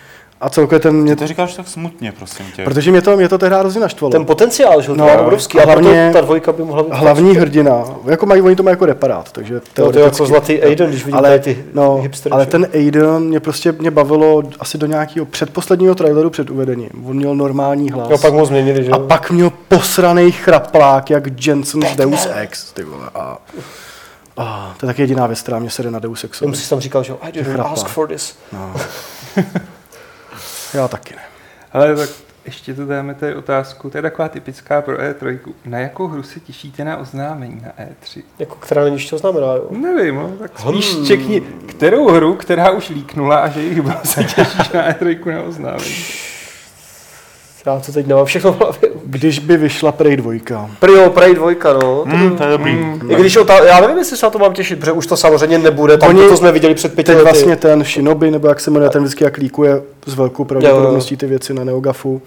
[SPEAKER 1] A celkově ten mě
[SPEAKER 3] Ty
[SPEAKER 1] to,
[SPEAKER 3] to říkáš tak smutně, prosím tě.
[SPEAKER 1] protože mě to, mě to tehdy hrozně naštvalo.
[SPEAKER 4] Ten potenciál, že jo,
[SPEAKER 1] No,
[SPEAKER 4] no, obrovský, a
[SPEAKER 1] hlavně-
[SPEAKER 4] hlavně ta dvojka by mohla být
[SPEAKER 1] Hlavní hrdina, jako mají, oni to mají jako reparát, takže
[SPEAKER 4] to, to je jako zlatý Aiden, když vidíte
[SPEAKER 1] ale,
[SPEAKER 4] ale, ty
[SPEAKER 1] no,
[SPEAKER 4] hipstery.
[SPEAKER 1] ale
[SPEAKER 4] že?
[SPEAKER 1] ten Aiden mě prostě mě bavilo asi do nějakého předposledního traileru před uvedením. On měl normální hlas.
[SPEAKER 4] no, pak mu ho změnili, že
[SPEAKER 1] a
[SPEAKER 4] jo?
[SPEAKER 1] pak měl posraný chraplák, jak Jensen z Deus Ex, ty vole. A, a, to je tak jediná věc, která mě sede na Deus Exu.
[SPEAKER 4] Tomu jsi tam říkal, že jo, I didn't
[SPEAKER 1] Chrapa.
[SPEAKER 4] ask for this.
[SPEAKER 1] No. Já taky ne.
[SPEAKER 5] Ale tak ještě to dáme tady otázku, to je taková typická pro E3. Na jakou hru se těšíte na oznámení na E3?
[SPEAKER 4] Jako, která není to znamená, jo.
[SPEAKER 5] Nevím, no, tak spíš hmm. čekni, kterou hru, která už líknula a že jich bylo se těšíš na E3 na oznámení.
[SPEAKER 4] Já to teď nemám všechno v hlavě.
[SPEAKER 1] Když by vyšla Prey 2,
[SPEAKER 4] Prio, Prey 2, no.
[SPEAKER 3] Hmm, to je dobrý.
[SPEAKER 4] I když otá... já nevím, jestli se na to mám těšit, protože už to samozřejmě nebude, tam
[SPEAKER 1] Oni-
[SPEAKER 4] to jsme viděli před pěti
[SPEAKER 1] teď
[SPEAKER 4] lety.
[SPEAKER 1] vlastně ten Shinobi, nebo jak se jmenuje, ten vždycky jak líkuje s velkou pravděpodobností ty věci na Neogafu,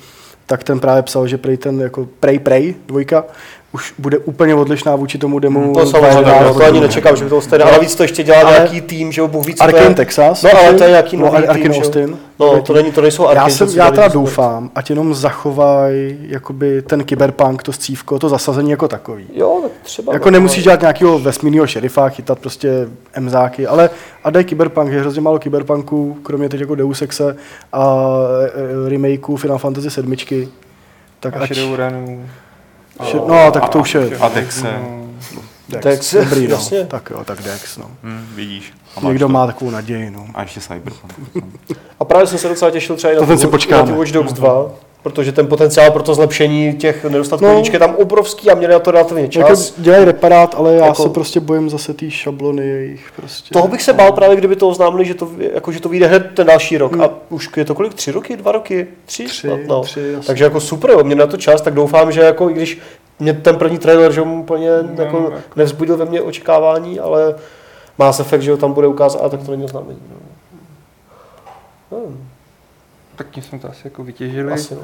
[SPEAKER 1] tak ten právě psal, že Prey ten jako Prey Prey 2 už bude úplně odlišná vůči tomu demu.
[SPEAKER 4] To samozřejmě,
[SPEAKER 1] dva-
[SPEAKER 4] no, to ani nečekám, že by to stejné. A navíc to ještě dělá
[SPEAKER 1] Ale-
[SPEAKER 4] nějaký tým, že jo, Bůh ví, co to
[SPEAKER 1] Arkane
[SPEAKER 4] je.
[SPEAKER 1] Texas.
[SPEAKER 4] No, ale to je nějaký
[SPEAKER 1] no,
[SPEAKER 4] nový
[SPEAKER 1] Ar-
[SPEAKER 4] tým,
[SPEAKER 1] Arkane
[SPEAKER 4] že jo?
[SPEAKER 1] Austin.
[SPEAKER 4] No, to není, to nejsou
[SPEAKER 1] Já,
[SPEAKER 4] Arkane,
[SPEAKER 1] jsem,
[SPEAKER 4] co si
[SPEAKER 1] já
[SPEAKER 4] dělají
[SPEAKER 1] teda
[SPEAKER 4] Disney.
[SPEAKER 1] doufám, ať jenom zachovají jakoby ten kyberpunk, to scívko, to zasazení jako takový.
[SPEAKER 4] Jo, tak třeba. no.
[SPEAKER 1] Jako nemusíš dělat nějakého vesmírného šerifa, chytat prostě emzáky, ale a dej kyberpunk, je hrozně málo kyberpunků, kromě teď jako Deus Exe a e, remakeu Final Fantasy 7. Tak
[SPEAKER 5] A
[SPEAKER 1] ať,
[SPEAKER 5] Shadowrunů.
[SPEAKER 1] še, no, tak to už je
[SPEAKER 3] A Dexe.
[SPEAKER 5] no,
[SPEAKER 1] Dex.
[SPEAKER 4] Dex,
[SPEAKER 1] Dobrý, no.
[SPEAKER 4] jasně.
[SPEAKER 1] Tak jo, tak Dex, no.
[SPEAKER 3] Hm, vidíš. A máš
[SPEAKER 1] Někdo
[SPEAKER 3] to.
[SPEAKER 1] má takovou naději, no.
[SPEAKER 3] A ještě Cyberpunk.
[SPEAKER 4] A právě jsem se docela těšil třeba i na,
[SPEAKER 1] To ten si
[SPEAKER 4] tu-
[SPEAKER 1] počkáme.
[SPEAKER 4] na tu Watch Dogs 2, protože ten potenciál pro to zlepšení těch nedostatků
[SPEAKER 1] No.
[SPEAKER 4] no. je tam obrovský a měli na to relativně
[SPEAKER 1] Jako
[SPEAKER 4] čas.
[SPEAKER 1] dělají reparát, ale já
[SPEAKER 4] Jako-
[SPEAKER 1] se prostě bojím zase té šablony jejich prostě.
[SPEAKER 4] Toho bych se bál právě, kdyby to oznámili, že to, jako, že to vyjde hned ten další rok.
[SPEAKER 1] Hmm.
[SPEAKER 4] Hmm. A už je to kolik? Tři roky? Dva roky? Tři?
[SPEAKER 1] Tři,
[SPEAKER 4] Snad, no.
[SPEAKER 1] tři, jasně.
[SPEAKER 4] Takže jako super, jo, mě na to čas, tak doufám, že jako i když mě ten první trailer, že mu úplně
[SPEAKER 5] No,
[SPEAKER 4] jako
[SPEAKER 5] tak.
[SPEAKER 4] nevzbudil ve mně očekávání, ale má se efekt, že ho tam bude ukázat, a tak to není oznámení. No. Hmm,
[SPEAKER 5] Tak tím jsme to asi jako vytěžili.
[SPEAKER 4] asi, no.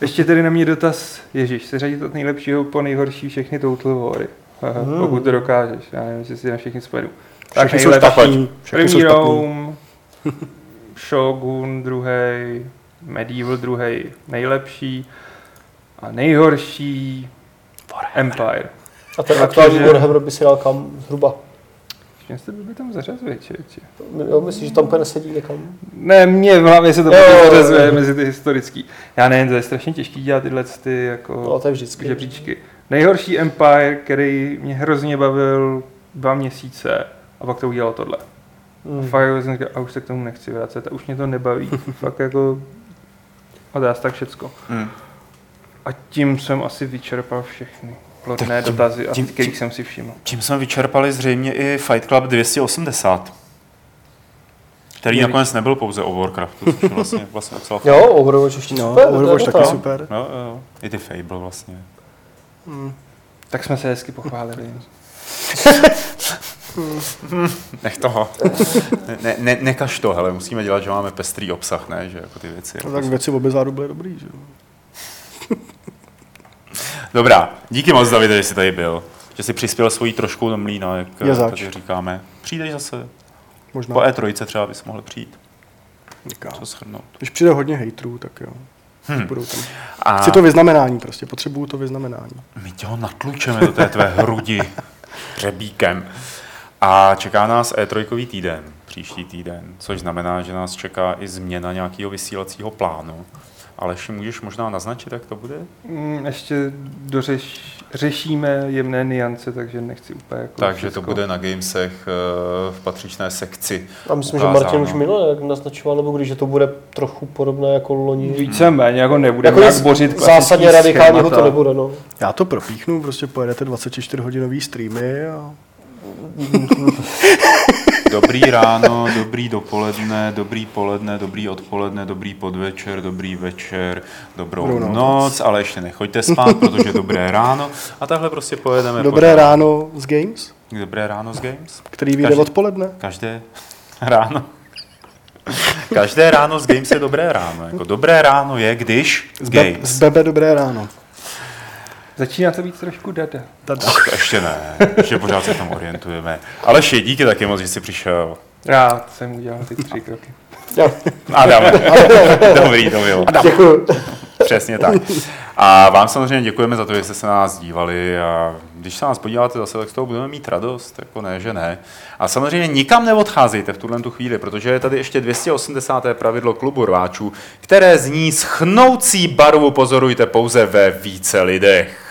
[SPEAKER 5] Ještě tedy na mě dotaz, Ježíš, se řadit od nejlepšího po nejhorší všechny Total Wary. Aha,
[SPEAKER 4] Hmm.
[SPEAKER 5] Pokud to dokážeš, já nevím, jestli si na všechny spojdu. Tak
[SPEAKER 1] Všechny jsou
[SPEAKER 5] nejlepší.
[SPEAKER 1] špatný. Všechny jsou
[SPEAKER 5] První
[SPEAKER 1] špatný.
[SPEAKER 5] Rome, (laughs) Shogun druhý, Medieval druhý, nejlepší a nejhorší Empire.
[SPEAKER 4] A ten
[SPEAKER 5] Takže-
[SPEAKER 4] aktuální Warhammer by si dal kam zhruba?
[SPEAKER 5] Ještě jste by tam zařazuje, či?
[SPEAKER 4] Jo, myslím, že tam úplně nesedí někam.
[SPEAKER 5] Ne, mě v hlavě se to
[SPEAKER 4] Jo, jo, jo.
[SPEAKER 5] zařazuje mezi ty historický. Já nevím, to je strašně těžký dělat tyhle ty jako...
[SPEAKER 4] No, to je vždycky.
[SPEAKER 5] žebříčky. Nejhorší Empire, který mě hrozně bavil dva měsíce a pak to udělalo tohle.
[SPEAKER 4] Hmm.
[SPEAKER 5] Fakt jako jsem říkal, a už se k tomu nechci vracet a už mě
[SPEAKER 3] (laughs)
[SPEAKER 5] to nebaví. Fakt jako odás tak všecko.
[SPEAKER 3] Hm.
[SPEAKER 5] A tím jsem asi vyčerpal všechny plodné dotazy, a
[SPEAKER 3] tím-
[SPEAKER 5] tím, kterých jsem si všiml.
[SPEAKER 3] Tím jsme vyčerpali zřejmě i Fight Club 280. Který
[SPEAKER 5] Nejvíc.
[SPEAKER 3] nakonec nebyl pouze o Warcraftu, což je
[SPEAKER 1] (laughs)
[SPEAKER 3] vlastně, vlastně docela fajn.
[SPEAKER 4] Jo, Overwatch ještě
[SPEAKER 1] No,
[SPEAKER 4] super. to je
[SPEAKER 1] Overwatch taky
[SPEAKER 4] dobrá.
[SPEAKER 1] super.
[SPEAKER 3] No, jo, jo. I ty Fable vlastně.
[SPEAKER 5] Tak jsme se hezky pochválili.
[SPEAKER 3] Nech toho. ne, ne, nekaž to, hele, musíme dělat, že máme pestrý obsah, ne, že jako ty věci.
[SPEAKER 1] No,
[SPEAKER 3] Jako
[SPEAKER 1] tak
[SPEAKER 3] jsou-
[SPEAKER 1] věci obě zádu byly dobrý, že jo.
[SPEAKER 3] Dobrá, díky moc, Davide, že jsi tady byl. Že jsi přispěl svojí trošku do mlína, jak
[SPEAKER 1] Je
[SPEAKER 3] eh,
[SPEAKER 1] zač. No.
[SPEAKER 3] tady říkáme. Přijdeš zase.
[SPEAKER 1] Možná.
[SPEAKER 3] Po E3 třeba bys mohl přijít.
[SPEAKER 1] Říkám.
[SPEAKER 3] Co shrnout.
[SPEAKER 1] Když přijde hodně hejtrů, tak jo.
[SPEAKER 3] Hm.
[SPEAKER 1] Budou tam.
[SPEAKER 3] A
[SPEAKER 1] Chci to vyznamenání prostě, potřebuju to vyznamenání.
[SPEAKER 3] my tě ho natlučeme do té tvé
[SPEAKER 1] (laughs)
[SPEAKER 3] hrudi řebíkem. A čeká nás E3 týden, příští týden, což znamená, že nás čeká i změna nějakého vysílacího plánu. Ale můžeš možná naznačit, jak to bude?
[SPEAKER 5] Mm, Ještě dořeš, řešíme jemné niance, takže nechci úplně jako
[SPEAKER 3] Takže to
[SPEAKER 5] všecko.
[SPEAKER 3] bude na Gamesech eh, v patřičné sekci.
[SPEAKER 4] A myslím, že
[SPEAKER 3] ukázáno.
[SPEAKER 4] Martin už minule jak naznačoval, nebo když, že to bude trochu podobné jako loni.
[SPEAKER 5] Víceméně, jako nebude
[SPEAKER 4] Jako
[SPEAKER 5] jako
[SPEAKER 4] nic
[SPEAKER 5] bořit
[SPEAKER 4] Zásadně
[SPEAKER 5] klasický
[SPEAKER 4] radikálního to
[SPEAKER 5] schémata.
[SPEAKER 4] nebude, no.
[SPEAKER 1] Já to propíchnu, prostě pojedete 24-hodinový streamy a
[SPEAKER 3] Dobrý ráno, dobrý dopoledne, dobrý poledne, dobrý odpoledne, dobrý podvečer, dobrý večer, dobrou
[SPEAKER 1] Dobrou
[SPEAKER 3] noc,
[SPEAKER 1] noc.
[SPEAKER 3] noc ale ještě nechoďte spát, protože dobré ráno. A takhle prostě pojedeme.
[SPEAKER 1] dobré
[SPEAKER 3] pořád.
[SPEAKER 1] ráno z Games,
[SPEAKER 3] Dobré ráno z Games.
[SPEAKER 1] který vyjde
[SPEAKER 3] Každý-
[SPEAKER 1] odpoledne.
[SPEAKER 3] Každé ráno. Každé ráno z Games je dobré ráno. Jako dobré ráno je, když
[SPEAKER 1] Z, Be- z
[SPEAKER 3] Games.
[SPEAKER 1] Bebe dobré ráno.
[SPEAKER 5] Začíná to být trošku dada.
[SPEAKER 1] Tada.
[SPEAKER 3] Tak ještě ne, ještě pořád se tam orientujeme. Aleši, díky taky moc, že jsi přišel.
[SPEAKER 5] Rád jsem udělal ty tři kroky.
[SPEAKER 3] Adam,
[SPEAKER 1] (laughs)
[SPEAKER 3] dobrý to bylo.
[SPEAKER 4] Děkuju.
[SPEAKER 3] Přesně tak. A vám samozřejmě děkujeme za to, že jste se na nás dívali. A když se na nás podíváte zase, tak z toho budeme mít radost, jako ne, že ne. A samozřejmě nikam neodcházejte v tuhle tu chvíli, protože je tady ještě 280. pravidlo klubu rváčů, které zní schnoucí barvu pozorujte pouze ve více lidech.